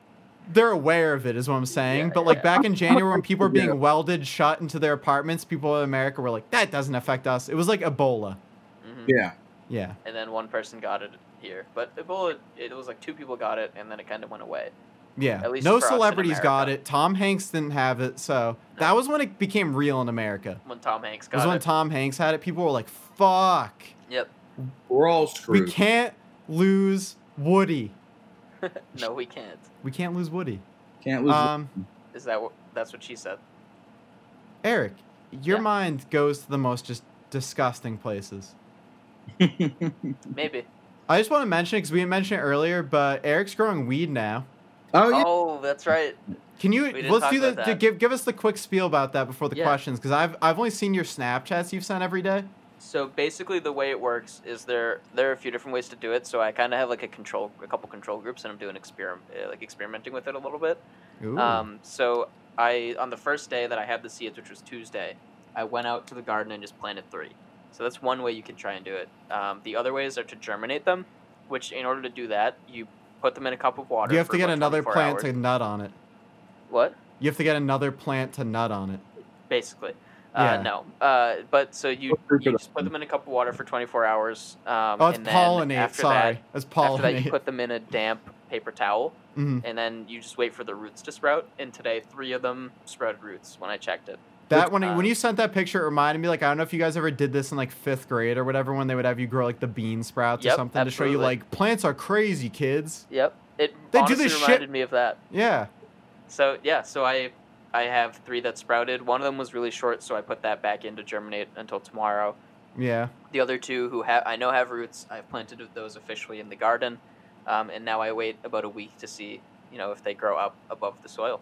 Speaker 1: they're aware of it, is what I'm saying.
Speaker 2: Yeah,
Speaker 1: but like
Speaker 2: yeah.
Speaker 1: back in January, when people were being
Speaker 3: Yeah.
Speaker 1: welded shut into their apartments, people in America were like, that doesn't affect us. It was like Ebola.
Speaker 2: hmm
Speaker 3: Yeah.
Speaker 1: Yeah,
Speaker 2: And then one person got it here, but Ebola. It was like two people got it, and then it kind of went away.
Speaker 1: yeah.
Speaker 2: At least
Speaker 1: no
Speaker 2: for us in
Speaker 1: celebrities got
Speaker 2: America.
Speaker 1: it. Tom Hanks didn't have it, so that was when it became real in America.
Speaker 2: When Tom Hanks
Speaker 1: Because
Speaker 2: got
Speaker 1: when
Speaker 2: it.
Speaker 1: Tom Hanks had it, people were like, "Fuck,
Speaker 2: yep.
Speaker 3: We're all
Speaker 1: we
Speaker 3: screwed.
Speaker 1: can't lose Woody.
Speaker 2: No, we can't.
Speaker 1: We can't lose Woody."
Speaker 3: Can't lose.
Speaker 1: Um,
Speaker 2: Is that what? That's what she said.
Speaker 1: Eric, your
Speaker 2: Yeah.
Speaker 1: mind goes to the most just disgusting places.
Speaker 2: Maybe.
Speaker 1: I just want to mention because we didn't mention it earlier, but Eric's growing weed now.
Speaker 3: oh yeah.
Speaker 2: Oh, that's right.
Speaker 1: Can you
Speaker 2: We didn't
Speaker 1: let's
Speaker 2: talk
Speaker 1: do the
Speaker 2: about
Speaker 1: to
Speaker 2: that.
Speaker 1: give give us the quick spiel about that before the
Speaker 2: Yeah.
Speaker 1: questions because I've I've only seen your Snapchats you've sent every day.
Speaker 2: So basically, the way it works is there there are a few different ways to do it. So I kind of have like a control, a couple control groups, and I'm doing experiment, like experimenting with it a little bit.
Speaker 1: Ooh.
Speaker 2: Um, so I on the first day that I had the seeds, which was Tuesday, I went out to the garden and just planted three. So that's one way you can try and do it. Um, the other ways are to germinate them, which in order to do that, you put them in a cup of water.
Speaker 1: you have
Speaker 2: for
Speaker 1: to get
Speaker 2: about
Speaker 1: another
Speaker 2: 24
Speaker 1: plant
Speaker 2: hours.
Speaker 1: to nut on it.
Speaker 2: What?
Speaker 1: You have to get another plant to nut on it.
Speaker 2: Basically. Uh,
Speaker 1: Yeah.
Speaker 2: No. Uh, but so you,
Speaker 3: Let's reach
Speaker 2: you
Speaker 3: it
Speaker 2: just put them in a cup of water for 24 hours. Um,
Speaker 1: Oh, it's
Speaker 2: and then
Speaker 1: pollinate.
Speaker 2: After
Speaker 1: Sorry,
Speaker 2: That,
Speaker 1: it's
Speaker 2: After that,
Speaker 1: pollinate.
Speaker 2: you put them in a damp paper towel,
Speaker 1: Mhm.
Speaker 2: and then you just wait for the roots to sprout. And today, three of them sprouted roots when I checked it.
Speaker 1: That when
Speaker 2: uh,
Speaker 1: when you sent that picture, it reminded me like I don't know if you guys ever did this in like fifth grade or whatever when they would have you grow like the bean sprouts or
Speaker 2: Yep,
Speaker 1: something to show you
Speaker 2: absolutely.
Speaker 1: like plants are crazy, kids.
Speaker 2: Yep. It
Speaker 1: They do
Speaker 2: honestly
Speaker 1: this shit-
Speaker 2: reminded me of that.
Speaker 1: Yeah,
Speaker 2: So yeah, so I I have three that sprouted. One of them was really short, so I put that back in to germinate until tomorrow.
Speaker 1: yeah.
Speaker 2: The other two who have I know have roots, I've planted those officially in the garden, um, and now I wait about a week to see you know if they grow up above the soil.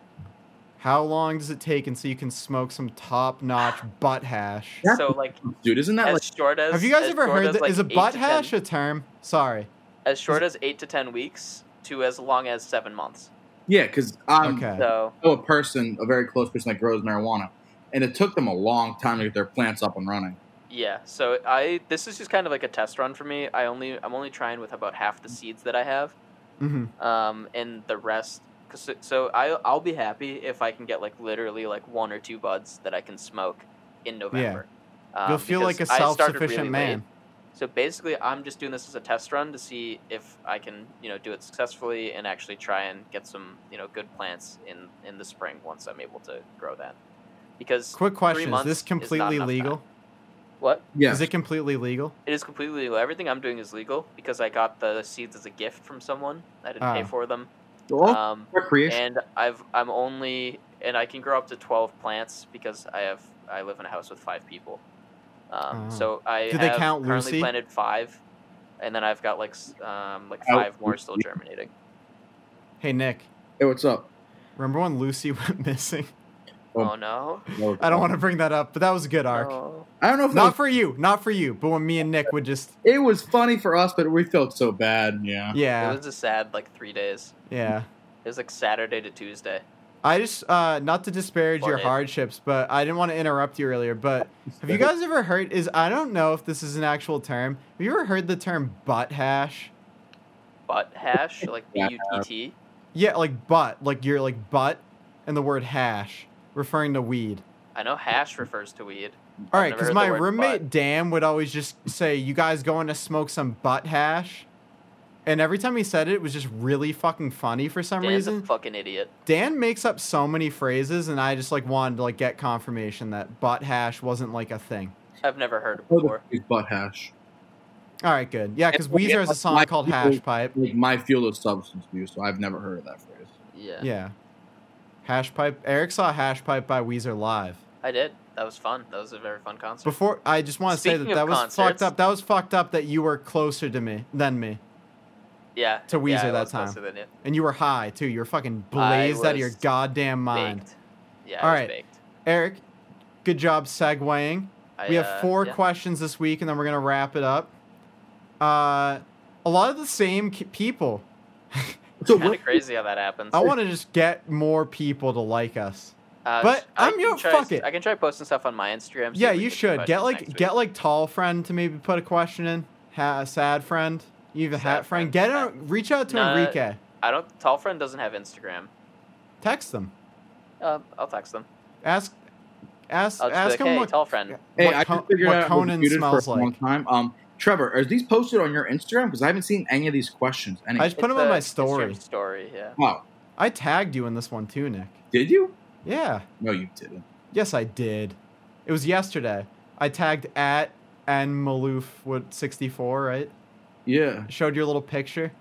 Speaker 1: How long does it take until you can smoke some top notch butt hash?
Speaker 3: Yeah.
Speaker 2: So like
Speaker 3: Oh, Dude, isn't that like
Speaker 2: as short as
Speaker 1: Have you guys
Speaker 2: as
Speaker 1: ever
Speaker 2: short
Speaker 1: heard
Speaker 2: as,
Speaker 1: that? Is
Speaker 2: like,
Speaker 1: a
Speaker 2: eight
Speaker 1: butt
Speaker 2: to
Speaker 1: hash
Speaker 2: 10
Speaker 1: a term? Sorry.
Speaker 2: as short as eight to ten weeks to as long as seven months?
Speaker 3: yeah? Because I'm
Speaker 1: Okay.
Speaker 2: Um, So
Speaker 3: I know a person, a very close person that grows marijuana, and it took them a long time to get their plants up and running.
Speaker 2: Yeah, so I this is just kind of like a test run for me. I only I'm only trying with about half the seeds that I have,
Speaker 1: hmm
Speaker 2: um, and the rest. Cause, so I I'll be happy if I can get like literally like one or two buds that I can smoke in November. Um,
Speaker 1: You'll feel like
Speaker 2: because
Speaker 1: a
Speaker 2: I
Speaker 1: self
Speaker 2: started
Speaker 1: sufficient
Speaker 2: really
Speaker 1: man.
Speaker 2: late. So basically, I'm just doing this as a test run to see if I can you know do it successfully and actually try and get some you know good plants in in the spring once I'm able to grow that. Because
Speaker 1: Quick question: Is
Speaker 2: months
Speaker 1: this
Speaker 2: is not
Speaker 1: completely
Speaker 2: enough time.
Speaker 1: legal?
Speaker 2: what
Speaker 3: Yeah,
Speaker 1: Is it completely legal?
Speaker 2: It is completely legal. Everything I'm doing is legal because I got the seeds as a gift from someone. I didn't pay
Speaker 1: Ah.
Speaker 2: for them.
Speaker 3: all
Speaker 2: Um,
Speaker 3: recreation.
Speaker 2: and I've I'm only and I can grow up to twelve plants because I have I live in a house with five people. Um,
Speaker 1: Ah.
Speaker 2: So I
Speaker 1: Do they
Speaker 2: have
Speaker 1: count
Speaker 2: currently
Speaker 1: Lucy?
Speaker 2: planted five, and then I've got like s- um, like
Speaker 3: Oh,
Speaker 2: five more still
Speaker 3: Lucy.
Speaker 2: germinating.
Speaker 1: Hey Nick,
Speaker 3: Hey, what's up?
Speaker 1: remember when Lucy went missing?
Speaker 3: Oh.
Speaker 2: Oh, no!
Speaker 1: I don't want to bring that up, but that was a good arc.
Speaker 2: No.
Speaker 3: I don't know if that
Speaker 1: Not
Speaker 3: was,
Speaker 1: for you, not for you, but when me and Nick would just,
Speaker 3: it was funny for us, but we felt so bad. Yeah.
Speaker 2: It
Speaker 1: yeah,
Speaker 2: was a sad like three days.
Speaker 1: yeah.
Speaker 2: It was like Saturday to Tuesday.
Speaker 1: I just, uh, not to disparage your
Speaker 2: Or it.
Speaker 1: hardships, but I didn't want to interrupt you earlier. But have you guys ever heard? Is I don't know if this is an actual term. Have you ever heard the term butt hash?
Speaker 2: Butt hash like B U T T.
Speaker 1: Yeah, like butt, like your like butt, and the word hash, referring to weed.
Speaker 2: I know hash refers to weed.
Speaker 1: All right,
Speaker 2: never
Speaker 1: because
Speaker 2: heard the
Speaker 1: my
Speaker 2: word
Speaker 1: roommate Dan would always just say, "You guys going to smoke some butt hash," and every time he said it, it was just really fucking funny for some
Speaker 2: Dan's
Speaker 1: reason.
Speaker 2: a fucking idiot.
Speaker 1: Dan makes up so many phrases, and I just like wanted to like get confirmation that butt hash wasn't like a thing.
Speaker 2: I've never heard it
Speaker 3: Oh, the
Speaker 2: before.
Speaker 3: f- butt hash.
Speaker 1: All right, good. Yeah, because
Speaker 3: And-
Speaker 1: Weezer has a
Speaker 3: like,
Speaker 1: song
Speaker 3: my
Speaker 1: called
Speaker 3: people-
Speaker 1: Hash Pipe.
Speaker 3: Like my field of substance abuse, so I've never heard of that phrase.
Speaker 2: Yeah,
Speaker 1: Yeah, Hash Pipe. Eric saw Hash Pipe by Weezer live.
Speaker 2: I did. That was fun. That was a very fun concert.
Speaker 1: Before I just want to say that
Speaker 2: Speaking
Speaker 1: that
Speaker 2: of
Speaker 1: was fucked
Speaker 2: concerts-
Speaker 1: up. That was fucked up that you were closer to me than me,
Speaker 2: yeah,
Speaker 1: to Weezer
Speaker 2: yeah, I
Speaker 1: that
Speaker 2: was
Speaker 1: time.
Speaker 2: closer than you.
Speaker 1: and you were high too. You were fucking blazed out of your
Speaker 2: was
Speaker 1: goddamn mind.
Speaker 2: Baked. Yeah,
Speaker 1: All
Speaker 2: I was
Speaker 1: right.
Speaker 2: baked.
Speaker 1: Eric, good job segueing.
Speaker 2: I,
Speaker 1: we
Speaker 2: uh,
Speaker 1: have four
Speaker 2: yeah.
Speaker 1: questions this week, and then we're gonna wrap it up. Uh, a lot of the same ki- people.
Speaker 3: So
Speaker 2: Kind
Speaker 3: what,
Speaker 2: of crazy how that happens.
Speaker 1: I want to just get more people to like us.
Speaker 2: Uh,
Speaker 1: But
Speaker 2: I
Speaker 1: I'm
Speaker 2: can
Speaker 1: your-
Speaker 2: try,
Speaker 1: fuck it.
Speaker 2: I can try posting stuff on my Instagram. see
Speaker 1: yeah,
Speaker 2: if we
Speaker 1: you
Speaker 2: get some
Speaker 1: should get
Speaker 2: questions
Speaker 1: like
Speaker 2: next
Speaker 1: get
Speaker 2: week.
Speaker 1: like tall friend to maybe put a question in. Ha- sad friend, even
Speaker 2: Sad
Speaker 1: hat friend.
Speaker 2: friend. Uh,
Speaker 1: Get in, reach out to
Speaker 2: Nah.
Speaker 1: Enrique.
Speaker 2: I don't. Tall friend doesn't have Instagram.
Speaker 1: Text them.
Speaker 2: Uh, I'll text them.
Speaker 1: Ask ask
Speaker 2: I'll just
Speaker 1: ask
Speaker 2: be
Speaker 1: him
Speaker 2: like, hey,
Speaker 1: what,
Speaker 2: tell friend.
Speaker 3: Hey,
Speaker 1: what,
Speaker 3: I
Speaker 1: Con-
Speaker 3: just figured
Speaker 1: what
Speaker 3: out I was
Speaker 1: Conan
Speaker 3: muted
Speaker 1: smells
Speaker 3: for a long
Speaker 1: like.
Speaker 3: time. Um, Trevor, are these posted on your Instagram? Because I haven't seen any of these questions. Any?
Speaker 1: I just put
Speaker 2: It's
Speaker 1: him on
Speaker 2: a
Speaker 1: my
Speaker 2: Instagram
Speaker 1: story.
Speaker 2: Story, yeah.
Speaker 3: wow,
Speaker 1: I tagged you in this one too, Nick.
Speaker 3: did you?
Speaker 1: Yeah.
Speaker 3: No, you didn't.
Speaker 1: Yes, I did. It was yesterday. I tagged at and Maloof would 64, right?
Speaker 3: Yeah,
Speaker 1: Showed your little picture.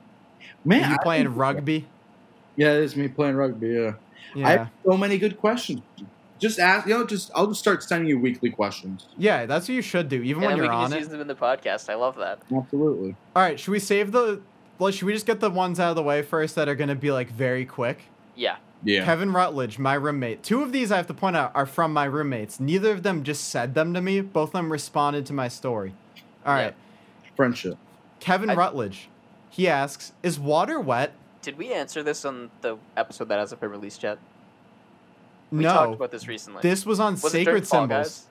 Speaker 3: man,
Speaker 1: you
Speaker 3: I-
Speaker 1: playing rugby?
Speaker 3: Yeah, it's me playing rugby. Yeah. I
Speaker 1: Yeah.
Speaker 3: have so many good questions. Just ask. You know, just I'll just start sending you weekly questions.
Speaker 1: yeah, that's what you should do, even
Speaker 2: And
Speaker 1: when
Speaker 2: then we
Speaker 1: you're
Speaker 2: can
Speaker 1: on
Speaker 2: just
Speaker 1: it.
Speaker 2: use them in the podcast. I love that.
Speaker 3: Absolutely.
Speaker 1: All right, should we save the. Well, should we just get the ones out of the way first that are going to be like very quick?
Speaker 2: Yeah.
Speaker 3: Yeah.
Speaker 1: Kevin Rutledge, my roommate. Two of these I have to point out are from my roommates. Neither of them just said them to me, both of them responded to my story. All
Speaker 2: Yeah.
Speaker 1: right,
Speaker 3: Friendship.
Speaker 1: Kevin
Speaker 2: I-
Speaker 1: Rutledge. He asks, Is water wet?
Speaker 2: Did we answer this on the episode that hasn't been released yet? We talked
Speaker 1: no.
Speaker 2: about this recently.
Speaker 1: This was on
Speaker 2: Was it during
Speaker 1: sacred
Speaker 2: Fall
Speaker 1: symbols.
Speaker 2: Guys?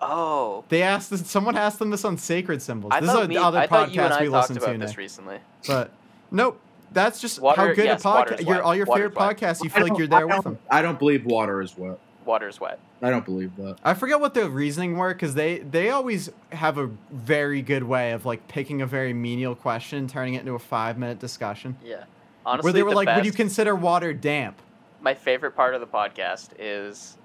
Speaker 2: Oh,
Speaker 1: They asked this, someone asked them this on Sacred Symbols.
Speaker 2: I
Speaker 1: this is
Speaker 2: thought
Speaker 1: a-
Speaker 2: me,
Speaker 1: the other
Speaker 2: I thought you and
Speaker 1: podcast
Speaker 2: I
Speaker 1: we
Speaker 2: talked
Speaker 1: listen
Speaker 2: about
Speaker 1: to,
Speaker 2: this
Speaker 1: Nick.
Speaker 2: recently.
Speaker 1: But nope, that's just how
Speaker 2: Water-
Speaker 1: good
Speaker 2: yes,
Speaker 1: a
Speaker 2: water
Speaker 1: podcast.
Speaker 2: is
Speaker 1: Your
Speaker 2: wet.
Speaker 1: all your
Speaker 2: Water
Speaker 1: favorite
Speaker 2: is wet.
Speaker 1: podcasts, you
Speaker 3: I
Speaker 1: feel like
Speaker 3: don't-
Speaker 1: you're
Speaker 3: I
Speaker 1: there with
Speaker 3: don't-
Speaker 1: them.
Speaker 3: I don't believe water is wet.
Speaker 2: Water's wet.
Speaker 3: I don't believe that.
Speaker 1: I forget what their reasoning were because they they always have a very good way of like picking a very menial question, turning it into a five minute discussion.
Speaker 2: Yeah. Honestly,
Speaker 1: where they were
Speaker 2: the
Speaker 1: like,
Speaker 2: best,
Speaker 1: "Would you consider water damp?"
Speaker 2: my favorite part of the podcast is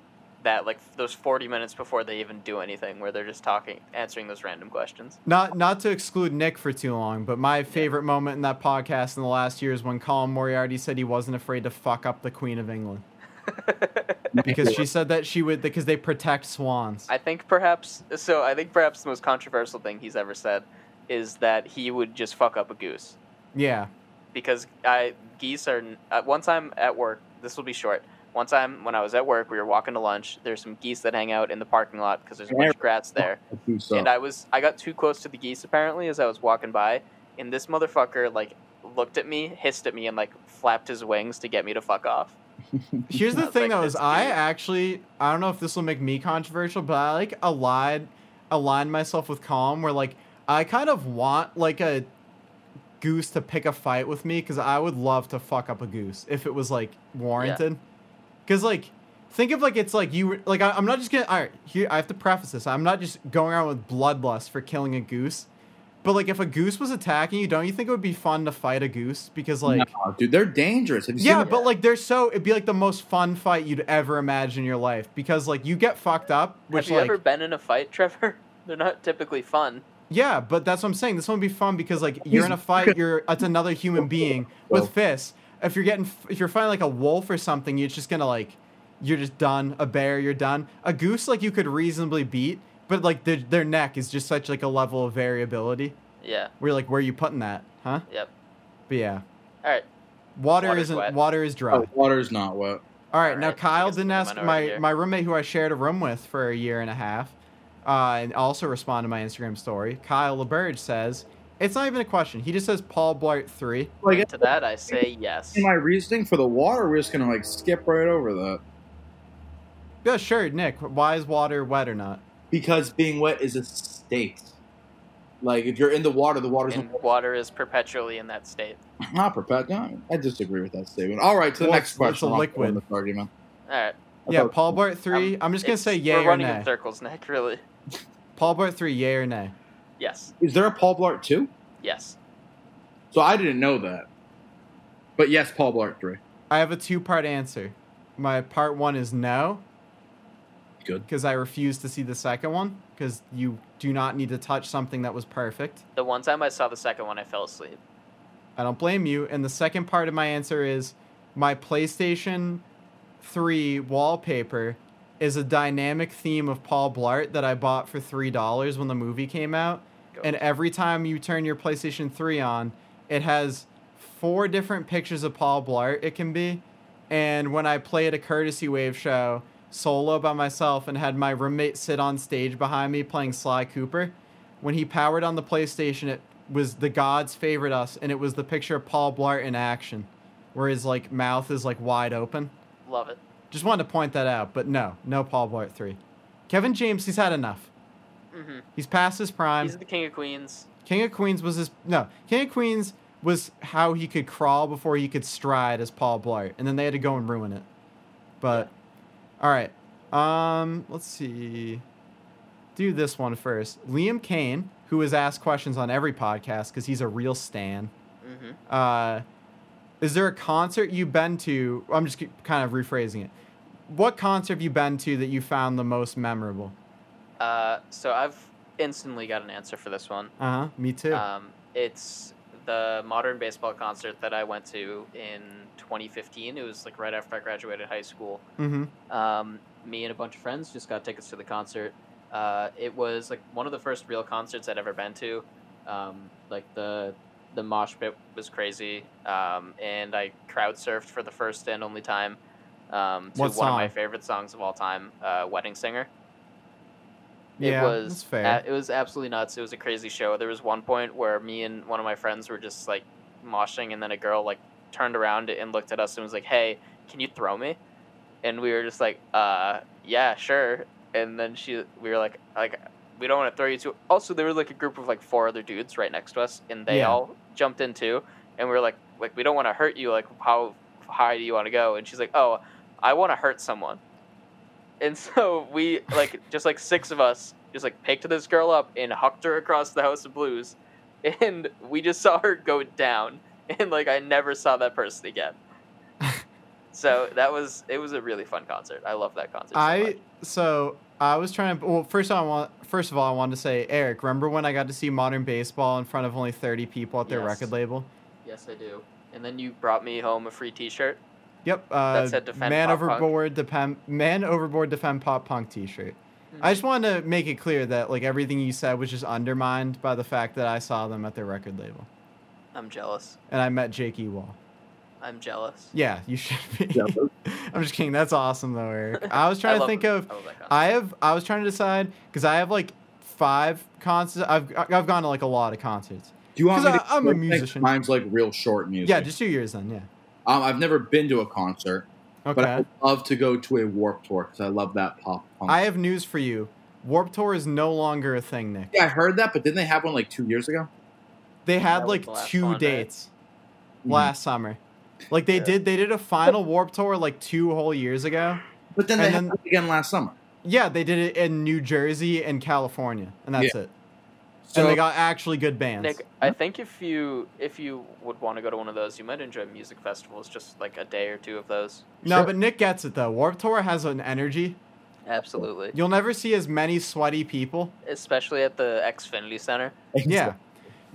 Speaker 2: that like those 40 minutes before they even do anything where they're just talking answering those random questions
Speaker 1: Not not to exclude Nick for too long, but my favorite moment in that podcast in the last year is when Colin Moriarty said he wasn't afraid to fuck up the Queen of England. because she said that she would because they protect swans.
Speaker 2: i think perhaps so i think perhaps the most controversial thing he's ever said is that he would just fuck up a goose
Speaker 1: yeah,
Speaker 2: because I geese are at one time at work. This will be short. One time when I was at work, we were walking to lunch. There's some geese that hang out in the parking lot because there's a bunch of grats there.
Speaker 3: I think so.
Speaker 2: And I was I got too close to the geese apparently as I was walking by, and this motherfucker like looked at me, hissed at me, and like flapped his wings to get me to fuck off.
Speaker 1: here's
Speaker 2: I
Speaker 1: the
Speaker 2: was
Speaker 1: thing
Speaker 2: like,
Speaker 1: though: is
Speaker 2: "That's
Speaker 1: I
Speaker 2: cute."
Speaker 1: actually I don't know if this will make me controversial, but I like allied align myself with Calm, where like I kind of want like a goose to pick a fight with me because I would love to fuck up a goose if it was like warranted. Because like think of like it's like you like I, I'm not just gonna all right here I have to preface this I'm not just going around with bloodlust for killing a goose. But like, if a goose was attacking you, don't you think it would be fun to fight a goose? Because like,
Speaker 3: No, dude, they're dangerous. Have you
Speaker 1: Yeah,
Speaker 3: seen
Speaker 1: but like they're so it'd be like the most fun fight you'd ever imagine in your life because like you get fucked up, which
Speaker 2: Have you
Speaker 1: like
Speaker 2: ever been in a fight, Trevor? They're not typically fun.
Speaker 1: yeah, but that's what I'm saying. This one would be fun because like you're in a fight, you're it's another human being with fists. If you're getting f- if you're fighting like a wolf or something, you're just gonna like you're just done. A bear, you're done. A goose, like you could reasonably beat, but like their their neck is just such like a level of variability.
Speaker 2: Yeah.
Speaker 1: We're like, where are you putting that, huh?
Speaker 2: Yep.
Speaker 1: But yeah,
Speaker 2: All right.
Speaker 1: water
Speaker 2: Water's
Speaker 1: isn't
Speaker 2: wet.
Speaker 1: water is dry.
Speaker 3: Oh, water's not wet.
Speaker 1: All right,
Speaker 2: All
Speaker 1: now
Speaker 2: right, I
Speaker 1: Kyle
Speaker 2: guess
Speaker 1: didn't
Speaker 2: I'm in the
Speaker 1: ask
Speaker 2: minority
Speaker 1: my,
Speaker 2: here.
Speaker 1: my roommate who I shared a room with for a year and a half, uh, and also responded to my Instagram story. Kyle LeBurge says it's not even a question. He just says Paul Blart three.
Speaker 3: Like
Speaker 2: To that, I say yes.
Speaker 3: my reasoning for the water, we're just gonna like skip right over that
Speaker 1: Yeah, sure, Nick. Why is water wet or not?
Speaker 3: because being wet is a state. Like if you're in the water, the water's
Speaker 2: And water is perpetually in that state.
Speaker 3: not perpetual. I disagree with that statement. All right, to the
Speaker 1: Well,
Speaker 3: next
Speaker 1: it's-
Speaker 3: question.
Speaker 1: it's a
Speaker 3: I'll
Speaker 1: liquid.
Speaker 3: end this argument.
Speaker 2: All right.
Speaker 3: I
Speaker 1: yeah,
Speaker 3: thought-
Speaker 1: Paul Blart three. I'm just gonna
Speaker 2: Um, It's-
Speaker 1: say yay
Speaker 2: We're
Speaker 1: or
Speaker 2: running in
Speaker 1: nay.
Speaker 2: circles, Nick. Really.
Speaker 1: Paul Blart three, yay or nay?
Speaker 2: Yes.
Speaker 3: Is there a Paul Blart two?
Speaker 2: Yes.
Speaker 3: So I didn't know that. But yes, Paul Blart three.
Speaker 1: I have a two part answer. My part one is no,
Speaker 3: Good.
Speaker 1: because I refuse to see the second one because you do not need to touch something that was perfect.
Speaker 2: The one time I saw the second one, I fell asleep.
Speaker 1: I don't blame you. And the second part of my answer is my PlayStation 3 wallpaper is a dynamic theme of Paul Blart that I bought for $3 when the movie came out.
Speaker 2: Go.
Speaker 1: And every time you turn your PlayStation 3 on, it has four different pictures of Paul Blart, it can be. And when I played a courtesy wave show solo by myself and had my roommate sit on stage behind me playing Sly Cooper, when he powered on the PlayStation, it was the gods favored us, and it was the picture of Paul Blart in action, where his like mouth is like wide open.
Speaker 2: Love it.
Speaker 1: Just wanted to point that out, but no, no Paul Blart three. Kevin James, he's had enough.
Speaker 2: hmm
Speaker 1: He's past his prime.
Speaker 2: He's the king of queens.
Speaker 1: King of Queens was his no. King of Queens was how he could crawl before he could stride as Paul Blart, and then they had to go and ruin it. But all right, um, let's see. Do this one first. Liam Kane, who is asked questions on every podcast because he's a real stan.
Speaker 2: hmm
Speaker 1: Uh, is there a concert you've been to? I'm just ki- kind of rephrasing it. What concert have you been to that you found the most memorable?
Speaker 2: Uh, so I've instantly got an answer for this one.
Speaker 1: Uh huh. Me too.
Speaker 2: Um, it's the modern baseball concert that I went to in 2015. It was like right after I graduated high school.
Speaker 1: mm-hmm.
Speaker 2: Um, me and a bunch of friends just got tickets to the concert. Uh, it was like one of the first real concerts I'd ever been to. Um, like the the mosh pit was crazy, um, and I crowd surfed for the first and only time um, to
Speaker 1: What
Speaker 2: one of my
Speaker 1: song?
Speaker 2: favorite songs of all time, uh, "Wedding Singer."
Speaker 1: Yeah,
Speaker 2: it was
Speaker 1: that's fair.
Speaker 2: a- it was absolutely nuts. It was a crazy show. There was one point where me and one of my friends were just like moshing, and then a girl like turned around and looked at us and was like, "Hey, can you throw me?" And we were just like, "Uh, yeah, sure." And then she, we were like, "Like, we don't want to throw you too." Also, there was like a group of like four other dudes right next to us, and they
Speaker 1: Yeah.
Speaker 2: all jumped in too. And we were like, "Like, we don't want to hurt you. Like, how high do you want to go?" And she's like, "Oh, I want to hurt someone." And so we like just like six of us just like picked this girl up and hucked her across the House of Blues, and we just saw her go down, and like I never saw that person again. so that was it was a really fun concert. I love that concert. so
Speaker 1: I
Speaker 2: much.
Speaker 1: so I was trying to. Well, first I want. First of all, I wanted to say, Eric, remember when I got to see modern baseball in front of only thirty people at their
Speaker 2: Yes.
Speaker 1: record label?
Speaker 2: yes I do. And then you brought me home a free T-shirt.
Speaker 1: Yep. Uh,
Speaker 2: said defend
Speaker 1: man
Speaker 2: pop punk.
Speaker 1: overboard defend man overboard defend pop punk T-shirt.
Speaker 2: Hmm.
Speaker 1: I just wanted to make it clear that like everything you said was just undermined by the fact that I saw them at their record label
Speaker 2: I'm jealous.
Speaker 1: and I met Jake Ewall.
Speaker 2: I'm jealous.
Speaker 1: Yeah, you should be.
Speaker 3: Yeah, but-
Speaker 1: I'm just kidding. That's awesome though, Eric. I was
Speaker 2: I
Speaker 1: trying to
Speaker 2: love-
Speaker 1: think of
Speaker 2: I love that concert.
Speaker 1: I have. I was trying to decide because I have like five concerts. I've I've gone to like a lot of concerts.
Speaker 3: Do you want
Speaker 1: 'Cause
Speaker 3: me to
Speaker 1: I- I'm a
Speaker 3: like,
Speaker 1: musician.
Speaker 3: Mine's like real short music.
Speaker 1: Yeah, just two years then. Yeah.
Speaker 3: um, I've never been to a concert, but I
Speaker 1: Okay.
Speaker 3: would love to go to a Warp Tour because I love that pop punk.
Speaker 1: I have news for you. Warp Tour is no longer a thing, Nick.
Speaker 3: yeah, I heard that, but didn't they have one like two years ago?
Speaker 1: They had
Speaker 2: That was
Speaker 1: like
Speaker 2: the last
Speaker 1: two
Speaker 2: one, right?
Speaker 1: dates
Speaker 3: Mm-hmm.
Speaker 1: last summer. Like they
Speaker 2: Yeah.
Speaker 1: did. They did a final Warp Tour like two whole years ago.
Speaker 3: Mm-hmm. But then
Speaker 1: And
Speaker 3: they
Speaker 1: then-
Speaker 3: had it again last summer.
Speaker 1: Yeah, they did it in New Jersey and California, and that's it.
Speaker 3: So
Speaker 1: and they got actually good bands.
Speaker 2: Nick, I think if you if you would want to go to one of those, you might enjoy music festivals. Just like a day or two of those.
Speaker 1: no,
Speaker 3: Sure.
Speaker 1: but Nick gets it though. Warp Tour has an energy.
Speaker 2: Absolutely,
Speaker 1: You'll never see as many sweaty people.
Speaker 2: especially at the Xfinity Center.
Speaker 1: Yeah.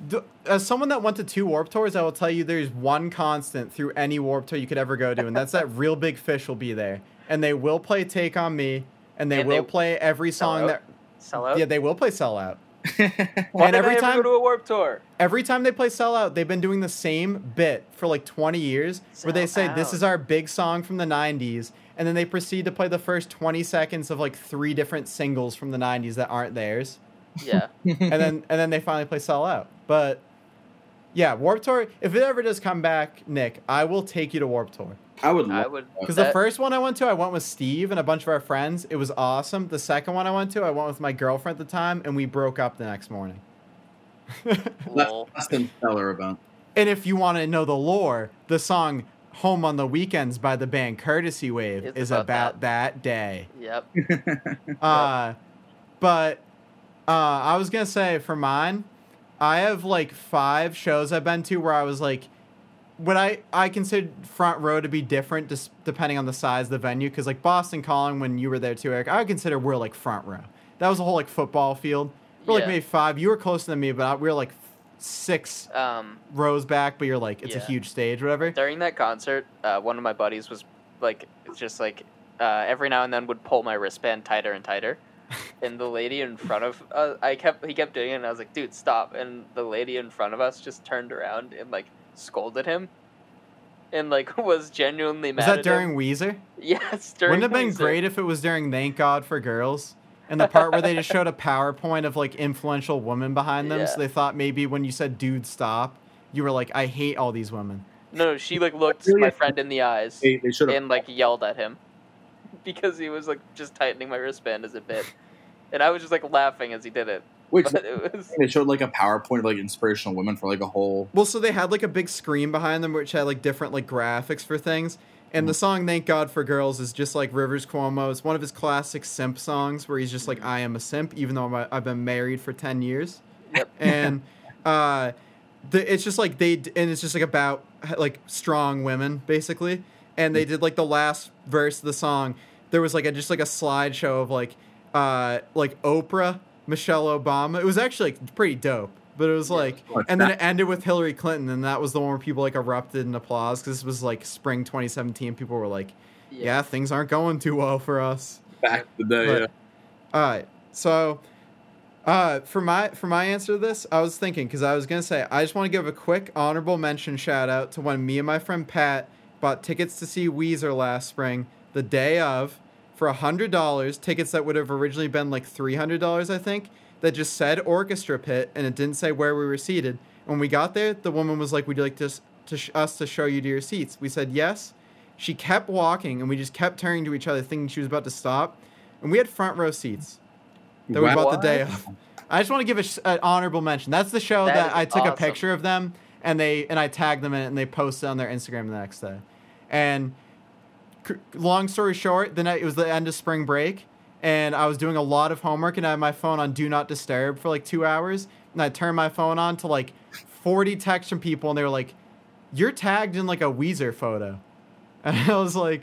Speaker 1: D- As someone that went to two warp tours, I will tell you there's one constant through any warp tour you could ever go to, and that's that Real Big Fish will be there. And they will play Take On Me, and they
Speaker 2: And
Speaker 1: will
Speaker 2: they-
Speaker 1: play every
Speaker 2: Sell
Speaker 1: song
Speaker 2: Out?
Speaker 1: that.
Speaker 2: Sell out.
Speaker 1: Yeah, they will play Sell Out.
Speaker 2: Why
Speaker 1: and
Speaker 2: did
Speaker 1: every
Speaker 2: I ever
Speaker 1: time-
Speaker 2: go to a Warp Tour?
Speaker 1: Every time they play Sell Out, they've been doing the same bit for like 20 years where they say,
Speaker 2: Sell
Speaker 1: This
Speaker 2: Out.
Speaker 1: is our big song from the 90s. And then they proceed to play the first 20 seconds of like three different singles from the 90s that aren't theirs.
Speaker 2: Yeah,
Speaker 1: and then and then they finally play Sell Out. But yeah, Warp Tour. If it ever does come back, Nick, I will take you to Warp Tour.
Speaker 3: I would.
Speaker 2: I
Speaker 3: Love
Speaker 2: would.
Speaker 1: Because the
Speaker 2: that-
Speaker 1: first one I went to, I went with Steve and a bunch of our friends. It was awesome. The second one I went to, I went with my girlfriend at the time, and we broke up the next morning.
Speaker 2: lol.
Speaker 3: Less than stellar event.
Speaker 1: And if you want to know the lore, the song "Home on the Weekends" by the band Courtesy Wave
Speaker 2: It's
Speaker 1: is
Speaker 2: about
Speaker 1: about that day.
Speaker 2: Yep.
Speaker 1: Uh, but uh, I was gonna say for mine, I have like five shows I've been to where I was like, what I I considered front row to be different just depending on the size of the venue because like Boston Calling when you were there too, Eric, I would consider we're like front row. That was a whole like football field. We're like
Speaker 2: Yeah.
Speaker 1: maybe five. You were closer than me, but I, we were like f- six
Speaker 2: Um,
Speaker 1: rows back. But you're like it's a
Speaker 2: Yeah.
Speaker 1: huge stage, whatever.
Speaker 2: during that concert, uh, one of my buddies was like, just like uh, every now and then would pull my wristband tighter and tighter, and the lady in front of uh, I kept he kept doing it, and I was like, dude, stop! And the lady in front of us just turned around and like scolded him, and like was genuinely mad.
Speaker 1: Was
Speaker 2: at
Speaker 1: that
Speaker 2: Him.
Speaker 1: during Weezer?
Speaker 2: Yes, during.
Speaker 1: Wouldn't it have been
Speaker 2: concert.
Speaker 1: great if it was during Thank God for Girls and the part where they just showed a PowerPoint of like influential women behind them. So
Speaker 2: Yeah.
Speaker 1: they thought maybe when you said dude stop, you were like, I hate all these women.
Speaker 2: No, no, she like looked
Speaker 3: Really?
Speaker 2: my friend in the eyes
Speaker 3: They, they should have.
Speaker 2: and like yelled at him. because he was like just tightening my wristband as it bit, and I was just like laughing as he did it.
Speaker 3: Wait, so
Speaker 2: But it was
Speaker 3: they showed like a PowerPoint of like inspirational women for like a whole.
Speaker 1: Well, so they had like a big screen behind them which had like different like graphics for things. And the song "Thank God for Girls" is just like Rivers Cuomo. It's one of his classic simp songs where he's just
Speaker 2: Mm.
Speaker 1: like, "I am a simp," even though I'm a, I've been married for ten years.
Speaker 2: Yep.
Speaker 1: And uh, the, it's just like they d- and it's just like about like strong women basically. And they did like the last verse of the song. There was like a just like a slideshow of like uh, like Oprah, Michelle Obama. It was actually like pretty dope. But it was
Speaker 2: Yeah.
Speaker 1: like and then it ended with Hillary Clinton, and that was the one where people like erupted in applause because this was like spring 2017. People were like, "Yeah, things aren't going too well for us."
Speaker 3: back to the uh,
Speaker 1: But- All right, so uh, for my for my answer to this, I was thinking because I was gonna say I just want to give a quick honorable mention shout out to when me and my friend Pat bought tickets to see Weezer last spring, the day of, for a hundred dollars, tickets that would have originally been like three hundred dollars, I think, that just said orchestra pit and it didn't say where we were seated. When we got there, the woman was like, "Would you like to, s- to sh- us to show you to your seats?" We said yes. She kept walking, and we just kept turning to each other, thinking she was about to stop. And we had front row seats that we
Speaker 3: Wow.
Speaker 1: bought the day
Speaker 2: What?
Speaker 1: of. I just want to give a sh- an honorable mention. That's the show
Speaker 2: That
Speaker 1: that,
Speaker 2: is
Speaker 1: I took a
Speaker 2: awesome.
Speaker 1: picture of them and they and I tagged them in it and they posted on their Instagram the next day. And c- long story short, the night it was the end of spring break and I was doing a lot of homework and I had my phone on do not disturb for like 2 hours and I turned my phone on to like 40 texts from people and they were like you're tagged in like a Weezer photo. And I was like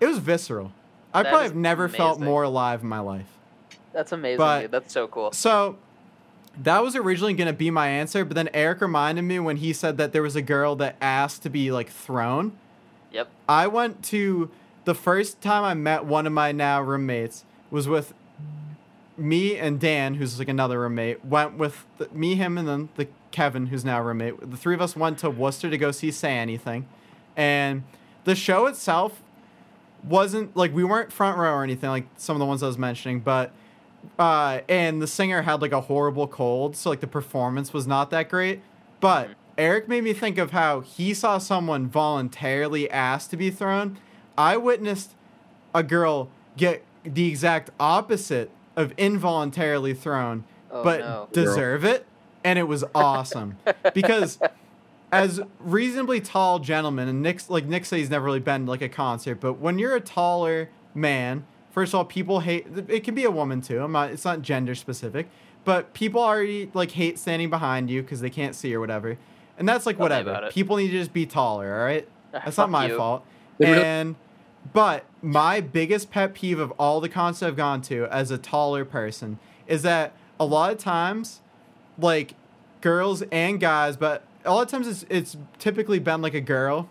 Speaker 1: it was visceral. I
Speaker 2: That
Speaker 1: probably
Speaker 2: is
Speaker 1: have never felt
Speaker 2: amazing.
Speaker 1: more alive in my life.
Speaker 2: that's amazing.
Speaker 1: But-
Speaker 2: dude. That's so cool.
Speaker 1: So that was originally going to be my answer, but then Eric reminded me when he said that there was a girl that asked to be like thrown.
Speaker 2: Yep.
Speaker 1: I went to the first time I met one of my now roommates was with me and Dan, who's like another roommate, went with the, me, him, and then the Kevin, who's now a roommate. The three of us went to Worcester to go see Say Anything, and the show itself wasn't like we weren't front row or anything like some of the ones I was mentioning, but uh, and the singer had like a horrible cold, so like the performance was not that great. But Eric made me think of how he saw someone voluntarily asked to be thrown. I witnessed a girl get the exact opposite of involuntarily thrown,
Speaker 2: Oh,
Speaker 1: but
Speaker 2: no.
Speaker 1: deserve it, and it was awesome because as reasonably tall gentlemen, and Nick's like Nick said, he's never really been to, like a concert, but when you're a taller man, first of all, people hate. It can be a woman too. I'm not. It's not gender specific, but people already like hate standing behind you because they can't see or whatever, and that's like
Speaker 2: Tell me about
Speaker 1: whatever.
Speaker 2: it.
Speaker 1: People need to just be taller. All right, that's not
Speaker 2: Fuck
Speaker 1: my
Speaker 2: you.
Speaker 1: fault.
Speaker 3: They really-
Speaker 1: And but my biggest pet peeve of all the concerts I've gone to as a taller person is that a lot of times like girls and guys, but a lot of times it's it's typically been like a girl,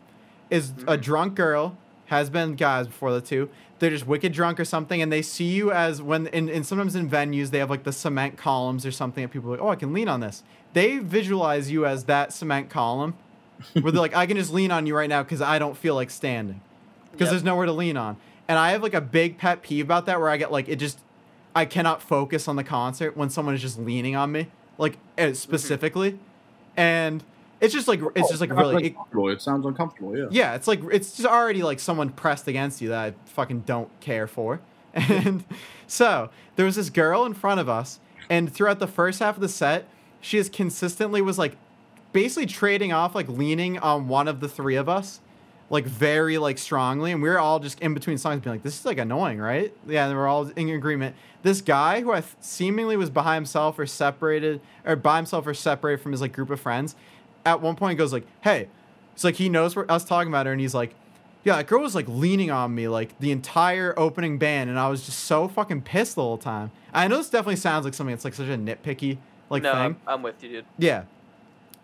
Speaker 1: is
Speaker 2: Mm-hmm.
Speaker 1: a drunk girl has been guys before the two. They're just wicked drunk or something, and they see you as when and, and sometimes in venues they have like the cement columns or something that people are like, oh, I can lean on this. They visualize you as that cement column, where they're like, I can just lean on you right now because I don't feel like standing, because
Speaker 2: Yep.
Speaker 1: there's nowhere to lean on. And I have like a big pet peeve about that where I get like it just I cannot focus on the concert when someone is just leaning on me, like eh, specifically, and it's just like it's just like
Speaker 3: It sounds
Speaker 1: really it-
Speaker 3: uncomfortable. It sounds uncomfortable. Yeah.
Speaker 1: yeah, it's like it's just already like someone pressed against you that I fucking don't care for. And so there was this girl in front of us, and throughout the first half of the set, she is consistently was like basically trading off, like leaning on one of the three of us, like very like strongly, and we were all just in between songs being like, "This is like annoying, right?" Yeah, and we are all in agreement. This guy who I th- seemingly was by himself or separated, or by himself or separated from his like group of friends, at one point goes like, "Hey," it's like he knows we're us talking about her, and he's like, "Yeah, that girl was like leaning on me like the entire opening band, and I was just so fucking pissed the whole time." I know this definitely sounds like something that's like such a nitpicky like
Speaker 2: no,
Speaker 1: thing.
Speaker 2: I'm, I'm with you, dude.
Speaker 1: Yeah.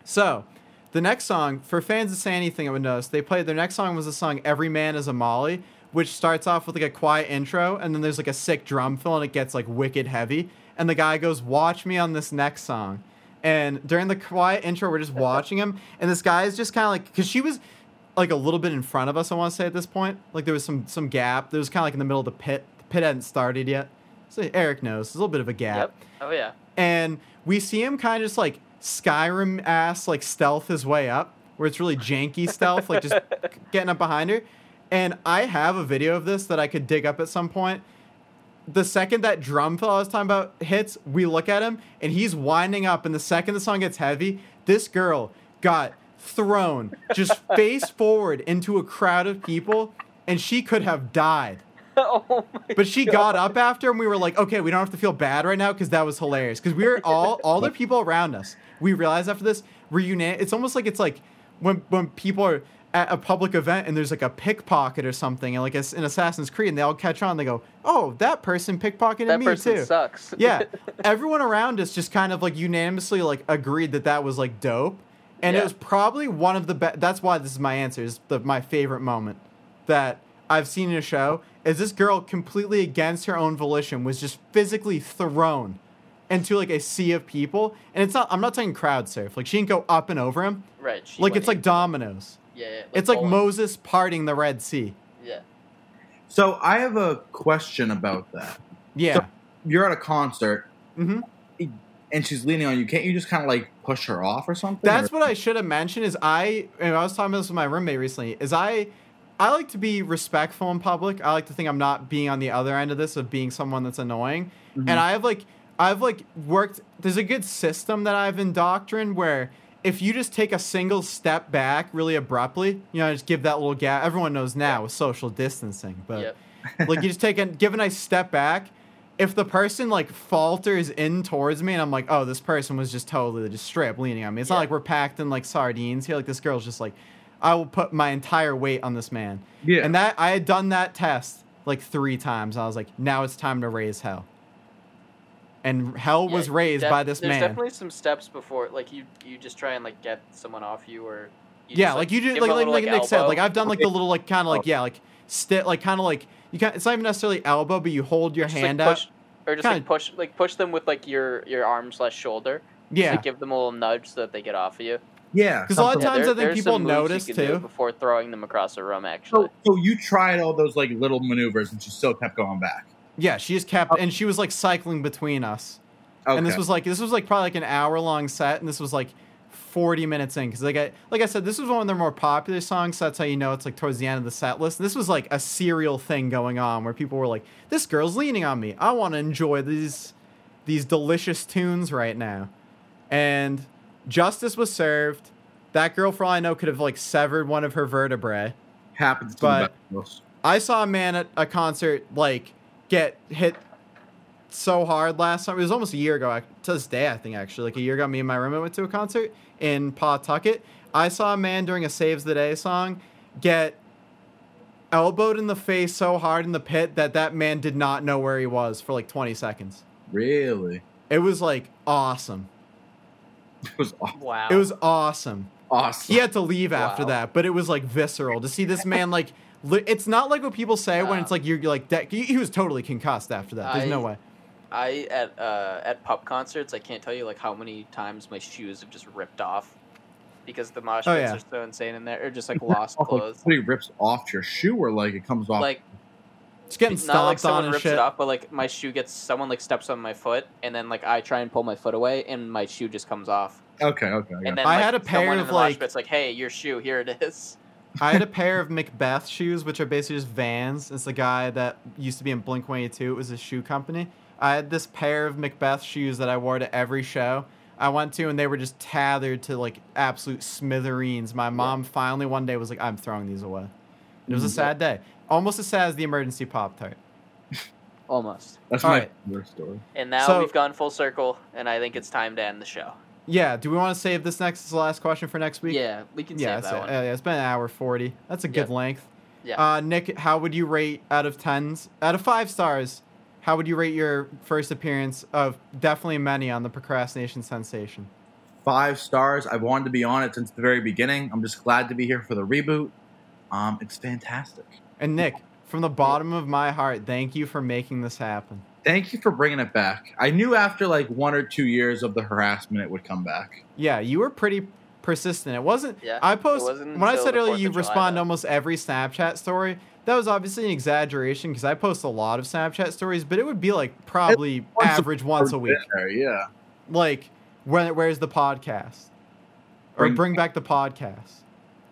Speaker 1: So, the next song for fans of say anything, I would notice they played their next song was the song "Every Man Is a Molly," which starts off with like a quiet intro, and then there's like a sick drum fill, and it gets like wicked heavy. And the guy goes, "Watch me on this next song," and during the quiet intro, we're just watching him, and this guy is just kind of like, because she was like a little bit in front of us, I want to say at this point, like there was some some gap. There was kind of like in the middle of the pit. The pit hadn't started yet, so Eric knows there's a little bit of a gap
Speaker 2: Yep. Oh yeah.
Speaker 1: and we see him kind of just like Skyrim ass like stealth his way up, where it's really janky stealth, like just getting up behind her. And I have a video of this that I could dig up at some point. The second that drum fill I was talking about hits, we look at him and he's winding up. And the second the song gets heavy, this girl got thrown just face forward into a crowd of people and she could have died.
Speaker 2: oh my
Speaker 1: But she
Speaker 2: God.
Speaker 1: got up after, and we were like, okay, we don't have to feel bad right now because that was hilarious. Because we were all all the people around us. We realized after this, we're unanimous. It's almost like it's like when when people are at a public event and there's like a pickpocket or something, and like it's in Assassin's Creed, and they all catch on. They go, oh, that person pickpocketed
Speaker 2: that
Speaker 1: me
Speaker 2: person
Speaker 1: too.
Speaker 2: sucks.
Speaker 1: yeah, everyone around us just kind of like unanimously like agreed that that was like dope, and it
Speaker 2: Yeah.
Speaker 1: was probably one of the best. That's why this is my answer. Is the my favorite moment that I've seen in a show is this girl completely against her own volition was just physically thrown into like a sea of people, and it's not. I'm not talking crowd surf. Like she didn't go up and over him.
Speaker 2: right. she
Speaker 1: like
Speaker 2: went
Speaker 1: it's like
Speaker 2: in.
Speaker 1: dominoes.
Speaker 2: yeah, yeah,
Speaker 1: it's like
Speaker 2: bowling.
Speaker 1: Moses parting the Red Sea.
Speaker 2: Yeah,
Speaker 3: So I have a question about that.
Speaker 1: Yeah.
Speaker 3: You're at a concert
Speaker 1: mm-hmm.
Speaker 3: and she's leaning on you. Can't you just kind of like push her off or something?
Speaker 1: That's
Speaker 3: Or-
Speaker 1: what I should have mentioned. Is I and I was talking about this with my roommate recently. Is I I like to be respectful in public. I like to think I'm not being on the other end of this of being someone that's annoying.
Speaker 3: Mhm.
Speaker 1: And I have like I've like worked. There's a good system that I've indoctrined where if you just take a single step back really abruptly, you know, just give that little gap. Everyone knows now with social distancing, but
Speaker 2: yep.
Speaker 1: like you just take a give a nice step back if the person like falters in towards me and i'm like oh this person was just totally just straight up leaning on me it's not
Speaker 2: Yeah.
Speaker 1: like we're packed in like sardines here like this girl's just like i will put my entire weight on this man
Speaker 3: Yeah.
Speaker 1: and that i had done that test like three times i was like now it's time to raise hell and hell
Speaker 2: Yeah,
Speaker 1: was raised
Speaker 2: Def-
Speaker 1: by this
Speaker 2: there's
Speaker 1: man
Speaker 2: definitely some steps before, like you you just try and like get someone off you or. You
Speaker 1: yeah,
Speaker 2: just,
Speaker 1: like, you do,
Speaker 2: give
Speaker 1: like,
Speaker 2: a
Speaker 1: like,
Speaker 2: little,
Speaker 1: like Nick said,
Speaker 2: elbow. Oh.
Speaker 1: like I've done like the little like kind of like yeah, like stick, like kind of like you can. It's not even necessarily elbow, but you hold your
Speaker 2: Just, like,
Speaker 1: hand
Speaker 2: push,
Speaker 1: out.
Speaker 2: or just
Speaker 1: Kinda-
Speaker 2: like push like push them with like your your arm slash shoulder.
Speaker 1: Yeah,
Speaker 2: Just, like, give them a little nudge so that they get off of you.
Speaker 3: yeah.
Speaker 1: 'Cause a lot of
Speaker 3: something-
Speaker 1: times I think
Speaker 2: there's
Speaker 1: people
Speaker 2: some moves you
Speaker 1: notice,
Speaker 2: can do
Speaker 1: too.
Speaker 2: before throwing them across the room. Actually,
Speaker 3: So, so you tried all those like little maneuvers and she still kept going back.
Speaker 1: Yeah, she just kept, and she was like cycling between us.
Speaker 3: Okay.
Speaker 1: And this was like, this was like probably like an hour long set, and this was like forty minutes in, because like I, like I said, this was one of their more popular songs. So that's how you know it's like towards the end of the set list. And this was like a serial thing going on where people were like, "This girl's leaning on me. I want to enjoy these these delicious tunes right now." And justice was served. That girl, for all I know, could have like severed one of her vertebrae.
Speaker 3: happened to
Speaker 1: but-
Speaker 3: the best.
Speaker 1: I saw a man at a concert like get hit so hard last time. It was almost a year ago. ac- To this day, I think actually, like a year ago, me and my roommate went to a concert in Pawtucket. I saw a man during a "Saves the Day" song get elbowed in the face so hard in the pit that that man did not know where he was for like 20 seconds.
Speaker 3: Really?
Speaker 1: It was like awesome.
Speaker 3: It was aw-
Speaker 2: Oh, wow,
Speaker 1: It was awesome.
Speaker 3: awesome.
Speaker 1: he had to leave after
Speaker 2: Wow.
Speaker 1: that, but it was like visceral to see this man like. Li- it's not like what people say when
Speaker 2: Wow.
Speaker 1: it's like you're like de- he, he was totally concussed after that. There's no
Speaker 2: I-
Speaker 1: way.
Speaker 2: I at uh, at pub concerts, I can't tell you like how many times my shoes have just ripped off because the mosh pits
Speaker 1: Oh, yeah.
Speaker 2: are so insane in there, or just like lost
Speaker 3: Oh, like,
Speaker 2: clothes.
Speaker 3: somebody rips off your shoe or like it comes off.
Speaker 2: Like
Speaker 1: It's getting
Speaker 2: not
Speaker 1: stomped
Speaker 2: like someone
Speaker 1: on and
Speaker 2: rips
Speaker 1: shit.
Speaker 2: it off, but like my shoe gets someone like steps on my foot, and then like I try and pull my foot away, and my shoe just comes off.
Speaker 3: okay, okay. I got
Speaker 2: And then
Speaker 1: I
Speaker 2: like,
Speaker 1: had a pair
Speaker 2: someone in
Speaker 1: of,
Speaker 2: the mosh
Speaker 1: like-
Speaker 2: pit's like, "Hey, your shoe, here it is."
Speaker 1: I had a pair of Macbeth shoes, which are basically just Vans. It's the guy that used to be in Blink 182. It was a shoe company. I had this pair of Macbeth shoes that I wore to every show I went to, and they were just tethered to like absolute smithereens. My mom finally one day was like, "I'm throwing these away." It was a
Speaker 2: Mm,
Speaker 3: Mhm.
Speaker 1: sad day, almost as sad as the emergency pop tart.
Speaker 2: Almost.
Speaker 3: it. That's
Speaker 1: all
Speaker 3: my
Speaker 1: right.
Speaker 3: favorite story.
Speaker 2: And now
Speaker 1: So-
Speaker 2: we've gone full circle, and I think it's time to end the show.
Speaker 1: Yeah. Do we want to save this next this is the last question for next week?
Speaker 2: yeah, we can
Speaker 1: Yeah.
Speaker 2: save
Speaker 1: it's,
Speaker 2: that
Speaker 1: uh,
Speaker 2: one.
Speaker 1: yeah, it's been an hour forty. That's a good
Speaker 2: Yeah.
Speaker 1: length.
Speaker 2: Yeah.
Speaker 1: Uh, Nick, how would you rate out of tens? Out of five stars, how would you rate your first appearance of definitely many on the procrastination sensation?
Speaker 3: Five stars. I've wanted to be on it since the very beginning. I'm just glad to be here for the reboot. Um, it's fantastic.
Speaker 1: And Nick, from the bottom of my heart, thank you for making this happen.
Speaker 3: Thank you for bringing it back. I knew after like one or two years of the harassment, it would come back.
Speaker 1: Yeah, you were pretty persistent. It wasn't.
Speaker 2: Yeah,
Speaker 1: I post
Speaker 2: wasn't
Speaker 1: when I
Speaker 2: until
Speaker 1: said
Speaker 2: the
Speaker 1: earlier
Speaker 2: 4th of
Speaker 1: you
Speaker 2: July,
Speaker 1: respond to
Speaker 2: though.
Speaker 1: almost every Snapchat story. That was obviously an exaggeration because I post a lot of Snapchat stories, but it would be like probably
Speaker 3: once a-
Speaker 1: average once a week.
Speaker 3: There, yeah.
Speaker 1: like when where's the podcast or
Speaker 3: Bring-
Speaker 1: bring back the podcast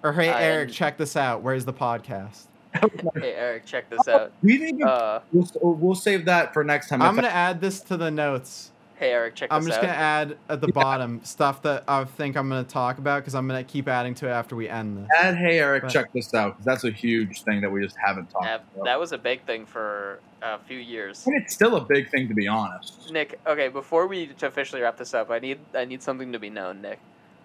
Speaker 1: or hey
Speaker 2: I-
Speaker 1: eric check this out where's the podcast
Speaker 2: hey Eric, check this out.
Speaker 3: We need to,
Speaker 2: Uh,
Speaker 3: we'll, we'll save that for next time.
Speaker 1: I'm gonna add this to the notes.
Speaker 2: hey Eric, check
Speaker 1: I'm
Speaker 2: this
Speaker 1: just
Speaker 2: out.
Speaker 1: gonna add at the
Speaker 3: Yeah.
Speaker 1: bottom stuff that I think I'm gonna talk about because I'm gonna keep adding to it after we end this.
Speaker 3: Add, hey Eric,
Speaker 1: Right.
Speaker 3: check this out because that's a huge thing that we just haven't talked
Speaker 2: That-
Speaker 3: about.
Speaker 2: that was a big thing for a few years.
Speaker 3: and it's still a big thing to be honest.
Speaker 2: Nick, okay, before we officially wrap this up, I need I need something to be known, Nick.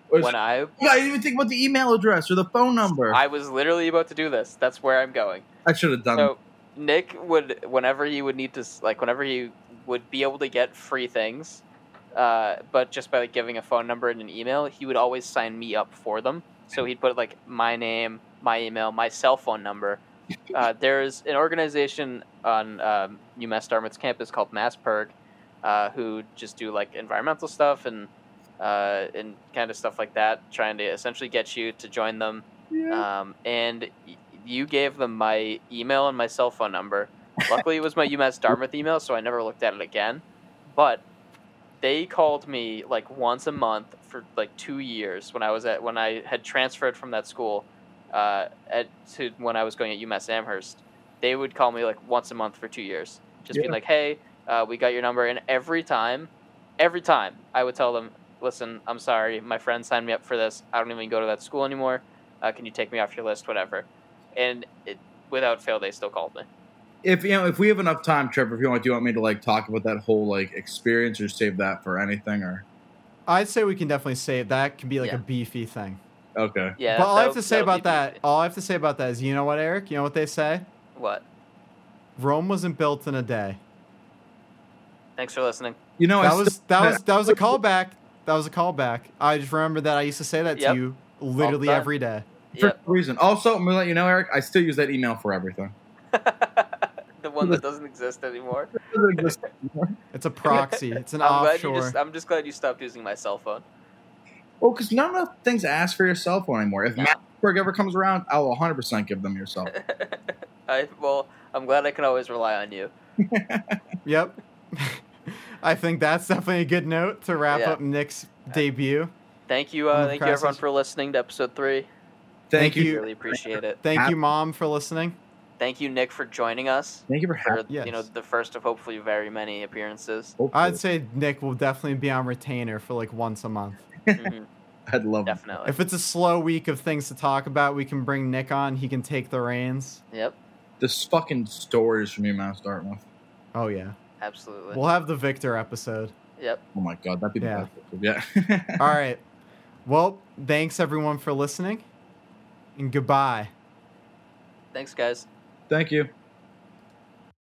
Speaker 3: It's-
Speaker 2: When I
Speaker 3: I didn't even think about the email address or the phone number. I,
Speaker 2: I was literally about to do this. That's where I'm going.
Speaker 3: should have done.
Speaker 2: So Nick would whenever he would need to s- like whenever he would be able to get free things, uh, but just by like giving a phone number and an email, he would always sign me up for them. So he'd put like my name, my email, my cell phone number. Uh, there's an organization on um, UMass Dartmouth's campus called MassPerg, uh, who just do like environmental stuff and uh, and kind of stuff like that, trying to essentially get you to join them
Speaker 3: yeah.
Speaker 2: um, and y- you gave them my email and my cell phone number. Luckily, it was my UMass Dartmouth email, so I never looked at it again. But they called me like once a month for like two years when I was at when I had transferred from that school uh, at to when I was going at UMass Amherst. They would call me like once a month for two years, just being
Speaker 3: Yeah.
Speaker 2: like, "Hey, uh, we got your number," and every time, every time I would tell them, "Listen, I'm sorry, my friend signed me up for this. I don't even go to that school anymore uh, can you take me off your list whatever and it, without fail they still called me
Speaker 3: if you know, if we have enough time, Trevor, if you want, do you want me to like talk about that whole like experience or save that for anything or
Speaker 1: I'd say we can definitely save that. Can be like
Speaker 2: Yeah.
Speaker 1: a beefy thing.
Speaker 3: okay?
Speaker 2: yeah
Speaker 1: but all I have
Speaker 2: that'll-
Speaker 1: to say
Speaker 2: that'll be
Speaker 1: about that,
Speaker 2: beefy.
Speaker 1: all I have to say about that is, you know what, Eric? You know what they say?
Speaker 2: what
Speaker 1: Rome wasn't built in a day.
Speaker 2: thanks for listening
Speaker 3: You know, I
Speaker 1: That
Speaker 3: still-
Speaker 1: was that was that was a callback. That was a callback. I just remember that I used to say that
Speaker 2: Yep.
Speaker 1: to you literally
Speaker 2: time.
Speaker 1: every day.
Speaker 3: for
Speaker 2: yep
Speaker 3: no reason. Also, I'm gonna let you know, Eric. I still use that email for everything.
Speaker 2: the one that doesn't exist anymore
Speaker 1: It's a proxy. It's an
Speaker 2: i'm glad
Speaker 1: offshore.
Speaker 2: you just i'm just glad you stopped using my cell phone
Speaker 3: well, because not enough things ask for your cell phone anymore. If
Speaker 2: No.
Speaker 3: Mattberg ever comes around, I'll 100 percent give them your cell. phone.
Speaker 2: i well i'm glad i can always rely on you
Speaker 1: Yep. I think that's definitely a good note to wrap
Speaker 2: Yeah.
Speaker 1: up Nick's debut.
Speaker 2: thank you
Speaker 1: On
Speaker 2: uh,
Speaker 1: the
Speaker 2: thank you everyone
Speaker 1: process.
Speaker 2: for listening to episode three
Speaker 1: Thank
Speaker 3: Thank
Speaker 1: you.
Speaker 3: you.
Speaker 2: really appreciate it
Speaker 1: Thank
Speaker 3: Ab-
Speaker 1: you, Mom, for listening.
Speaker 2: thank you nick for joining us
Speaker 3: Thank you for having.
Speaker 2: for you know
Speaker 1: Yes.
Speaker 2: the first of hopefully very many appearances
Speaker 1: I'd
Speaker 3: I'd,
Speaker 1: say Nick will definitely be on retainer for like once a month.
Speaker 2: Mhm,
Speaker 3: I'd love it.
Speaker 2: definitely
Speaker 1: If it's a slow week of things to talk about, we can bring Nick on. He can take the reins.
Speaker 2: yep
Speaker 3: This fucking stories from you, Matt Dartmouth.
Speaker 1: Oh yeah.
Speaker 2: absolutely
Speaker 1: We'll have the Victor episode.
Speaker 2: yep
Speaker 3: Oh my god, that'd be the
Speaker 1: Yeah. Uh,
Speaker 3: best. Yeah.
Speaker 1: All right. Well, thanks everyone for listening and goodbye.
Speaker 2: thanks guys
Speaker 3: Thank you.